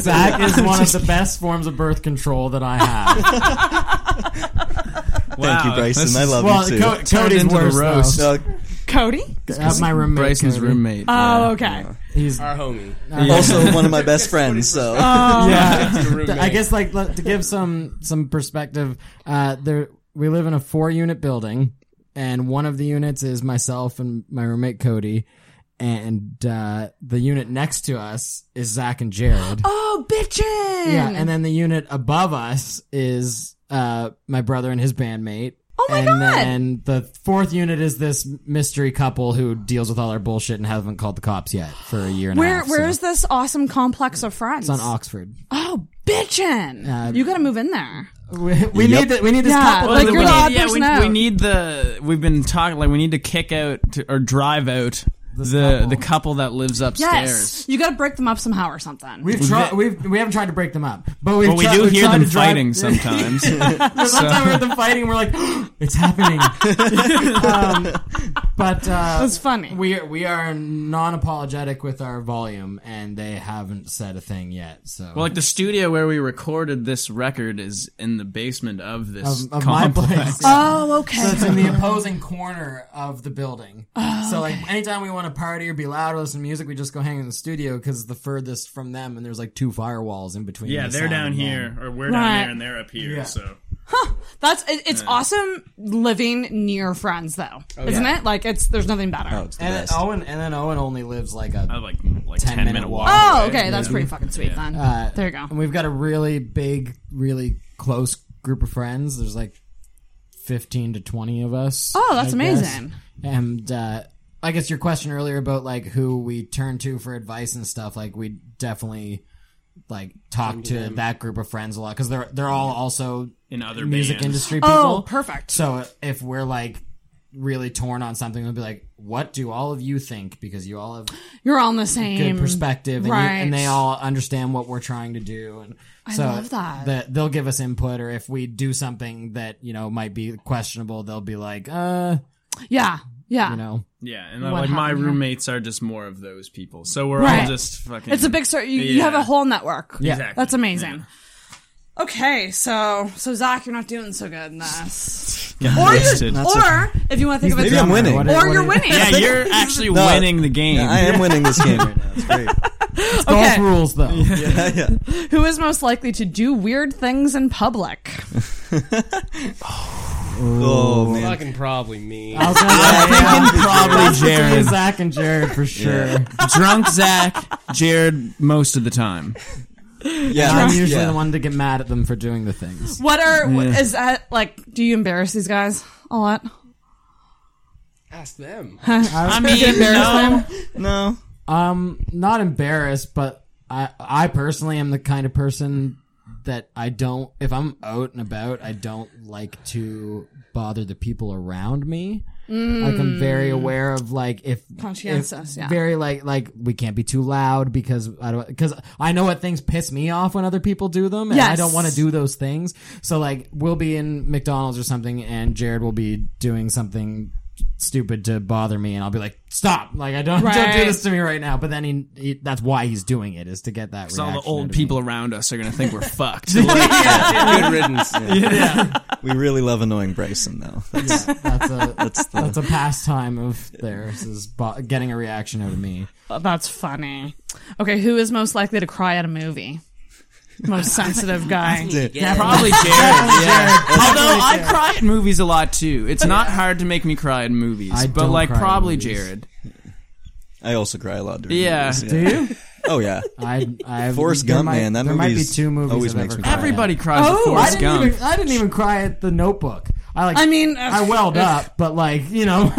H: Zach is one of the best forms of birth control that I have.
J: Thank you, Bryson. I love
H: well,
J: you too.
H: Co-
C: Turned
H: Cody's
C: into the
H: worse.
C: roast.
H: Though.
J: No,
I: Cody.
H: That's my roommate.
C: Bryson's
H: Cody.
J: uh,
C: roommate.
I: Oh, okay.
H: He's
D: Our homie.
J: also one of my best friends. So
H: Th- I guess like let- to give some some perspective, uh, there we live in a four unit building, and one of the units is myself and my roommate Cody, and uh, the unit next to us is Zach and Jared.
I: Oh, bitchin'.
H: Yeah, and then the unit above us is uh, my brother and his bandmate.
I: Oh my
H: and
I: God.
H: And the fourth unit is this mystery couple who deals with all our bullshit and haven't called the cops yet for a year and a
I: Where
H: half.
I: where
H: so.
I: is this awesome complex of friends?
H: it's on Oxford?
I: oh, bitchin!
H: Uh,
I: you gotta move in there.
H: We, we
J: Yep.
H: need that. We need this
I: Yeah,
H: couple.
I: like
H: to
I: you're
C: we
I: the
H: live.
I: odd
C: need, yeah,
I: person
C: we,
I: out.
C: we need the. We've been talking like we need to kick out to, or drive out the
H: couple.
C: the couple that lives upstairs.
I: Yes, you gotta break them up somehow or something.
H: We've tried. We've we haven't tried to break them up, but we've
C: But we
H: tri-
C: do
H: we've
C: hear
H: tried
C: them
H: to drive-
C: fighting sometimes.
H: There's one time we heard them fighting, and we're like, "It's happening." um, but uh,
I: That's funny.
H: We are, we are non-apologetic with our volume, and they haven't said a thing yet. So,
C: Well, like the studio where we recorded this record is in the basement of this
H: of, of my
C: complex.
H: place,
I: oh, okay.
H: so it's in the opposing corner of the building. so, like, anytime we want to party or be loud or listen to music, we just go hang in the studio because it's the furthest from them, and there's like two firewalls in between.
C: Yeah,
H: the
C: they're
H: sound
C: down
H: and them.
C: here, or we're
I: Right.
C: down there, and they're up here.
H: Yeah.
C: So
I: That's it, it's awesome living near friends though, isn't
H: yeah.
I: it? Like it's there's nothing better.
J: Oh,
I: Oh,
J: it's the
H: And then
J: best.
H: Owen, and then Owen only lives like
C: I
H: a.
C: have like like
H: 10
C: ten,
H: minute
C: minute,
H: walk.
C: walk.
I: Oh, okay, that's pretty fucking sweet then.
H: Uh,
I: there you go.
H: And we've got a really big, really close group of friends. There's like fifteen to twenty of us.
I: Oh, that's
H: I guess.
I: amazing.
H: And uh, I guess your question earlier about like who we turn to for advice and stuff, like we definitely like talk
C: Turn
H: to,
C: to them.
H: that group of friends a lot because they're they're all also
C: In other
H: music
C: bands.
H: industry people.
I: Oh, perfect.
H: So if we're like really torn on something, we'll be like, "What do all of you think?" Because you all have
I: You're all on the same
H: good perspective, and, you-
I: right?
H: and they all understand what we're trying to do. And
I: I
H: so
I: love that.
H: they'll give us input, or if we do something that you know might be questionable, they'll be like, "Uh,
I: yeah, yeah.
H: you know,
C: Yeah, and uh,
I: What
C: like my
I: happened here?
C: roommates are just more of those people, so we're all
I: Right.
C: just fucking.
I: It's a big story. You, you have
C: Yeah.
I: a whole network.
C: Yeah. Exactly.
I: that's amazing. Okay, so so Zach, you're not doing so good in this.
C: Got
I: or, you,
C: roasted. That's
I: or if you want to think of it,
J: Maybe I'm winning. What
I: or
J: is-
I: you're
J: what
I: winning.
J: is-
C: Yeah, you're actually
J: No.
C: winning the game.
J: Yeah, I am winning this game right now. It's great.
I: Okay.
H: rules though.
J: Yeah, yeah.
I: Who is most likely to do weird things in public?
J: Oh man.
D: Fucking probably me.
H: I was gonna- I'm thinking
C: probably
H: That's between
C: Jared.
H: Zach and Jared for sure.
C: Drunk Zach, Jared most of the time.
J: Yeah,
H: I'm
J: that's-
H: usually
J: yeah.
H: the one to get mad at them for doing the things.
I: What are what-
H: Yeah.
I: is that like? Do you embarrass these guys a lot?
D: Ask them.
I: I
C: mean,
I: no.
J: No.
H: Um, not embarrassed, but I I personally am the kind of person that I don't if I'm out and about, I don't like to bother the people around me. Like I'm very aware of like if
I: Mm. Conscientious,
H: if-
I: yeah.
H: very like like we can't be too loud because I don't because I know what things piss me off when other people do them and I
I: Yes.
H: don't want to do those things. So like we'll be in McDonald's or something and Jared will be doing something stupid to bother me and I'll be like stop like I don't don't do
I: Right.
H: this to me right now but then he, he that's why he's doing it is to get that
C: Because all
H: reaction
C: the
H: out
C: old
H: of me.
C: people around us are gonna think we're fucked.
J: Good riddance. Yeah. We really love annoying Bryson though. That's,
H: that's a
J: that's the
H: that's a pastime of theirs is bo- getting a reaction out of me
I: Oh, That's funny. Okay, who is most likely to cry at a movie? Most sensitive guy.
C: Yeah, probably Jared. Yeah. Although I cry at movies a lot too. It's not hard to make me cry at movies,
H: I
C: but
H: don't
C: like
H: cry at
C: probably
H: movies.
C: Jared.
J: I also cry a lot during
C: Yeah.
J: movies,
H: do you
J: Oh yeah.
H: I I
J: Forrest
H: there
J: Gump,
H: might-
J: man. That
H: there might be
J: movie's
H: two movies
J: always
H: I've
J: makes
H: ever
J: me
H: cried
J: cry.
H: at.
C: Everybody cries at
H: Oh, I
C: Forrest
H: didn't
C: Gump.
H: even I didn't even cry at the Notebook I like
I: I mean,
H: I welled up but like you know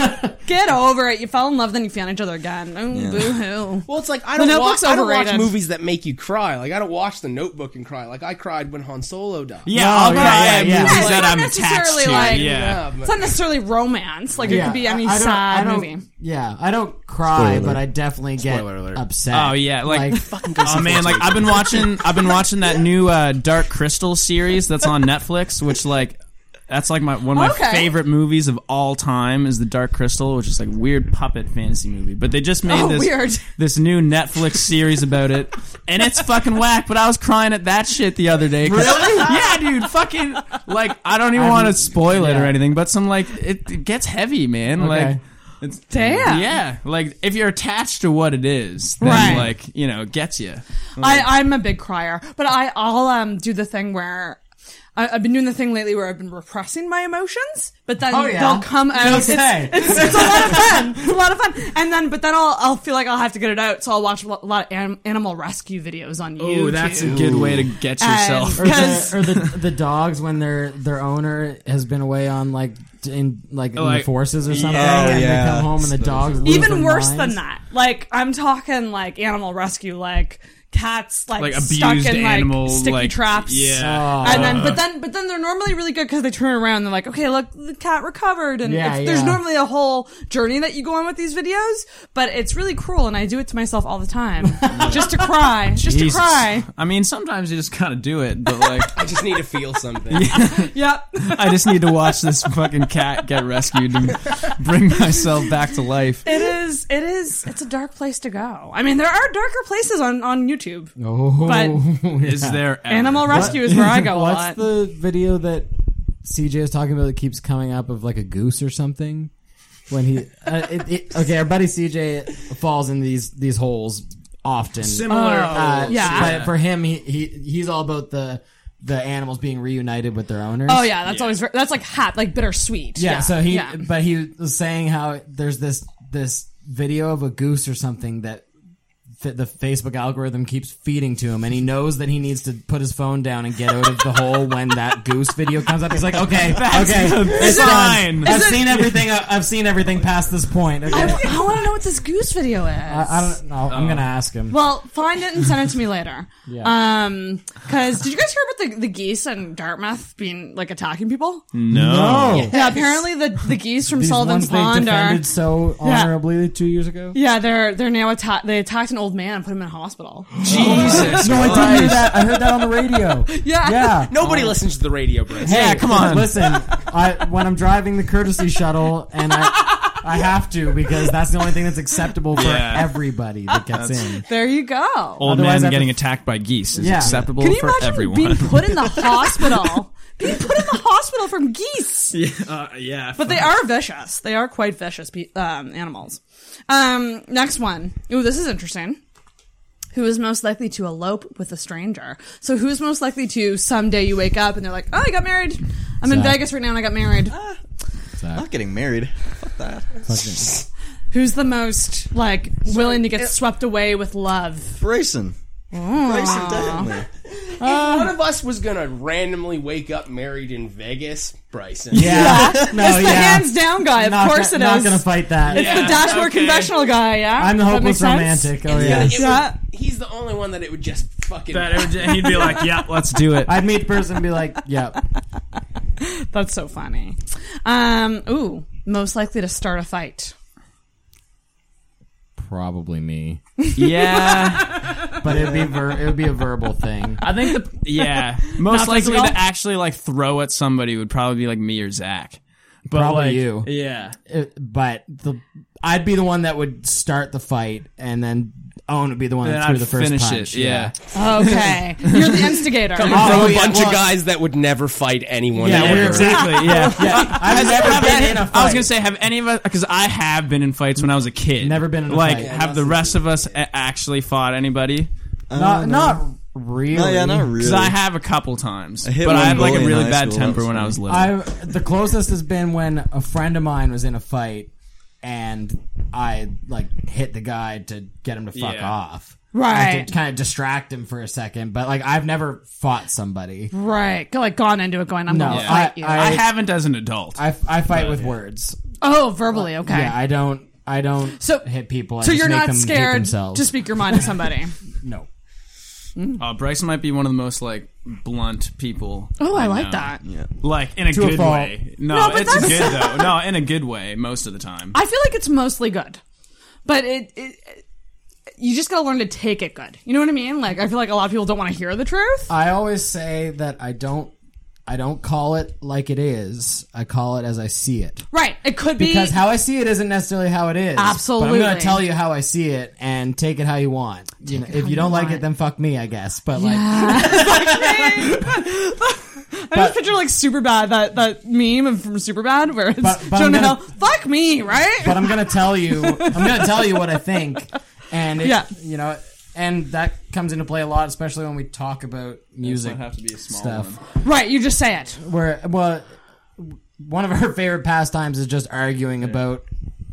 I: Get over it. You fell in love, then you found each other again. Oh,
J: Yeah.
I: boo hoo.
D: Well, it's like I
I: The
D: don't, watch,
I: Notebook's
D: I don't watch
I: overrated.
D: movies that make you cry. Like I don't watch The Notebook and cry. Like I cried when Han Solo died.
C: Yeah,
H: No,
C: I'll
H: Oh, yeah,
C: cry
H: yeah,
C: at
H: yeah.
C: movies
I: It's
C: that
I: not
C: I'm attached
I: necessarily
C: to.
I: like-
C: yeah.
I: It's not necessarily romance. Like, it could be any
H: I- I don't- I
I: sad
H: don't-
I: movie.
H: Yeah, I don't cry,
J: Spoiler.
H: but I definitely get upset.
C: Oh yeah, like,
H: fucking
C: oh man, like I've been watching I've been watching that new uh, Dark Crystal series that's on Netflix, which like that's like my one of my
I: Okay.
C: favorite movies of all time is the Dark Crystal, which is like weird puppet fantasy movie. But they just made
I: Oh,
C: this
I: weird.
C: this new Netflix series about it, and it's fucking whack. But I was crying at that shit the other day. Really? Yeah, dude. Fucking like I don't even want to spoil it or
H: yeah.
C: anything, but some like it, it gets heavy, man. Like
H: Okay.
C: it's
I: Damn.
C: yeah, like if you're attached to what it is, then
I: Right.
C: like you know, it gets you.
H: Mm.
I: I, I'm a big crier, but I, I'll um do the thing where I, I've been doing the thing lately where I've been repressing my emotions, but then
H: Oh, yeah.
I: they'll come out. It's,
H: Okay.
I: it's, it's a lot of fun. It's a lot of fun. And then, but then I'll, I'll feel like I'll have to get it out, so I'll watch a lo- lot of anim- animal rescue videos on YouTube.
C: Ooh, that's a good way to get
I: And-
C: yourself.
H: Or, the, or the the dogs when their their owner has been away on like in like, in the
C: Like-
H: forces or something,
J: Yeah.
H: and
J: Yeah.
H: they come home and the dogs lose
I: Even
H: their
I: worse than
H: minds.
I: that. Like, I'm talking like animal rescue, like cats, like,
C: Like
I: stuck
C: abused
I: in
C: animal,
I: like sticky
C: like-
I: traps. Oh,
C: yeah.
I: And then,
H: Uh.
I: but then, but then they're normally really good because they turn around. And they're like, okay, look, the cat recovered, and
H: Yeah,
I: it's, there's
H: yeah.
I: normally a whole journey that you go on with these videos. But it's really cruel, and I do it to myself all the time, just to cry, just to
C: Jesus.
I: cry.
C: I mean, sometimes you just gotta do it, but like,
D: I just need to feel something.
I: Yep.
C: I just need to watch this fucking cat get rescued and bring myself back to life.
I: It is. It is. It's a dark place to go. I mean, there are darker places on on YouTube.
H: Oh,
I: But-
H: yeah.
C: Is there ever?
I: Animal rescue is where I go a
H: What's
I: lot.
H: the video that CJ is talking about that keeps coming up of like a goose or something? When he uh, it, it, okay, our buddy CJ falls in these these holes often.
C: Similar
H: uh,
I: Oh,
C: holes,
H: yeah.
C: yeah.
H: But for him, he, he he's all about the the animals being reunited with their owners.
I: Oh yeah, that's always that's like hot, like bittersweet.
H: Yeah, so he
I: yeah.
H: but he was saying how there's this this video of a goose or something that fa- the Facebook algorithm keeps feeding to him, and he knows that he needs to put his phone down and get out of the hole when that goose video comes up. He's like, okay,
C: That's-
H: okay,
C: Is
H: it's
C: it-
H: fine.
C: is
H: I've
C: it-
H: seen everything. I- I've seen everything past this point. Okay.
I: I,
H: I,
I: want to know what this goose video is.
H: I don't know. I'm gonna ask him.
I: Well, find it and send it to me later.
H: Yeah.
I: Um, because did you guys hear about the, the geese in Dartmouth being like attacking people?
H: No. No.
I: Yeah, apparently the, the geese from
H: Hmm. These
I: Sullivan's
H: ones they
I: Pond are.
H: defended so
I: Yeah.
H: honorably two years ago.
I: Yeah, they're they're now atta- they attacked an old man and put him in a hospital.
D: Jesus
H: no, I didn't hear
D: Christ.
H: that. I heard that on the radio.
I: Yeah.
H: yeah.
D: Nobody listens to the radio, Brent.
H: Hey, Listen, I when I'm driving the courtesy shuttle, and I I have to because that's the only thing that's acceptable for
C: Yeah.
H: everybody that gets
C: That's-
H: in.
I: There you go.
C: Old
H: Otherwise, I
C: man
H: have
C: getting
H: to-
C: attacked by geese is
H: Yeah.
C: acceptable
I: Can you
C: for
I: imagine
C: everyone.
I: being put in the hospital? being put in the hospital from geese.
C: yeah, uh, yeah.
I: But they are vicious. They are quite vicious pe- um, animals. Um, next one. Ooh, this is interesting. Who is most likely to elope with a stranger? So, who's most likely to someday you wake up and they're like, "Oh, I got married. I'm in
J: Zach.
I: Vegas right now and I got married."
D: Uh,
J: I'm not getting married. Fuck that.
I: Who's the most like willing to get swept away with love?
J: Bryson.
I: Ooh.
J: Bryson, definitely.
D: If one of us was gonna randomly wake up married in Vegas, Bryson.
H: Yeah. No,
I: it's the
H: yeah.
I: hands down guy. Of
H: Not-
I: course it is.
H: not gonna fight that.
I: It's the
D: Yeah,
I: dashboard
D: okay.
I: confessional guy. Yeah,
H: I'm the
I: That
H: hopeless
I: makes sense?
H: romantic. Oh
D: It-
H: yeah.
D: it would-
I: Yeah.
D: he's the only one that it would just fucking.
C: he'd be like, "Yeah, let's do it."
H: I'd meet the person and be like, "Yeah,
I: That's so funny. Um, ooh, most likely to start a fight.
H: probably me."
C: Yeah.
H: but it'd be ver- it would be a verbal thing.
C: I think the yeah
H: Not
C: most likely
H: physical?
C: to actually like throw at somebody would probably be like me or Zach. But
H: probably
C: like,
H: you.
C: Yeah.
H: It- but the I'd be the one that would start the fight, and then Owen would be the one
C: Then
H: that threw
C: I'd
H: the first
C: finish
H: punch.
C: it, yeah.
I: Okay, you're the instigator.
D: Coming
H: Oh,
D: from a
H: yeah,
D: bunch
H: well-
D: of guys that would never fight anyone.
C: Yeah,
D: ever.
C: we're exactly. Yeah,
H: yeah. I've
C: Has-
H: never
C: have
H: been
C: any-
H: in a
C: I was
H: fight.
C: gonna say, have any of us? Because I have been in fights when I was a kid. Never
H: been in a
C: like,
H: fight.
C: have the rest of us a- actually fought anybody?
H: Not not really.
J: No, yeah, not
C: Because
J: really.
C: I have a couple times,
J: I hit
C: but I
J: one
C: had like a
J: bully in
C: really
J: high
C: bad
J: school, that
C: temper
J: was
C: when I
J: funny.
C: was little.
H: I the closest has been when a friend of mine was in a fight and I like hit the guy to get him to fuck
C: Yeah.
H: off.
I: Right.
H: Like, to kind of distract him for a second, but like I've never fought somebody.
I: right, go like gone into it going. I'm
H: No,
I: gonna
H: I-
I: fight you.
H: I-
C: I haven't as an adult.
H: I, I fight
C: But,
H: with
C: yeah.
H: words.
I: oh, verbally. Okay.
H: Yeah, I don't I don't
I: So-
H: hit people. I
I: so
H: just
I: you're
H: make
I: not
H: them hate
I: scared
H: themselves.
I: to speak your mind to somebody.
H: No.
C: Uh, Bryson might be one of the most like blunt people.
I: Oh, I like
C: know.
I: that. Yeah.
C: Like in a
H: To a
C: good
H: fault.
C: way. No,
I: No, but
C: it's
I: that's-
C: good though. No, in a good way most of the time.
I: I feel like it's mostly good, but it. it you just gotta learn to take it good. You know what I mean? Like I feel like a lot of people don't want to hear the truth.
H: I always say that I don't I don't call it like it is. I call it as I see it.
I: Right. It could be
H: Because how I see it isn't necessarily how it is. But
I: Absolutely.
H: I'm going to tell you how I see it and take it how you want. You know, if you don't like it, then fuck me, I guess. But like,
I: I just picture like super bad that that meme of- from super bad where it's
H: But- but I'm
I: Jonah
H: gonna-
I: Hill. Fuck me, right?
H: but I'm going to tell you, I'm going to tell you what I think. And it,
I: Yeah.
H: you know, and that comes into play a lot, especially when we talk about music
C: might have to be a small
H: stuff.
I: right. You just say it.
H: Where, well, one of our favorite pastimes is just arguing about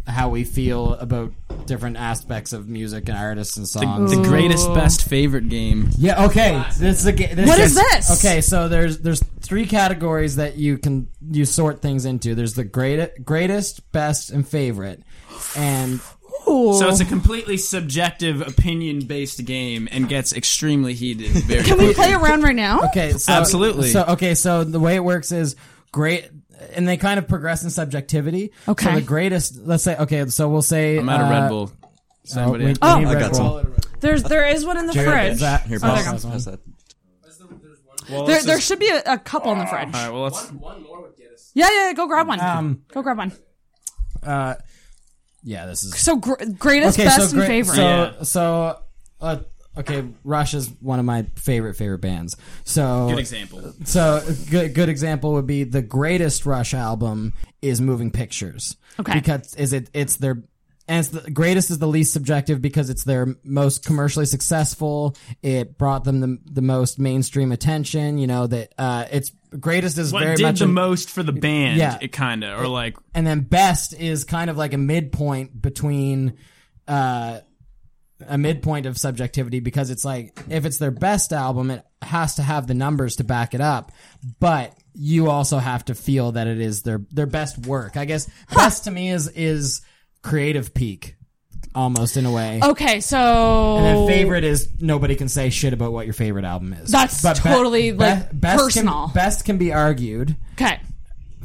H: how we feel about different aspects of music and artists and
C: The,
H: songs.
C: the greatest
H: Ooh.
C: best favorite game.
H: Yeah. Okay. This is a, ga- this
I: What is this?
H: Okay. So there's there's three categories that you can you sort things into. There's the great, greatest, best, and favorite. And
C: So it's a completely subjective opinion based game and gets extremely heated very
I: Can we
C: quickly.
I: play around right now?
H: okay. So,
C: Absolutely.
H: So okay. So the way it works is great, and they kind of progress in subjectivity.
I: Okay.
H: So the greatest. Let's say. Okay. So we'll say.
C: I'm out of Red
H: uh,
C: Bull. Is
H: oh,
C: anybody-
H: we- we
I: Oh.
H: need
I: I
J: got
H: Red Bull.
I: There's there is one in the
H: Jared,
I: fridge.
H: is that-
J: Here,
I: Oh, there
J: pass,
I: you go.
J: pass, that.
C: Well,
I: there,
C: let's
I: there
C: just-
I: should be a, a couple in the fridge.
C: All right, well, let's.
I: Yeah, yeah, yeah, go grab one.
H: Um,
I: go grab one.
H: Uh, yeah. This is
I: So gr- greatest, best, and
H: great-
I: favorite.
H: So,
C: Yeah.
H: so uh, okay, Rush is one of my favorite favorite bands. So
C: Good example.
H: So a good good example would be the greatest Rush album is Moving Pictures.
I: Okay.
H: because is it it's their and it's the greatest is the least subjective because it's their most commercially successful. It brought them the, the most mainstream attention. You know that uh, it's greatest is
C: What
H: very
C: did
H: much
C: the
H: an-
C: most for the band?
H: Yeah.
C: It kind of, or like,
H: and then best is kind of like a midpoint between uh a midpoint of subjectivity because it's like if it's their best album, it has to have the numbers to back it up, but you also have to feel that it is their their best work. I guess best to me is is creative peak, almost in a way.
I: Okay, so
H: And then favorite is nobody can say shit about what your favorite album is.
I: That's
H: be-
I: totally, like,
H: best
I: personal.
H: Can, best can be argued.
I: Okay.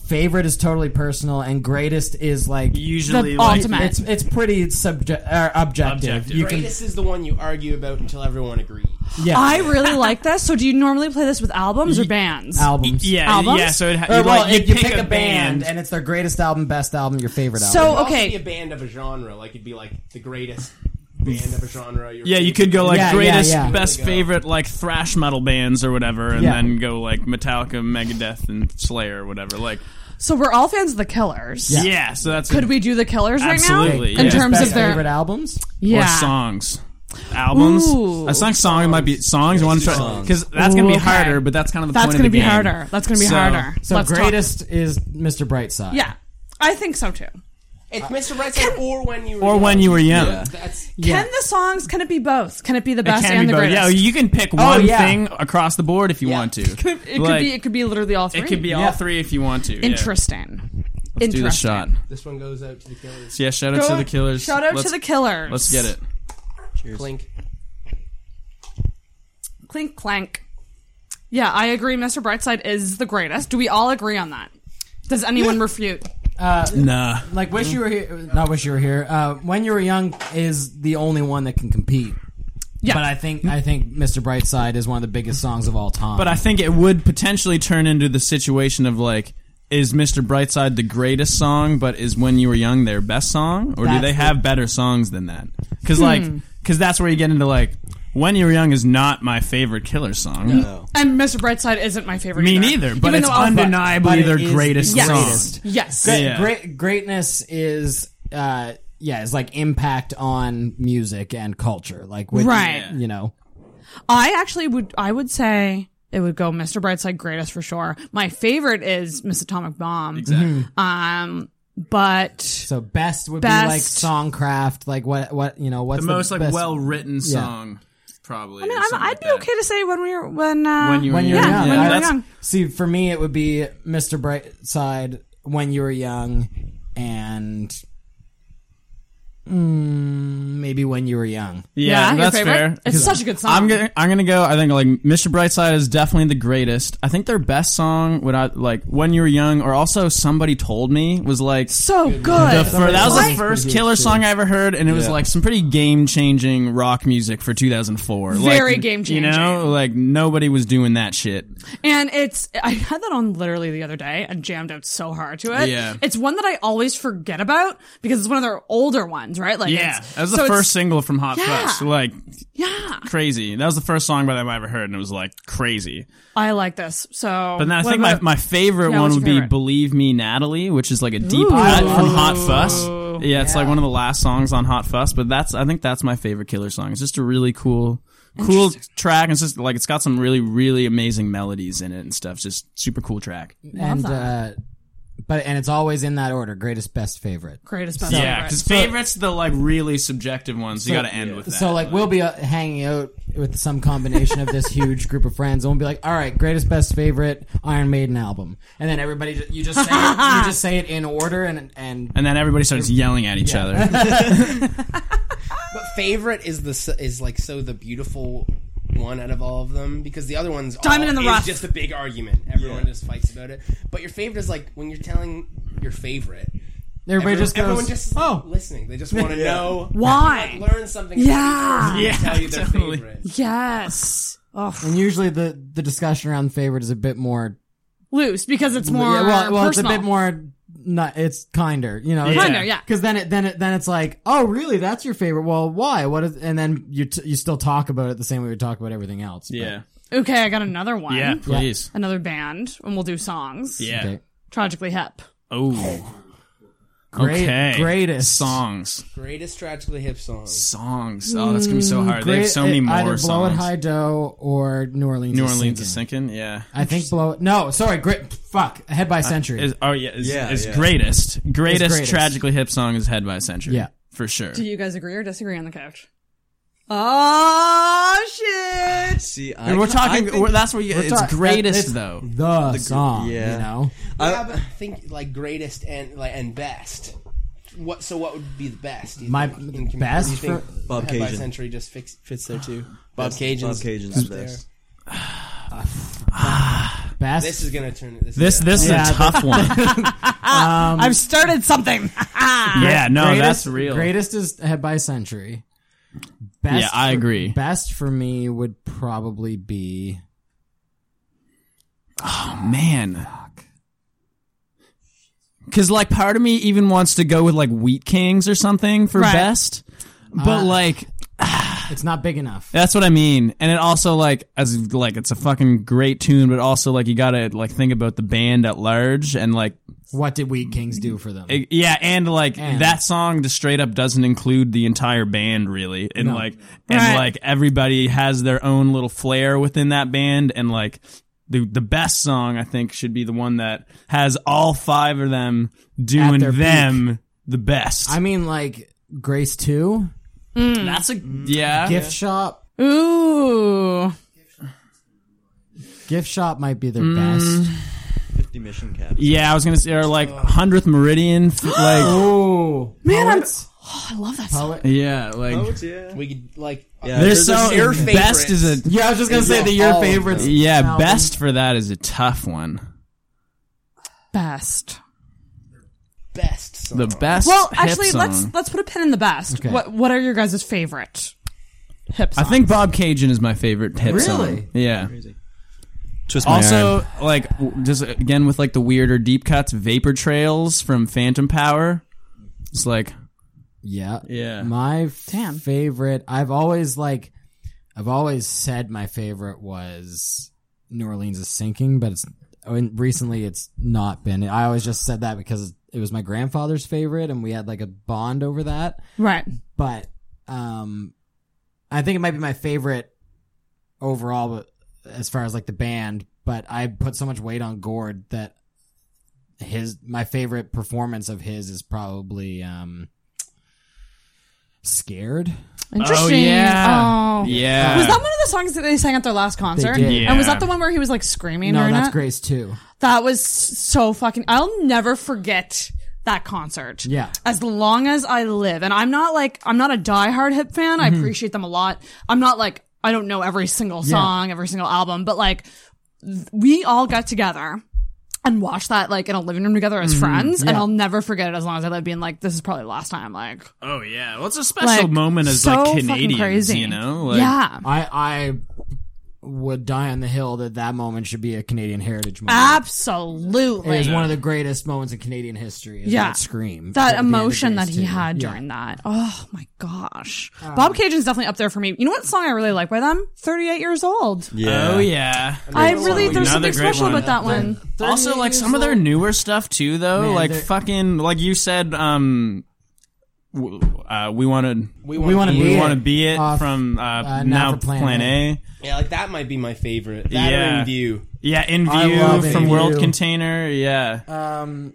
H: Favorite is totally personal, and greatest is like
C: usually
D: The like- ultimate.
H: It's it's pretty subject uh, objective. You can
D: Greatest is the one you argue about until everyone agrees.
H: Yeah.
I: I really like this. So, do you normally play this with albums or bands?
H: albums.
C: Yeah,
I: Albums?
C: yeah. So it ha-
H: Or,
C: you,
H: well,
C: like, you
H: if you
C: pick, a,
H: band,
C: band.
H: and it's their greatest album, best album, your favorite
D: It
H: album.
D: could also be a band of a genre. Like it'd be like the greatest band of a genre. your
C: Yeah, you
D: favorite-
C: could go like
H: Yeah, yeah,
C: greatest,
H: yeah.
C: best favorite, like thrash metal bands or whatever, and
H: Yeah.
C: then go like Metallica, Megadeth, and Slayer or whatever. Like,
I: So, we're all fans of the Killers.
C: yeah, so that's
I: Could we do the Killers
C: Absolutely,
I: right now? In
C: yeah.
I: terms
H: best
I: of their
H: favorite albums.
I: yeah.
C: or songs. Albums.
I: Ooh.
C: I song song it might be songs. One because that's gonna
I: Ooh,
C: be
I: okay.
C: harder, but that's kind of the
I: That's
C: point of the
I: gonna be
C: game.
I: harder. That's gonna be
C: So-
I: harder.
H: So
I: Let's talk.
H: greatest is Mr. Brightside.
I: Yeah, I think so too.
D: It's Mr. Right Side or when you were
C: Or when you were young.
D: Yeah. That's
H: Yeah.
I: Can the songs? Can it be both? Can it be the best
C: it can
I: and
C: be
I: the
C: both.
I: greatest?
C: Yeah, you can pick one
H: Oh, yeah.
C: thing across the board if you want to. It
I: It could be. It could be literally all three.
C: It could be all three if you want to. yeah.
I: Interesting.
C: Let's do the
I: Interesting.
C: shot.
D: this one goes out to the killers.
C: So yeah, shout out
I: Go-
C: to the killers.
I: shout out to
C: Let's-
I: the Killers.
C: Let's get it.
D: Clink.
I: Clink clank. Yeah, I agree. Mr. Brightside is the greatest. Do we all agree on that? Does anyone refute?
C: Nah.
H: Like wish you were here. Not wish you were here. Uh, when you were young is the only one that can compete.
I: Yeah.
H: But I think I think Mr. Brightside is one of the biggest songs of all time.
C: But I think it would potentially turn into the situation of like, is Mr. Brightside the greatest song, but is When You Were Young their best song? Or do
H: That's
C: they
H: it.
C: have better songs than that? Because, like,
I: Hmm.
C: because that's where you get into like, When You Were Young is not my favorite killer song.
I: And Mr. Brightside isn't my favorite.
C: Me
I: either.
C: neither, but
I: Even
C: it's
I: though I'll-
C: undeniably
H: but it
C: their
H: is
C: greatest
H: the
I: Yes.
C: song.
H: greatest.
I: Yes.
H: Great,
C: Yeah.
H: great greatness is uh yeah, it's like impact on music and culture. Like with,
I: Right.
H: you know.
I: I actually would. I would say it would go Mr. Brightside greatest for sure. My favorite is Miss Atomic Bomb.
C: Exactly.
I: Um, but
H: So best would
I: Best.
H: be like songcraft, like what what you know, what's
C: The
H: the,
C: most like
H: best-
C: well written song, probably.
I: I mean, I'm, I'd be okay to say when we were when uh,
C: When You Were
H: when you're
C: Yeah,
H: young.
I: when you were
H: That's-
I: young.
H: See, for me it would be Mr. Brightside when you were young and mm, maybe when you were young.
I: Yeah,
C: Yeah,
I: your
C: that's
I: favorite?
C: fair.
I: It's such a good song.
C: I'm gonna I'm gonna go. I think like Mr. Brightside is definitely the greatest. I think their best song would I like when you were young, or also somebody told me was like.
I: so
C: The
I: good.
C: fir- that was the
I: Like,
C: first killer song I ever heard, and it was like some pretty game changing rock music for 2004.
I: Very
C: like,
I: game-changing.
C: You know, like nobody was doing that shit.
I: And it's I had that on literally the other day and jammed out so hard to it.
C: Yeah.
I: It's one that I always forget about because it's one of their older ones, right? Like
C: Yeah,
I: it's,
C: that was the
I: so it's-
C: first single from Hot
I: Yeah.
C: Fuss. Like
I: Yeah,
C: crazy. That was the first song by them I ever heard, and it was like crazy.
I: I like this. So,
C: But then I
I: what
C: think my,
I: about-
C: my favorite
I: Yeah,
C: one
I: what's
C: would
I: your
C: be
I: favorite?
C: Believe Me Natalie, which is like a deep cut from Hot Fuss. Yeah, it's like one of the last songs on Hot Fuss, but that's I think that's my favorite killer song. It's just a really cool cool track. It's just like it's got some really, really amazing melodies in it and stuff. Just super cool track.
H: and uh but and it's always in that order, greatest best favorite.
I: greatest best
C: Yeah,
I: favorite.
C: because favorites the like really subjective ones. you got to end with that.
H: So like we'll be uh, hanging out with some combination of this huge group of friends, and we'll be like, "All right, greatest best favorite Iron Maiden album," and then everybody ju- you just say it, you just say it in order, and and
C: and then everybody starts yelling at each other.
D: But favorite is the s- is like so the beautiful one out of all of them because the other one's all-
I: Diamond in the
D: is
I: Rough.
D: just a big argument. Everyone just fights about it. But your favorite is like when you're telling your favorite.
H: everybody
D: everyone,
H: just goes,
D: everyone just is, like,
H: "Oh,
D: listening. They just want to know
I: Why?
D: like, learn something. about
I: Yeah.
D: you before they tell you their
C: totally.
D: favorite.
I: Yes. Oh,
H: And usually the the discussion around favorite is a bit more
I: loose because it's more
H: yeah, well, well it's a
I: personal.
H: bit more not it's kinder you know
C: Yeah. Kinder,
I: yeah.
H: because then it then it then it's like oh really that's your favorite well why what is and then you t- you still talk about it the same way we talk about everything else but-
C: yeah,
I: Okay, I got another one.
C: yeah, please,
I: Another band, and we'll do songs.
C: yeah.
H: Okay.
I: Tragically Hip.
C: Oh,
H: Great-
C: okay.
H: greatest.
C: songs.
D: Greatest tragically hip song.
C: songs. Oh, that's gonna be so hard. they
H: Hmm, Great-
C: have so many
H: it-
C: more
H: either
C: songs.
H: blow it high dough or new orleans
C: New
H: is
C: Orleans is
H: Sinking.
C: sinking. Yeah.
H: i think blow it no sorry great fuck head by century
C: Is, oh yeah. Is,
E: Yeah,
C: is
E: yeah.
C: greatest greatest
H: greatest.
C: tragically hip song is Head by Century.
H: Yeah.
C: for sure.
I: Do you guys agree or disagree on the couch? Oh shit!
E: See, I,
C: And we're talking.
E: I think-
C: we're, that's where you,
E: we're
C: it's
E: talk-
C: greatest
E: it's
C: though.
H: The,
E: gr-
H: song,
E: yeah.
H: you know.
D: Yeah, but think like greatest and like and best. What so? What would be the best? do you
H: My
D: think, in comparison?
H: best
D: Do you think
H: for-
E: Bob
D: Head by
E: Cajun.
D: Century just fix, fits there too. Bob
E: Best-
D: Cajun's
E: Bob Cajun's
D: up there.
E: best.
H: Best.
D: This is gonna turn. This
C: This-
D: is
C: this is a tough one.
H: Um,
I: I've started something.
C: Yeah, Uh, no, that's real.
H: Greatest is Head by Century.
C: Yeah, I
H: for-
C: agree.
H: best for me would probably be
C: Oh, man. Because like part of me even wants to go with like Wheat Kings or something for
H: Right.
C: best, but
H: Uh,
C: like
H: it's not big enough.
C: that's what I mean. And it also like as like it's a fucking great tune, but also like you gotta like think about the band at large and like
H: What did Wheat Kings do for them?
C: it- yeah, and like
H: And-
C: that song just straight up doesn't include the entire band really, and
H: No.
C: like and
H: Right.
C: like everybody has their own little flair within that band, and like the the best song I think should be the one that has all five of them doing
H: their
C: them the best.
H: I mean, like Grace Two,
C: That's a Oh, yeah.
H: Gift Shop.
I: Ooh.
H: Gift Shop might be their
C: Mm.
H: best.
E: Fifty Mission Cap.
C: Yeah, I was gonna say or like hundredth meridian, f- like
H: Oh
I: Man, I'm,
H: Poets?
I: oh, I love that song.
H: Poet.
C: yeah,
H: Oh,
C: like
E: yeah.
D: We could like
E: Yeah,
C: there's
E: there's
C: so
D: your
C: best is a
H: Yeah, I was just gonna say that your favorites.
C: yeah
H: album.
C: best for that is a tough one.
I: Best.
D: best. Song.
C: The best.
I: Well,
C: hip
I: actually,
C: song.
I: let's let's put a pin in the best.
H: Okay.
I: What what are your guys' favorite hip
C: I
I: songs?
C: think Bob Cajun is my favorite hip
H: Really?
C: song. Yeah.
E: Twist my
C: Also, like w- just again with like the weirder deep cuts, Vapor Trails from Phantom Power. It's like
H: Yeah.
C: Yeah.
H: My
I: Damn.
H: favorite. I've always like. I've always said my favorite was New Orleans is sinking, but it's I mean, recently it's not been. I always just said that because it was my grandfather's favorite, and we had like a bond over that.
I: right.
H: But um, I think it might be my favorite overall, but as far as like the band. But I put so much weight on Gord that his my favorite performance of his is probably um, scared.
I: Interesting.
C: Oh yeah,
I: Oh.
C: yeah.
I: Was that one of the songs that they sang at their last concert?
H: did.
C: Yeah.
I: And was that the one where he was like screaming
H: No,
I: or
H: that's
I: not?
H: Grace too.
I: That was so fucking. I'll never forget that concert.
H: Yeah.
I: As long as I live. And I'm not like, I'm not a diehard hip fan.
C: Mm-hmm.
I: I appreciate them a lot. I'm not like, I don't know every single song, every single album, but like, th- we all got together and watched that like in a living room together
C: Mm-hmm.
I: as friends. And
H: yeah.
I: I'll never forget it as long as I live being like, this is probably the last time. Like,
C: oh yeah. Well, it's a special
I: Like,
C: moment as
I: so
C: like
I: fucking
C: Canadians,
I: crazy.
C: you know? Like,
I: yeah.
H: I I would die on the hill that that moment should be a Canadian Heritage moment. It
I: Absolutely.
H: is one of the greatest moments in Canadian history. Is
I: Yeah.
H: that scream. at the
I: that
H: end of
I: emotion
H: Grace
I: that he
H: too.
I: had
H: Yeah.
I: during that. Oh my gosh. Bob Cajun's definitely up there for me. You know what song I really like by them? 38 years old.
E: Yeah.
C: Oh yeah.
I: I really, there's
C: Another
I: something
C: great
I: special
C: one.
I: about that one.
C: Also, like some of their newer stuff too, though.
H: Man,
C: like
H: they're-
C: fucking, like you said, um, w- uh, we wanted,
D: we
H: We want to
C: we
H: be.
C: want to be it
H: Off,
C: from uh, now,
H: for
C: Plan,
H: Plan
C: A.
H: A.
D: Yeah, like that might be my favorite. That
C: Yeah.
D: or in view.
C: Yeah, in
H: I love
C: view from
H: In
C: World
H: View.
C: Container. Yeah.
H: Um,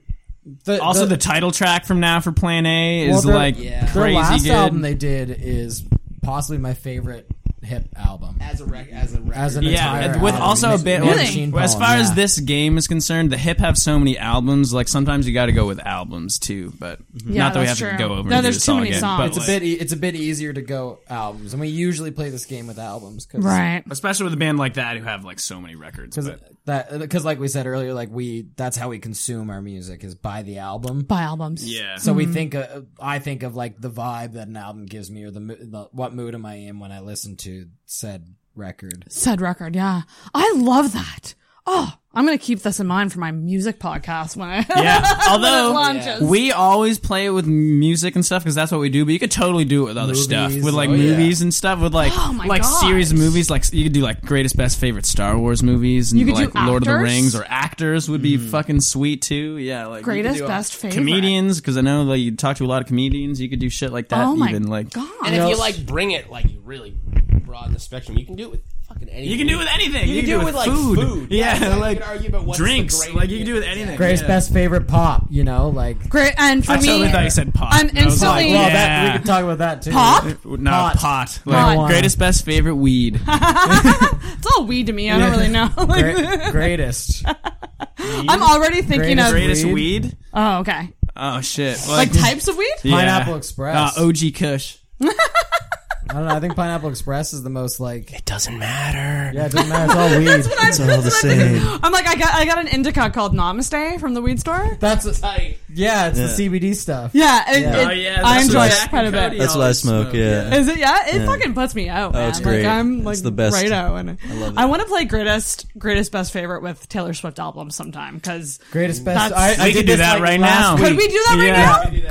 C: also, the title track from Now for Plan A
H: well,
C: is
H: their-
C: like
D: Yeah.
H: their
C: crazy
H: last
C: good.
H: album they did is possibly my favorite hip album.
D: As a rec- as a record.
H: As an
C: yeah,
H: entire
C: with
H: album.
C: also a
H: It's-
C: bit.
H: it's
I: Really?
H: Gene
C: as
H: Paul,
C: far as
H: yeah.
C: this game is concerned, the hip have so many albums. Like sometimes you got to go with albums too, but not that we have
I: that's
C: to
I: true.
C: go over.
I: No,
C: and do
I: there's
C: this
I: too
C: all
I: many
C: again,
I: songs.
C: but,
I: It's
H: it's
I: a
H: a
C: like-
H: bit e- it's a bit easier to go albums, and we usually play this game with albums, cause,
I: Right.
C: especially with a band like that who have like so many records.
H: Because
C: but-
H: that, because like we said earlier, like we that's how we consume our music is by the album.
I: By albums.
C: yeah,
H: So we think, uh, I think of like the vibe that an album gives me, or the, mo- the what mood am I in when I listen to said record.
I: Said record. Yeah. I love that. Oh, I'm going to keep this in mind for my music podcast when I.
C: yeah.
I: it
C: Although
I: launches.
C: we always play it with music and stuff because that's what we do. But you could totally do it with other stuff, with
D: Oh,
C: like movies and stuff, with like
I: Oh my
C: like
I: God.
C: series of movies. Like you could do like greatest best favorite Star Wars movies, and
I: You could do
C: like Lord of the
I: actors.
C: Rings or actors would
D: Mm.
C: be fucking sweet too. Yeah, like you could
I: Greatest
C: do, uh,
I: best favorite.
C: comedians because I know like you talk to a lot of comedians. You could do shit like that.
I: Oh my
C: even like
I: God.
D: And if you like bring it, like you really broaden the spectrum, you can do it with fucking anything.
C: You can do it with anything.
D: You,
C: You
D: can do it with like
C: food.
D: food.
C: Yeah,
D: exactly.
C: like,
D: you can argue about what's
C: drinks.
D: The
C: Like, you can do it with anything.
H: Gray's
C: Yeah.
H: best favorite pop, you know, like
I: Great, and for
C: I
I: me,
C: totally thought you said pot.
I: I'm
C: And I was
I: instantly.
C: like,
H: Well,
C: yeah.
H: that- we could talk about that too.
I: Pop?
C: No,
H: Pot.
C: pot. Like,
I: Pot.
C: Greatest, best, favorite weed.
I: It's all weed to me. I don't really know.
H: Great- greatest.
I: I'm already thinking
C: Greatest
I: of
C: Greatest weed? weed?
I: Oh, okay.
C: Oh shit!
I: Like types of weed?
H: Pineapple Express.
C: Uh, OG Kush.
H: I don't know. I think Pineapple Express is the most like. It
D: doesn't matter.
H: Yeah, it doesn't matter. It's all weed.
I: That's what I'm- It's all the that's what I'm
H: same.
I: I'm like, I got I got an indica called Namaste from the weed store.
H: That's
D: tight.
H: Yeah, it's
J: Yeah.
H: the CBD stuff.
I: Yeah, it-
C: Oh,
I: it- I enjoy it quite a bit.
J: That's what I smoke. yeah.
I: Is it? Yeah, it
J: Yeah.
I: fucking puts me out.
J: Oh,
I: man.
J: it's great.
I: Like, I'm
J: It's
I: like
J: the best.
I: righto, and
J: I love it.
I: I want to play greatest, greatest, best favorite with Taylor Swift albums sometime because
H: Greatest best. I, I
C: We
H: did
C: could do
H: this,
C: that
H: like,
C: right now.
H: last week.
C: Could we do that right Yeah. now? We could do that.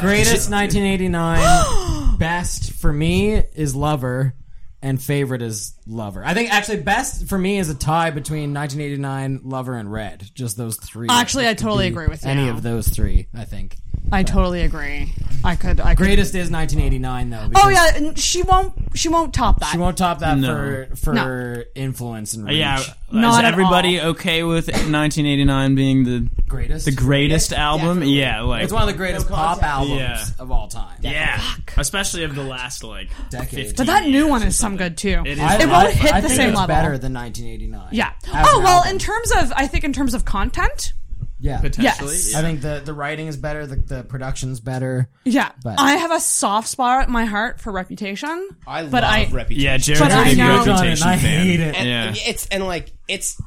H: Greatest 1989. best for me is Lover, and favorite is Lover. I think actually best for me is a tie between 1989, Lover, and Red. Just those three.
I: Actually, I
H: It could
I: totally
H: be
I: agree with you.
H: Any of those three, I think.
I: I totally agree. I could. I could.
H: Greatest is 1989 though.
I: Oh
H: because
I: yeah, and she won't. She won't top that.
H: She won't top that
C: No.
H: for for
I: No.
H: influence and
C: Uh,
H: reach.
C: yeah,
I: Not
C: is
I: at
C: everybody okay with 1989 being the
H: greatest,
C: the greatest album? Yeah, like
H: it's one of the greatest pop albums
C: Yeah.
H: of all time.
C: Yeah, especially of the last like decade.
I: But that new one is some good too. It,
C: is I-
I: won't
H: I-
I: hit
H: I
I: the
H: think
I: same
H: it's
I: level.
H: Better than 1989.
I: yeah.
H: As
I: Oh
H: an
I: well,
H: album.
I: in terms of, I think in terms of content,
H: yeah,
I: Potentially, Yes. yeah.
H: I think the the writing is better. The, the production's better.
I: yeah,
H: But-
I: I have a soft spot in my heart for Reputation.
D: I
I: but
D: love
I: I,
D: Reputation.
C: Yeah, Jared's
I: But
C: a
I: I
C: big
I: know-
C: Reputation
H: I
C: fan.
H: hate it.
C: Yeah.
D: And it's and like it's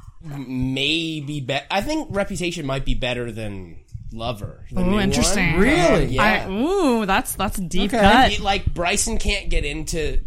D: maybe better. I think Reputation might be better than Lover. the
I: Ooh,
D: new one.
I: interesting.
H: Really?
D: Yeah.
I: I, ooh, that's that's a deep
H: Okay.
I: cut.
D: He- like Bryson can't get into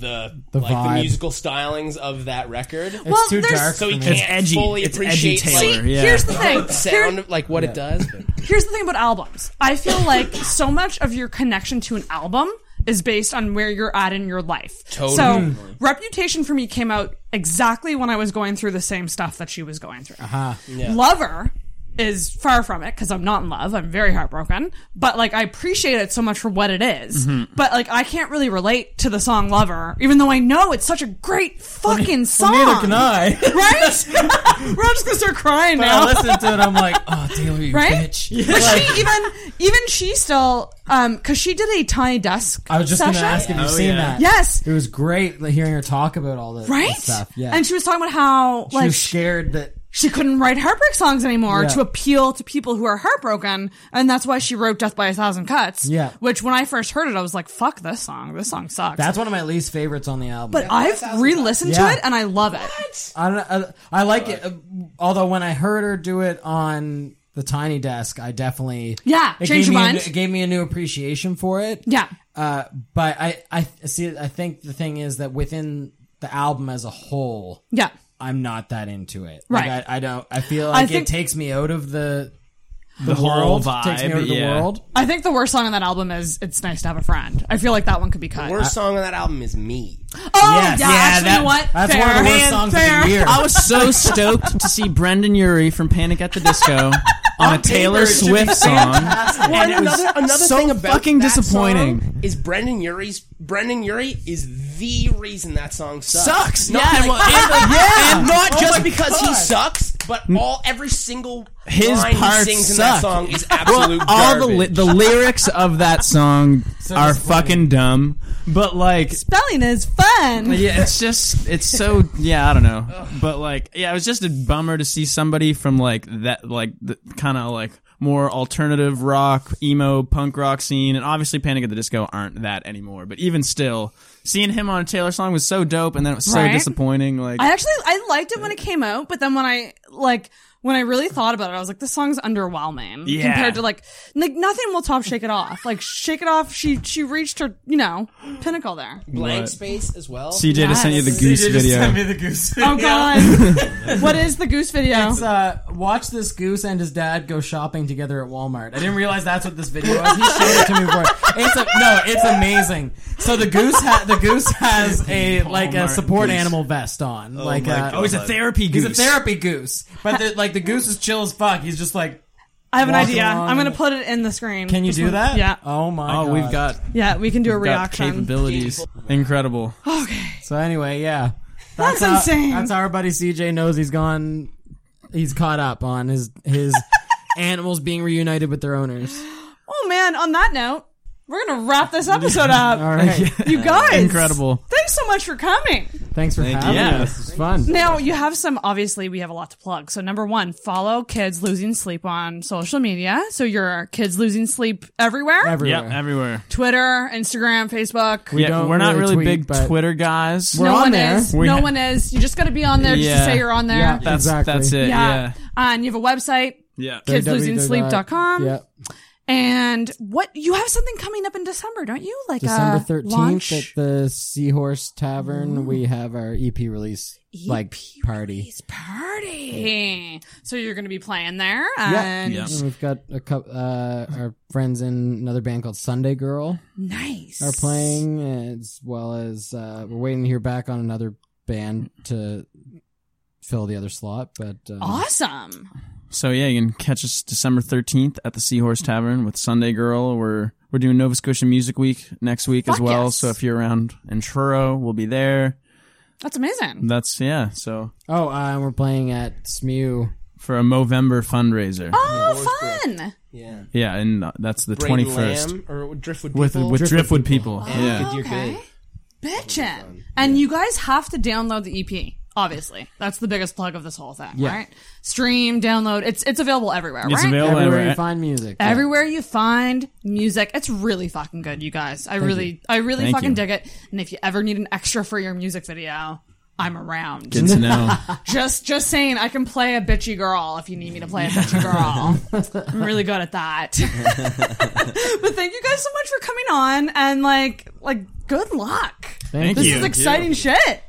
D: the,
H: The
D: like
H: vibe.
D: the musical stylings of that record.
H: It's too dark.
D: so he
H: for
D: can't
H: me.
C: edgy.
D: fully
C: It's edgy
D: appreciate
C: Taylor,
D: like,
C: yeah.
I: Here's the thing.
D: the sound
I: Here-
D: of like what it does. but-
I: here's the thing about albums. I feel like so much of your connection to an album is based on where you're at in your life.
D: Totally.
I: So,
D: Mm.
I: Reputation for me came out exactly when I was going through the same stuff that she was going through.
H: Uh-huh.
I: Lover is far from it because I'm not in love. I'm very heartbroken, but like I appreciate it so much for what it is.
G: Mhm.
H: Mm-hmm.
I: But like I can't really relate to the song Lover, even though I know it's such a great fucking song.
H: neither can I.
I: right? We're all just gonna start crying
H: When
I: now.
H: I uh, listen to it, I'm like, oh, Taylor, you
I: Right?
H: bitch.
I: But she even even she still um because she did a tiny desk.
H: I was just going to
I: session.
H: ask
C: Oh,
H: if you've seen that.
I: Yes.
H: It was great like, hearing her talk about all this
I: Right?
H: stuff. Yeah.
I: And she was talking about how
H: She
I: like
H: was scared that
I: she couldn't write heartbreak songs anymore
H: Yeah.
I: to appeal to people who are heartbroken, and that's why she wrote "Death by a Thousand Cuts."
H: Yeah.
I: Which when I first heard it, I was like, "Fuck this song! This song sucks."
H: that's one of my least favorites on the album.
I: but I've re-listened
H: Yeah.
I: to it and I love it.
H: I don't. I, I like it. uh, Although when I heard her do it on the tiny desk, I definitely
I: Yeah,
H: it
I: changed your
H: gave me a
I: mind.
H: new- it gave me a new appreciation for it.
I: Yeah.
H: Uh, but I, I see. I think the thing is that within the album as a whole,
I: Yeah.
H: I'm not that into it.
I: Right.
H: Like I, I don't. I feel
I: I
H: like
I: think-
H: it takes me out of the
C: The
H: the,
C: whole
H: world. Takes me
C: vibe,
H: out of the
C: yeah.
H: world.
I: I think the worst song on that album is "It's Nice to Have a Friend." I feel like that one could be cut.
D: Worst song on that album is Me.
I: Oh
C: Yes.
I: yeah,
C: Yeah, that-
I: actually, you know what?
H: That's
I: Fair.
H: one of the worst
I: Man,
H: songs
I: fair.
H: of the year.
C: I was so stoked to see Brendan Urie from Panic at the Disco on a Taylor Swift song.
D: Well,
C: And
D: and
C: it was
D: another another
C: so
D: thing about
C: fucking
D: that
C: disappointing.
D: song is Brendan Urie's Brendan Urie is the reason that song sucks.
C: Sucks.
D: Not
C: Yeah,
D: like-
C: well, and-
D: like-
C: yeah.
D: and not
C: Oh
D: just
C: my
D: because he
C: God.
D: sucks, but all every single
C: Mm. His
D: line he
C: parts
D: sings in
C: suck.
D: that song is absolute
C: well, all the
D: garbage.
C: li- the lyrics of that song are fucking dumb, but like
I: Spelling is fun.
C: yeah, it's just it's so yeah, I don't know. But like yeah, it was just a bummer to see somebody from like that like the kind of like more alternative rock, emo, punk rock scene, and obviously Panic at the Disco aren't that anymore. But even still, seeing him on a Taylor song was so dope, and then it was so
I: Right?
C: disappointing. Like
I: I actually I liked it when it came out, but then when I like when I really thought about it, I was like, this song's underwhelming
C: Yeah.
I: compared to like like nothing will top Shake It Off. Like Shake It Off, she she reached her you know pinnacle there.
D: blank
C: What?
D: space as well.
C: CJ just sent you the
I: Yes.
C: goose
H: CJ just
C: video.
H: sent me the goose
I: Oh god, what is the goose video?
H: It's uh, watch this goose and his dad go shopping together at Walmart. I didn't realize that's what this video was. He showed it to me before. It's a, no, it's amazing. So the goose ha- the goose has a like a
C: Walmart
H: support
C: goose.
H: animal vest on.
C: Oh
H: like
C: my
H: uh,
C: God. Oh, he's a therapy
H: He's a
C: goose.
H: therapy goose, but the, like the goose is chill as fuck. He's just like.
I: I have an
H: walking
I: idea.
H: along
I: I'm gonna
H: and-
I: put it in the screen.
H: Can you
I: Just
H: do
I: one-
H: that?
I: Yeah,
H: Oh my.
C: oh,
H: God.
C: we've got
I: yeah, we can do a
C: got
I: reaction.
C: capabilities. Incredible.
I: Okay,
H: So anyway, yeah.
I: That's
H: how-
I: insane.
H: That's how our buddy CJ knows he's gone. He's caught up on his his animals being reunited with their owners.
I: Oh man, on that note, we're gonna wrap this episode up.
H: All right.
I: You guys
H: Incredible.
I: Thanks so much for coming.
H: Thanks for
C: Thank you.
H: having
C: Yeah.
H: us. This is fun.
I: Now you have some obviously we have a lot to plug. So number one, follow kids losing sleep on social media. So you're kids losing sleep everywhere.
C: Everywhere. Yep, everywhere.
I: Twitter, Instagram, Facebook.
C: We are not really,
H: tweet,
C: big
H: but-
C: Twitter guys.
I: no one is.
C: We-
I: no one is. You just gotta be on there just
C: Yeah.
I: to say you're on there. Uh,
C: Yeah, That's- exactly. that's it, yeah.
I: And you have a website.
C: Yeah.
I: Kidslosingsleep.com.
H: Yep.
I: And what you have something coming up in December, don't you? Like
H: December
I: a
H: thirteenth
I: uh, launch?
H: at the Seahorse Tavern, we have our EP release
I: E
H: like party.
I: party. So you're going to be playing there,
H: Yeah.
I: and
H: And we've got a couple. Uh, our friends in another band called Sunday Girl.
I: Nice.
H: Are playing as well as uh, we're waiting to hear back on another band to fill the other slot. But um,
I: awesome.
C: So yeah, you can catch us December thirteenth at the Seahorse Tavern with Sunday Girl. We're we're doing Nova Scotia Music Week next week as
I: Fuck
C: well.
I: yes.
C: So if you're around in Truro, we'll be there.
I: That's amazing.
C: That's yeah. So
H: Oh, uh, we're playing at SMU
C: for a Movember fundraiser.
I: Oh, fun.
D: Yeah.
C: Yeah, and uh, that's the
D: Braden
C: twenty first.
D: Lamb or Driftwood
C: with
D: People?
C: with
D: Driftwood
C: Driftwood people.
D: People.
C: Yeah.
D: Oh, You're
I: okay.
D: good.
I: Bitchin'. And you guys have to download the EP. Obviously, that's the biggest plug of this whole thing,
H: Yeah.
I: right? Stream, download. It's it's available everywhere,
H: It's
I: right?
H: available Everywhere everywhere. you find music, yeah.
I: Everywhere you find music, it's really fucking good, you guys. I
H: Thank
I: really,
H: you.
I: I really
H: Thank
I: fucking
H: you.
I: dig it. And if you ever need an extra for your music video, I'm around.
C: Good to know.
I: just just saying, I can play a bitchy girl if you need me to play a bitchy girl. I'm really good at that. but thank you guys so much for coming on and like like good luck.
H: Thank
I: this
H: you.
I: is exciting shit.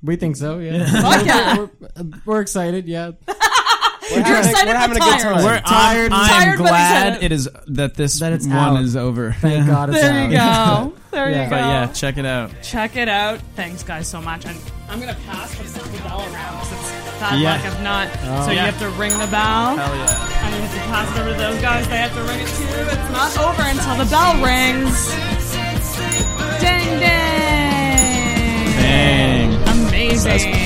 H: we think so. Yeah,
I: Fuck yeah.
H: we're, we're, we're excited. Yeah,
I: You're excited but tired.
C: We're
H: Tired.
C: tired. I'm,
H: Tired, but
C: glad it is that this one
H: out.
C: is over.
H: Thank God it's
I: There you out. go. Oh, There you
C: But
I: go.
C: yeah, check it out.
I: Check it out. Thanks guys so much. And I'm gonna pass but send the bell around 'cause it's bad
C: Yeah.
I: luck if not.
C: Oh.
I: so you
C: Yeah.
I: have to ring the
C: Hell
I: bell.
C: yeah.
I: And you have to pass it over to those guys. They have to ring it too. It's not over until the bell rings. Ding ding.
C: Dang.
I: Amazing.